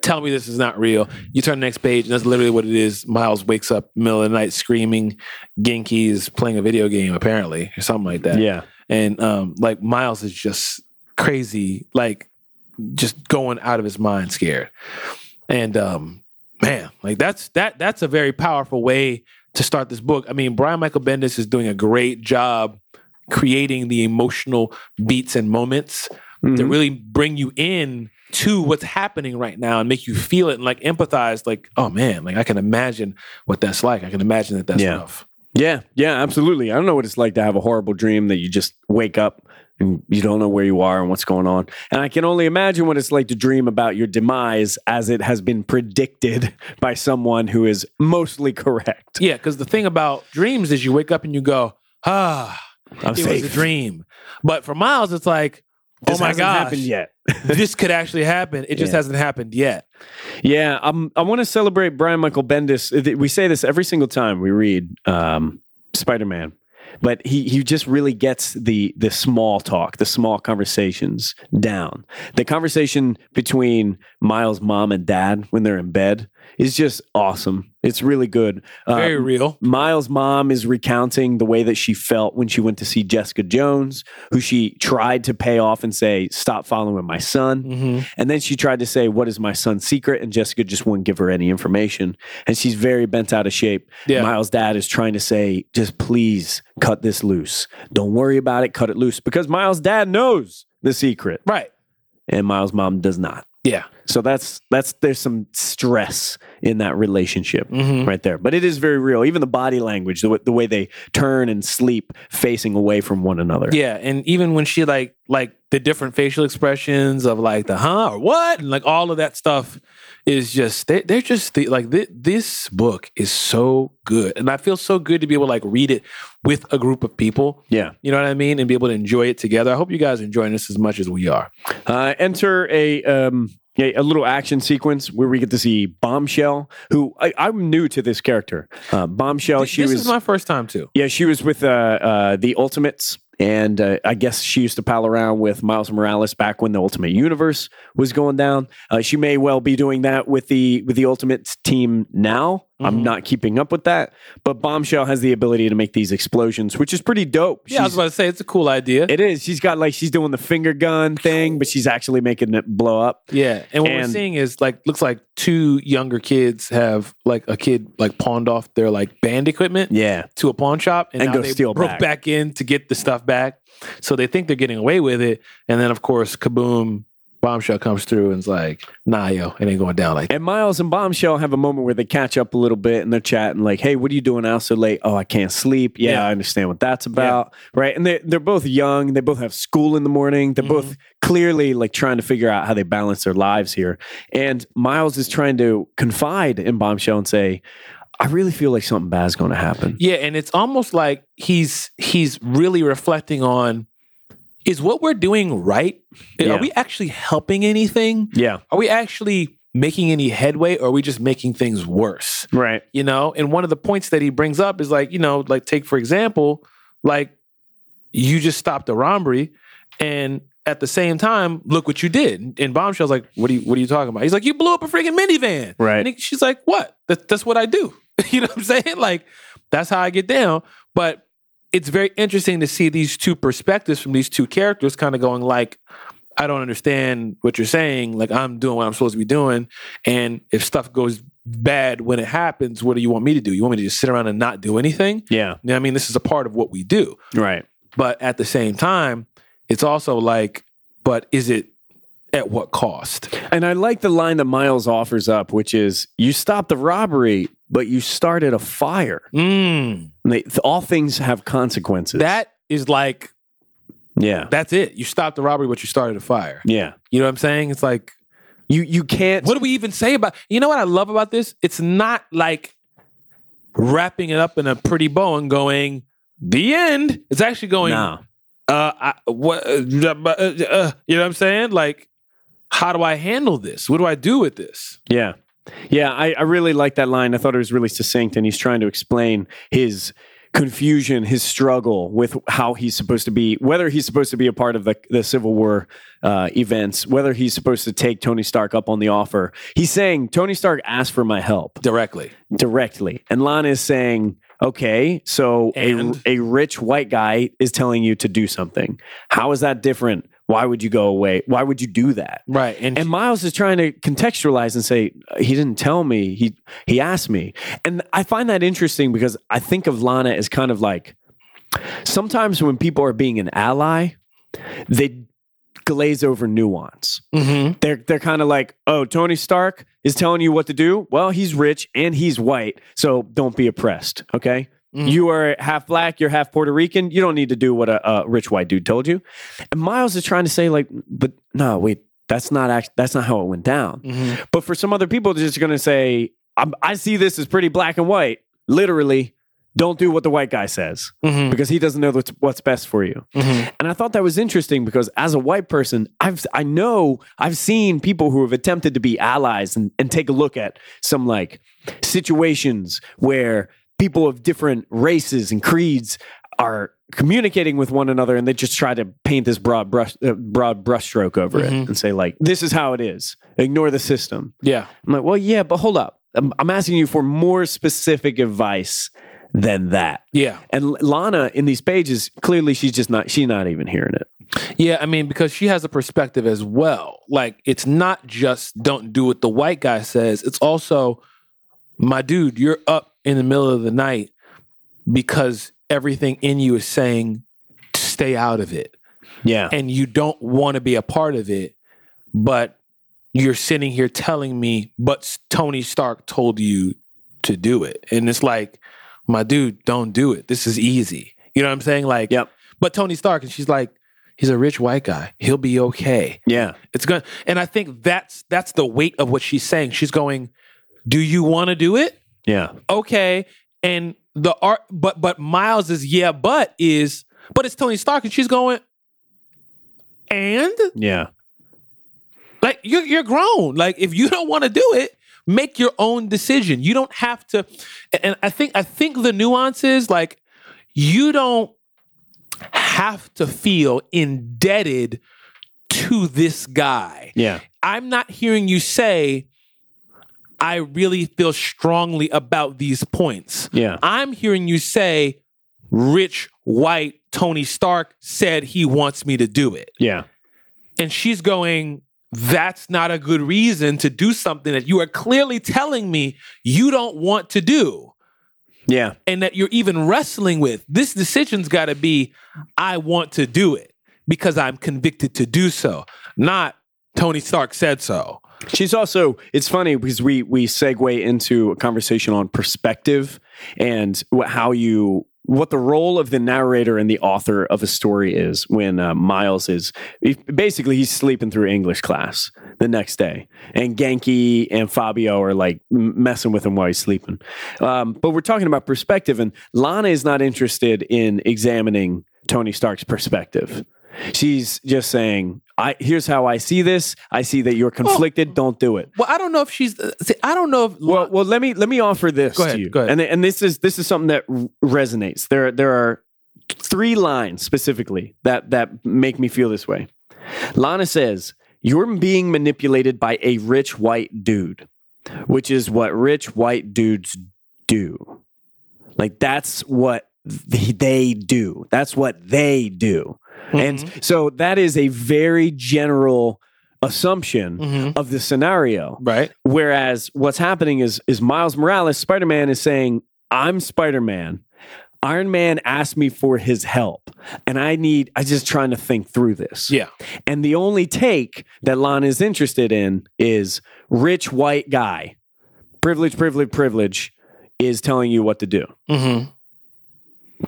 S1: tell me this is not real. You turn the next page, and that's literally what it is. Miles wakes up middle of the night screaming. Genki is playing a video game, apparently, or something like that.
S2: Yeah.
S1: And um, like Miles is just crazy, like just going out of his mind, scared. And um, man, like that's that that's a very powerful way to start this book. I mean, Brian Michael Bendis is doing a great job creating the emotional beats and moments to
S2: Mhm.
S1: really bring you in to what's happening right now and make you feel it and like empathize like oh man like i can imagine what that's like i can imagine that that's
S2: Yeah.
S1: rough
S2: Yeah. Yeah. Absolutely. I don't know what it's like to have a horrible dream that you just wake up and you don't know where you are and what's going on. And I can only imagine what it's like to dream about your demise as it has been predicted by someone who is mostly correct.
S1: yeah because the thing about dreams is you wake up and you go ah
S2: I'm
S1: it was a dream but for miles it's like
S2: This
S1: oh my
S2: hasn't
S1: god
S2: happened yet.
S1: this could actually happen it just
S2: Yeah.
S1: hasn't happened yet
S2: Yeah, um, I want to celebrate Brian Michael Bendis. Th- We say this every single time we read um, Spider Man, but he he just really gets the the small talk, the small conversations down. The conversation between Miles' mom and dad when they're in bed is just awesome. It's really good. Uh,
S1: very real
S2: Miles' mom is recounting the way that she felt when she went to see Jessica Jones, who she tried to pay off and say, "Stop following my son."
S1: mm-hmm.
S2: And then she tried to say, What is my son's secret? And Jessica just wouldn't give her any information. And she's very bent out of shape.
S1: Yeah.
S2: Miles' dad is trying to say, Just please cut this loose. Don't worry about it. Cut it loose because Miles' dad knows the secret
S1: right
S2: and Miles' mom does not.
S1: yeah
S2: So that's, that's, there's some stress in that relationship
S1: mm-hmm.
S2: right there. But it is very real. Even the body language, the, w- the way they turn and sleep facing away from one another.
S1: Yeah, and even when she like like the different facial expressions of like the huh or what and like all of that stuff is just they, they're just the, like thi- this book is so good and I feel so good to be able to like read it with a group of people.
S2: Yeah.
S1: You know what I mean? And be able to enjoy it together. I hope you guys are enjoying this as much as we are.
S2: Uh, enter a um, a, a little action sequence where we get to see Bombshell, who I, I'm new to this character. Uh, Bombshell,
S1: Th-
S2: she
S1: this
S2: was
S1: is my first time too.
S2: yeah, she was with uh, uh, the Ultimates, and uh, I guess she used to pal around with Miles Morales back when the Ultimate Universe was going down. Uh, she may well be doing that with the with the Ultimates team now.
S1: Mhm.
S2: I'm not keeping up with that, but Bombshell has the ability to make these explosions, which is pretty dope.
S1: Yeah, I was
S2: She's-
S1: about to say it's a cool idea.
S2: it is. She's got like she's doing the finger gun thing, but she's actually making it blow up.
S1: yeah, and what we're
S2: and-
S1: seeing is like looks like two younger kids have like a kid like pawned off their like band equipment.
S2: Yeah.
S1: to a pawn shop and,
S2: And
S1: now
S2: go
S1: they
S2: steal
S1: broke
S2: back.
S1: back in to get the stuff back. So they think they're getting away with it, and then of course, kaboom! Bombshell comes through and's like, "Nah, yo, it ain't going down like that."
S2: And Miles and Bombshell have a moment where they catch up a little bit and they're chatting like, "Hey, what are you doing out so late? Oh, I can't sleep. Yeah,
S1: Yeah.
S2: I understand what that's about, right?" And they they're both young. They both have school in the morning. They're both clearly like trying to figure out how they balance their lives here. And Miles is trying to confide in Bombshell and say, "I really feel like something bad's going to happen."
S1: Yeah, and it's almost like he's he's really reflecting on: is what we're doing right?
S2: Yeah.
S1: Are we actually helping anything?
S2: Yeah,
S1: Are we actually making any headway, or are we just making things worse?
S2: right.
S1: you know and one of the points that he brings up is like you know like take for example like you just stopped a robbery and at the same time look what you did and bombshell's like what are you what are you talking about he's like you blew up a freaking minivan
S2: Right.
S1: and he- she's like what that, that's what i do you know what i'm saying like that's how i get down but it's very interesting to see these two perspectives from these two characters kind of going like i don't understand what you're saying like i'm doing what i'm supposed to be doing and if stuff goes bad when it happens, what do you want me to do? You want me to just sit around and not do anything?
S2: Yeah,
S1: You know what I mean, this is a part of what we do.
S2: right.
S1: But at the same time, it's also like, but is it at what cost?
S2: And I like the line that Miles offers up, which is you stop the robbery, but you started a fire.
S1: Mm,
S2: And they, all things have consequences.
S1: that is like
S2: yeah.
S1: that's it. You stopped the robbery, but you started a fire.
S2: Yeah.
S1: You know what I'm saying? It's like
S2: You you can't
S1: what do we even say about you know what I love about this? It's not like wrapping it up in a pretty bow and going the end. It's actually going
S2: Nah.
S1: uh, I, what, uh, uh, uh, you know what I'm saying? Like, how do I handle this? What do I do with this?
S2: Yeah. Yeah, I, I really like that line. I thought it was really succinct, and he's trying to explain his confusion, his struggle with how he's supposed to be, whether he's supposed to be a part of the, the Civil War uh, events, whether he's supposed to take Tony Stark up on the offer. He's saying, Tony Stark asked for my help
S1: Directly.
S2: directly. And Lana is saying, okay, so a,
S1: And?
S2: a rich white guy is telling you to do something. How is that different? Why would you go away? Why would you do that?
S1: Right. And,
S2: And Miles is trying to contextualize and say uh, he didn't tell me. He he asked me. And I find that interesting because I think of Lana as kind of like sometimes when people are being an ally, they glaze over nuance.
S1: Mhm.
S2: They're they're kind of like, "Oh, Tony Stark is telling you what to do? Well, he's rich and he's white, so don't be oppressed, okay?"
S1: Mhm.
S2: You are half black, you're half Puerto Rican. You don't need to do what a, a rich white dude told you. And Miles is trying to say like, "But no, wait, that's not act- that's not how it went down."
S1: Mhm.
S2: But for some other people, they're just going to say, I'm, I see this as pretty black and white. Literally, don't do what the white guy says
S1: Mhm.
S2: because he doesn't know what's- what's best for you.
S1: Mhm.
S2: And I thought that was interesting because as a white person, I've I know I've seen people who have attempted to be allies and, and take a look at some like situations where people of different races and creeds are communicating with one another and they just try to paint this broad brush uh, broad brushstroke over
S1: Mhm.
S2: it and say like this is how it is ignore the system
S1: Yeah.
S2: i'm like well yeah but hold up i'm, I'm asking you for more specific advice than that
S1: Yeah.
S2: and L- Lana in these pages, clearly she's just not she's not even hearing it.
S1: Yeah. I mean, because she has a perspective as well. Like, it's not just don't do what the white guy says, it's also, my dude, you're up in the middle of the night because everything in you is saying, stay out of it.
S2: Yeah.
S1: and you don't want to be a part of it, but you're sitting here telling me, but S- Tony Stark told you to do it. And it's like, my dude, don't do it. This is easy. You know what I'm saying? Like,
S2: Yep.
S1: but Tony Stark, and she's like, he's a rich white guy. He'll be okay.
S2: Yeah.
S1: It's going to and I think that's that's the weight of what she's saying. She's going, Do you want to do it?
S2: Yeah.
S1: okay and the art but but miles is yeah but is but it's tony stark and she's going and
S2: Yeah.
S1: like you're, you're grown like if you don't want to do it make your own decision you don't have to and- and i think i think the nuance is like you don't have to feel indebted to this guy
S2: Yeah.
S1: I'm not hearing you say, I really feel strongly about these points.
S2: Yeah.
S1: I'm hearing you say, rich white Tony Stark said he wants me to do it.
S2: Yeah.
S1: And she's going, that's not a good reason to do something that you are clearly telling me you don't want to do
S2: Yeah.
S1: and that you're even wrestling with. This decision's got to be, I want to do it because I'm convicted to do so, not Tony Stark said so.
S2: She's also it's funny because we we segue into a conversation on perspective and wh- how you what the role of the narrator and the author of a story is when uh, Miles is he- basically he's sleeping through English class the next day and Genki and Fabio are like m- messing with him while he's sleeping. Um, but we're talking about perspective and Lana is not interested in examining Tony Stark's perspective. She's just saying, I here's how I see this. I see that you're conflicted. Don't do it.
S1: Well, I don't know if she's. uh, See, I don't know if.
S2: Well, well, let me let me offer this
S1: Go ahead,
S2: to you,
S1: go ahead.
S2: and and this is this is something that r- resonates. There there are three lines specifically that that make me feel this way. Lana says, "You're being manipulated by a rich white dude," which is what rich white dudes do. Like that's what th- they do. That's what they do.
S1: Mhm.
S2: And so that is a very general assumption
S1: Mhm.
S2: of the scenario.
S1: right,
S2: Whereas what's happening is is Miles Morales, Spider Man, is saying, "I'm Spider Man. Iron Man asked me for his help, and I need. I'm just trying to think through this.
S1: Yeah.
S2: And the only take that Lana is interested in is rich white guy, privilege, privilege, privilege, is telling you what to do.
S1: Mm-hmm.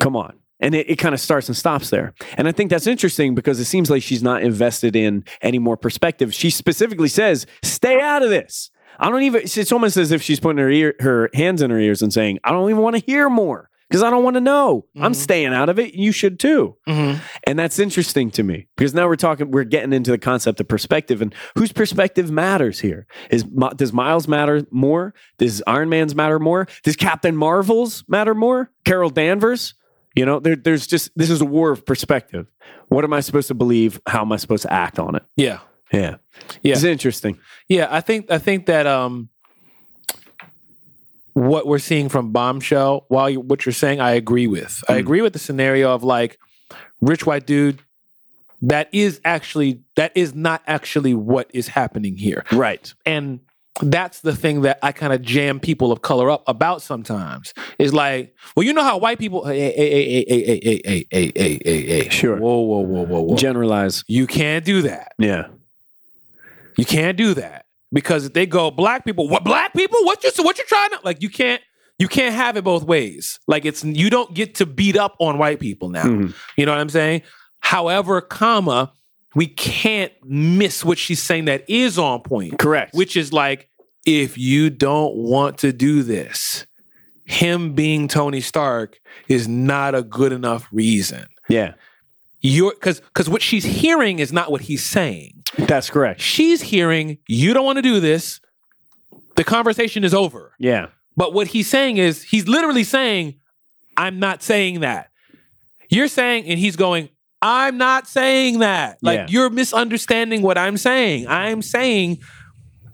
S2: Come on. And it, it kind of starts and stops there. And I think that's interesting because it seems like she's not invested in any more perspective. She specifically says, stay out of this. I don't even, it's almost as if she's putting her, ear, her hands in her ears and saying, I don't even want to hear more because I don't want to know. I'm
S1: Mhm.
S2: staying out of it. You should too.
S1: Mm-hmm.
S2: And that's interesting to me because now we're talking, we're getting into the concept of perspective and whose perspective matters here. Is Mi- does Miles matter more? Does Iron Man's matter more? Does Captain Marvel's matter more? Carol Danvers? You know, there, there's just this is a war of perspective. What am I supposed to believe? How am I supposed to act on it?
S1: Yeah.
S2: Yeah,
S1: Yeah.
S2: It's interesting.
S1: Yeah, I think I think that um, what we're seeing from Bombshell, while you, what you're saying, I agree with. I
S2: Mm.
S1: agree with the scenario of like rich white dude. That is actually that is not actually what is happening here,
S2: Right.
S1: and that's the thing that I kind of jam people of color up about sometimes. Is like, well, you know how white people, hey, hey, hey, hey, hey, hey, hey, hey, hey, hey, hey, hey.
S2: Sure.
S1: whoa, whoa, whoa, whoa, whoa,
S2: Generalize.
S1: you can't do that.
S2: Yeah.
S1: You can't do that because if they go black people. What black people? What you what you trying to like? You can't you can't have it both ways. Like it's you don't get to beat up on white people now.
S2: Mhm.
S1: You know what I'm saying? However, comma we can't miss what she's saying that is on point,
S2: Correct.
S1: which is like if you don't want to do this, him being Tony Stark is not a good enough reason.
S2: yeah.
S1: You're because because what she's hearing is not what he's saying
S2: That's correct.
S1: she's hearing you don't want to do this the conversation is over
S2: Yeah.
S1: but what he's saying is he's literally saying i'm not saying that you're saying and he's going i'm not saying that like
S2: Yeah.
S1: you're misunderstanding what i'm saying i'm saying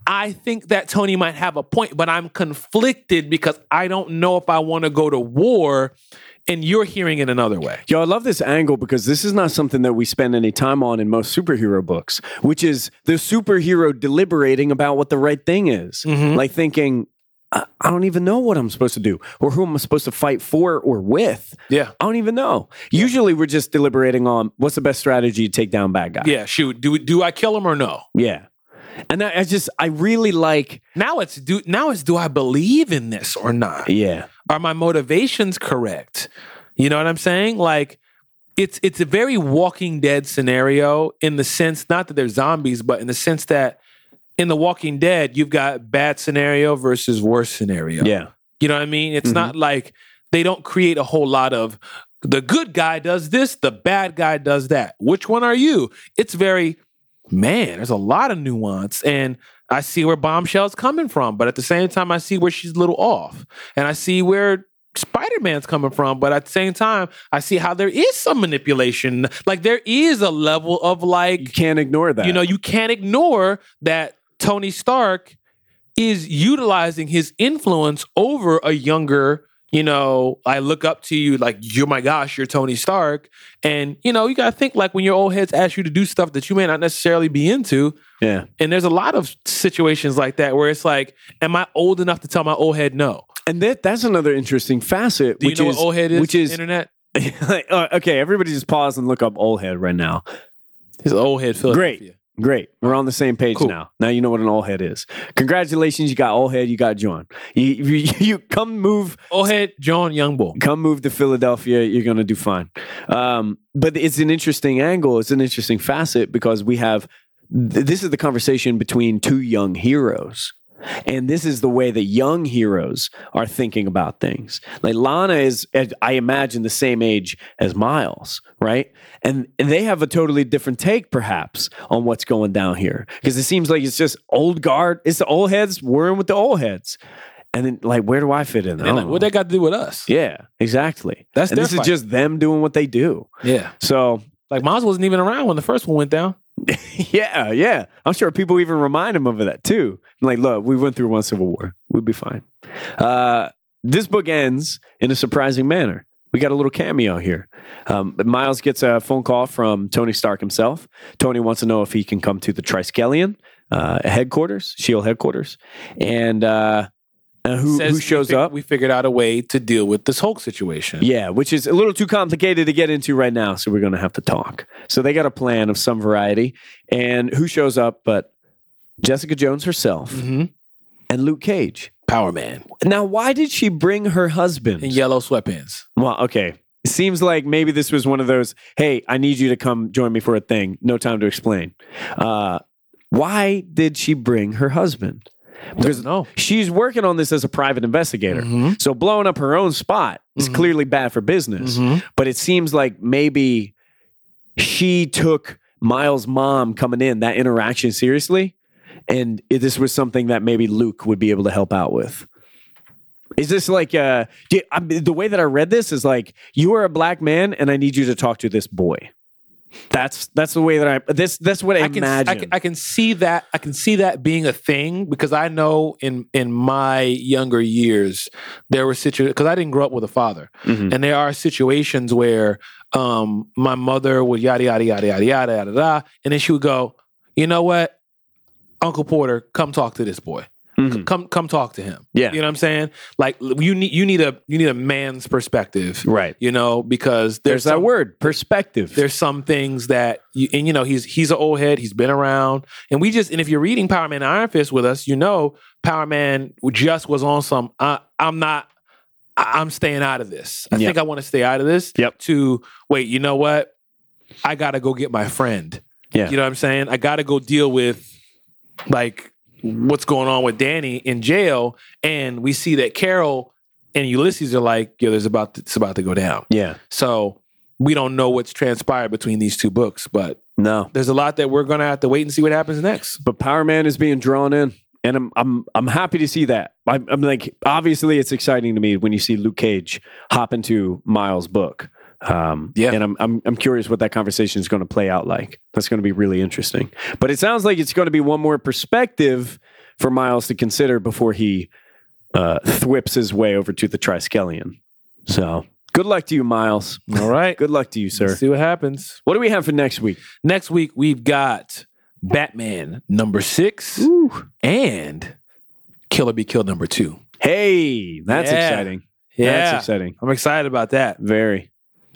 S1: i think that tony might have a point but i'm conflicted because i don't know if i want to go to war and you're hearing it another way
S2: Yo, I love this angle because this is not something that we spend any time on in most superhero books, which is the superhero deliberating about what the right thing is.
S1: Mm-hmm.
S2: Like thinking, I-, I don't even know what I'm supposed to do or who I'm supposed to fight for or with.
S1: yeah
S2: I don't even know. Usually we're just deliberating on what's the best strategy to take down bad guy.
S1: yeah shoot do, do i kill him or no
S2: Yeah. And I, I just, I really like,
S1: Now it's do now it's do I believe in this or not?
S2: yeah.
S1: Are my motivations correct? You know what I'm saying? Like it's it's a very walking dead scenario in the sense not that they're zombies, but in the sense that in the walking dead, you've got bad scenario versus worse scenario.
S2: Yeah.
S1: You know what I mean? It's not like they don't create a whole lot of the good guy does this, the bad guy does that. Which one are you? It's very, man, there's a lot of nuance. And I see where Bombshell's coming from, but at the same time, I see where she's a little off. And I see where Spider Man's coming from, but at the same time, I see how there is some manipulation. Like there is a level of like,
S2: You can't ignore that.
S1: you know, you can't ignore that Tony Stark is utilizing his influence over a younger, you know, I look up to you like you're my gosh, you're Tony Stark. And, you know, you gotta think like when your old heads ask you to do stuff that you may not necessarily be into.
S2: yeah.
S1: And there's a lot of situations like that where it's like, am I old enough to tell my old head no?
S2: And that, that's another interesting facet,
S1: Do you
S2: which
S1: know
S2: is,
S1: what old head is?
S2: which is,
S1: internet?
S2: Uh, okay, everybody just pause and look up old head right now.
S1: His old head Philadelphia.
S2: Great. Great. We're on the same page
S1: Cool.
S2: now. Now you know what an old head is. Congratulations, you got old head, you got John. You, you, you come move
S1: Old head, John Youngbull.
S2: come move to Philadelphia, you're going to do fine. Um, but it's an interesting angle, it's an interesting facet because we have th- this is the conversation between two young heroes. And this is the way that young heroes are thinking about things. Like Lana is, as- I imagine, the same age as Miles, right? And and they have a totally different take, perhaps, on what's going down here. Because it seems like it's just old guard, it's the old heads worrying with the old heads. And then, like, where do I fit in? I
S1: And
S2: don't
S1: like,
S2: know.
S1: what that got to do with us?
S2: Oh. Yeah, exactly.
S1: That's
S2: and
S1: their
S2: this
S1: fight.
S2: is just them doing what they do.
S1: yeah.
S2: So
S1: Like Miles wasn't even around when the first one went down.
S2: yeah, yeah. I'm sure people even remind them of that too. Like, look, we went through one civil war. We'll be fine. Uh, this book ends in a surprising manner. We got a little cameo here. Um, but Miles gets a phone call from Tony Stark himself. Tony wants to know if he can E come to the Triskelion uh, headquarters, Shield headquarters, and uh, And who,
S1: says
S2: who
S1: we
S2: shows
S1: fig-
S2: up?
S1: We figured out a way to deal with this Hulk situation.
S2: Yeah, which is a little too complicated to get into right now. So we're going to have to talk. So they got a plan of some variety. And who shows up but Jessica Jones herself
S1: hmm
S2: and Luke Cage.
S1: Power Man
S2: Now, why did she bring her husband?
S1: in yellow sweatpants.
S2: Well, okay. It seems like maybe this was one of those, hey, I need you to come join me for a thing. No time to explain. Uh, why did she bring her husband? Because
S1: no.
S2: she's working on this as a private investigator.
S1: Mm-hmm.
S2: So blowing up her own spot is
S1: Mhm.
S2: clearly bad for business.
S1: Mm-hmm.
S2: But it seems like maybe she took Miles' mom coming in, that interaction seriously. And i- this was something that maybe Luke would be able to help out with. Is this like uh, do- I mean, the way that I read this is like you are a black man and I need you to talk to this boy. That's that's the way that I this that's what I,
S1: I can,
S2: imagine.
S1: I can I can see that I can see that being a thing because I know in in my younger years there were situations because I didn't grow up with a father
S2: Mhm.
S1: and there are situations where um my mother would yada yada yada yada yada yada da, and then she would go you know what Uncle Porter come talk to this boy
S2: Mhm.
S1: come come talk to him
S2: Yeah.
S1: you know what I'm saying like you need you need a you need a man's perspective
S2: Right.
S1: you know because there's,
S2: There's, that
S1: some-
S2: word, perspective.
S1: there's some things that you, and you know he's he's an old head he's been around and we just and if you're reading power man and iron fist with us you know power man just was on some I, i'm not I- i'm staying out of this i
S2: Yeah.
S1: think i want to stay out of this
S2: Yep.
S1: to wait you know what i gotta go get my friend
S2: Yeah.
S1: you know what i'm saying i gotta go deal with like what's going on with danny in jail and we see that carol and ulysses are like yo there's about to, it's about to go down
S2: yeah.
S1: so we don't know what's transpired between these two books, but
S2: No.
S1: there's a lot that we're gonna have to wait and see what happens next.
S2: but Power Man is being drawn in, and I'm I'm I'm happy to see that. I'm, I'm like, obviously, it's exciting to me when you see Luke Cage hop into Miles' book. Um,
S1: Yeah.
S2: and I'm, I'm I'm curious what that conversation is going to play out like. That's going to be really interesting. But it sounds like it's going to be one more perspective for Miles to consider before he uh, thwips his way over to the Triskelion. So good luck to you, Miles.
S1: All right,
S2: Good luck to you,
S1: Let's
S2: sir.
S1: see what happens
S2: What do we have for next week?
S1: next week. We've got Batman number six and Killer Be Killed number two.
S2: Hey, that's
S1: Yeah.
S2: exciting. That's exciting.
S1: I'm excited about that.
S2: Very.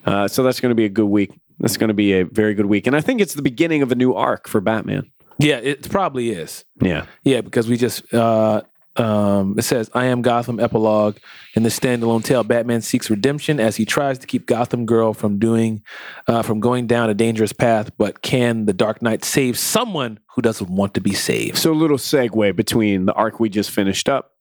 S2: Uh, so that's going to be a good week. That's going to be a very good week. And I think it's the beginning of a new arc for Batman.
S1: Yeah, it probably is.
S2: Yeah.
S1: Yeah, because we just uh um it says I am Gotham epilogue in the standalone tale Batman seeks redemption as he tries to keep Gotham girl from doing uh from going down a dangerous path, but can the Dark Knight save someone who doesn't want to be saved?
S2: So a little segue between the arc we just finished up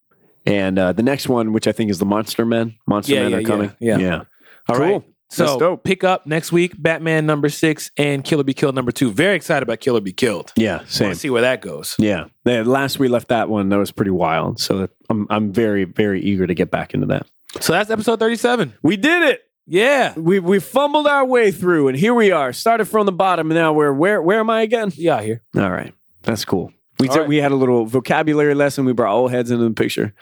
S2: and uh, the next one, which I think is the Monster Men. Monster
S1: Yeah,
S2: Men
S1: yeah,
S2: are
S1: yeah,
S2: coming.
S1: yeah. All right.
S2: Cool. That's
S1: So
S2: dope.
S1: pick up next week Batman number six and Killer Be Killed number two. Very excited about Killer Be Killed.
S2: Yeah. Same.
S1: Let's see where that goes.
S2: Yeah. The last we left that one, that was pretty wild. So that, I'm, I'm very, very eager to get back into that.
S1: So that's episode thirty seven.
S2: We did it.
S1: Yeah.
S2: We, we fumbled our way through, and here we are. Started from the bottom, and now we're where? Where am I again?
S1: We out here.
S2: All right. That's cool. We
S1: All
S2: took,
S1: right.
S2: we had a little vocabulary lesson. We brought old heads into the picture.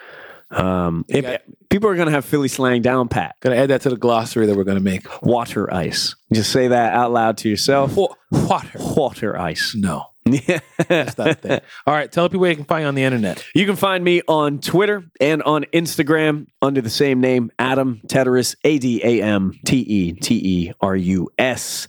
S2: Um, if-
S1: got-
S2: people are going to have Philly slang down pat.
S1: Gonna add that to the glossary that we're gonna make.
S2: Water ice. Just say that out loud to yourself.
S1: Wa- Water.
S2: Water ice.
S1: No.
S2: Yeah.
S1: That's not a thing. All right, tell people where you can find you on the internet.
S2: You can find me on Twitter and on Instagram under the same name, Adam Teterus, A D A M T E T E R U S.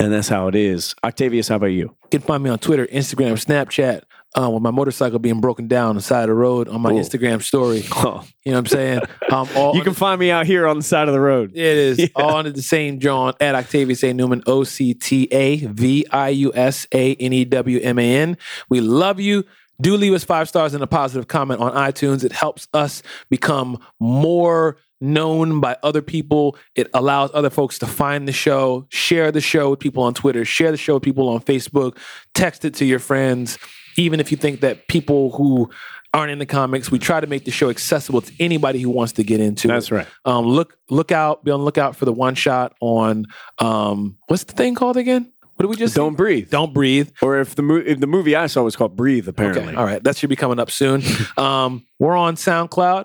S2: And that's how it is. Octavius, how about you?
S1: You can find me on Twitter, Instagram, Snapchat. Uh, with my motorcycle being broken down on the side of the road on my
S2: Ooh.
S1: Instagram story. You know what I'm saying? Um, all
S2: You can find me out here on the side of the road.
S1: it is all under the same John at Octavius A. Newman, O C T A V I U S A N E W M A N. We love you. Do leave us five stars and a positive comment on iTunes. It helps us become more known by other people. It allows other folks to find the show, share the show with people on Twitter, share the show with people on Facebook, text it to your friends. Even if you think that people who aren't in the comics, we try to make the show accessible to anybody who wants to get into it.
S2: That's right.
S1: Um, look, look out! Be on the lookout for the one shot on um, what's the thing called again? What did we just?
S2: Don't breathe.
S1: don't breathe.
S2: Or if the mo- if the movie I saw was called Breathe, apparently.
S1: Okay, all right, that should be coming up soon. um, we're on SoundCloud.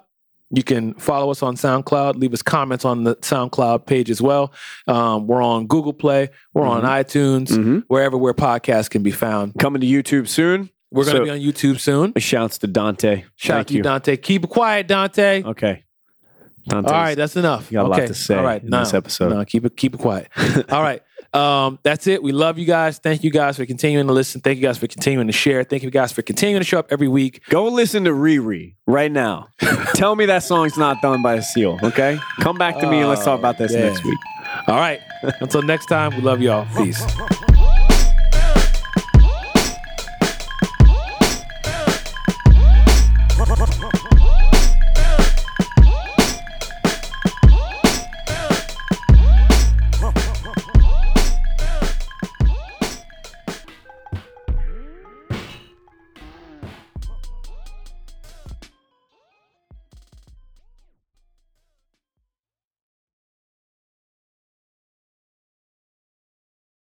S1: You can follow us on SoundCloud. Leave us comments on the SoundCloud page as well. Um, we're on Google Play. We're on iTunes.
S2: Mhm.
S1: Mm-hmm. Wherever where podcasts can be found.
S2: Coming to YouTube soon.
S1: We're going to
S2: So-
S1: be on YouTube soon.
S2: Shouts to Dante.
S1: Shout out
S2: Thank
S1: to you, Dante. Keep it quiet, Dante.
S2: Okay. Dante's,
S1: All right, that's enough.
S2: You got a lot
S1: Okay,
S2: to say in this episode.
S1: No, keep it keep it quiet. All right. Um, that's it. We love you guys. Thank you guys for continuing to listen. Thank you guys for continuing to share. Thank you guys for continuing to show up every week.
S2: Go listen to Riri right now. Tell me that song's not done by a seal, okay? Come back to me and let's talk about this
S1: Oh, yeah.
S2: next week.
S1: All right. Until next time, we love y'all. Peace.
S3: Peace.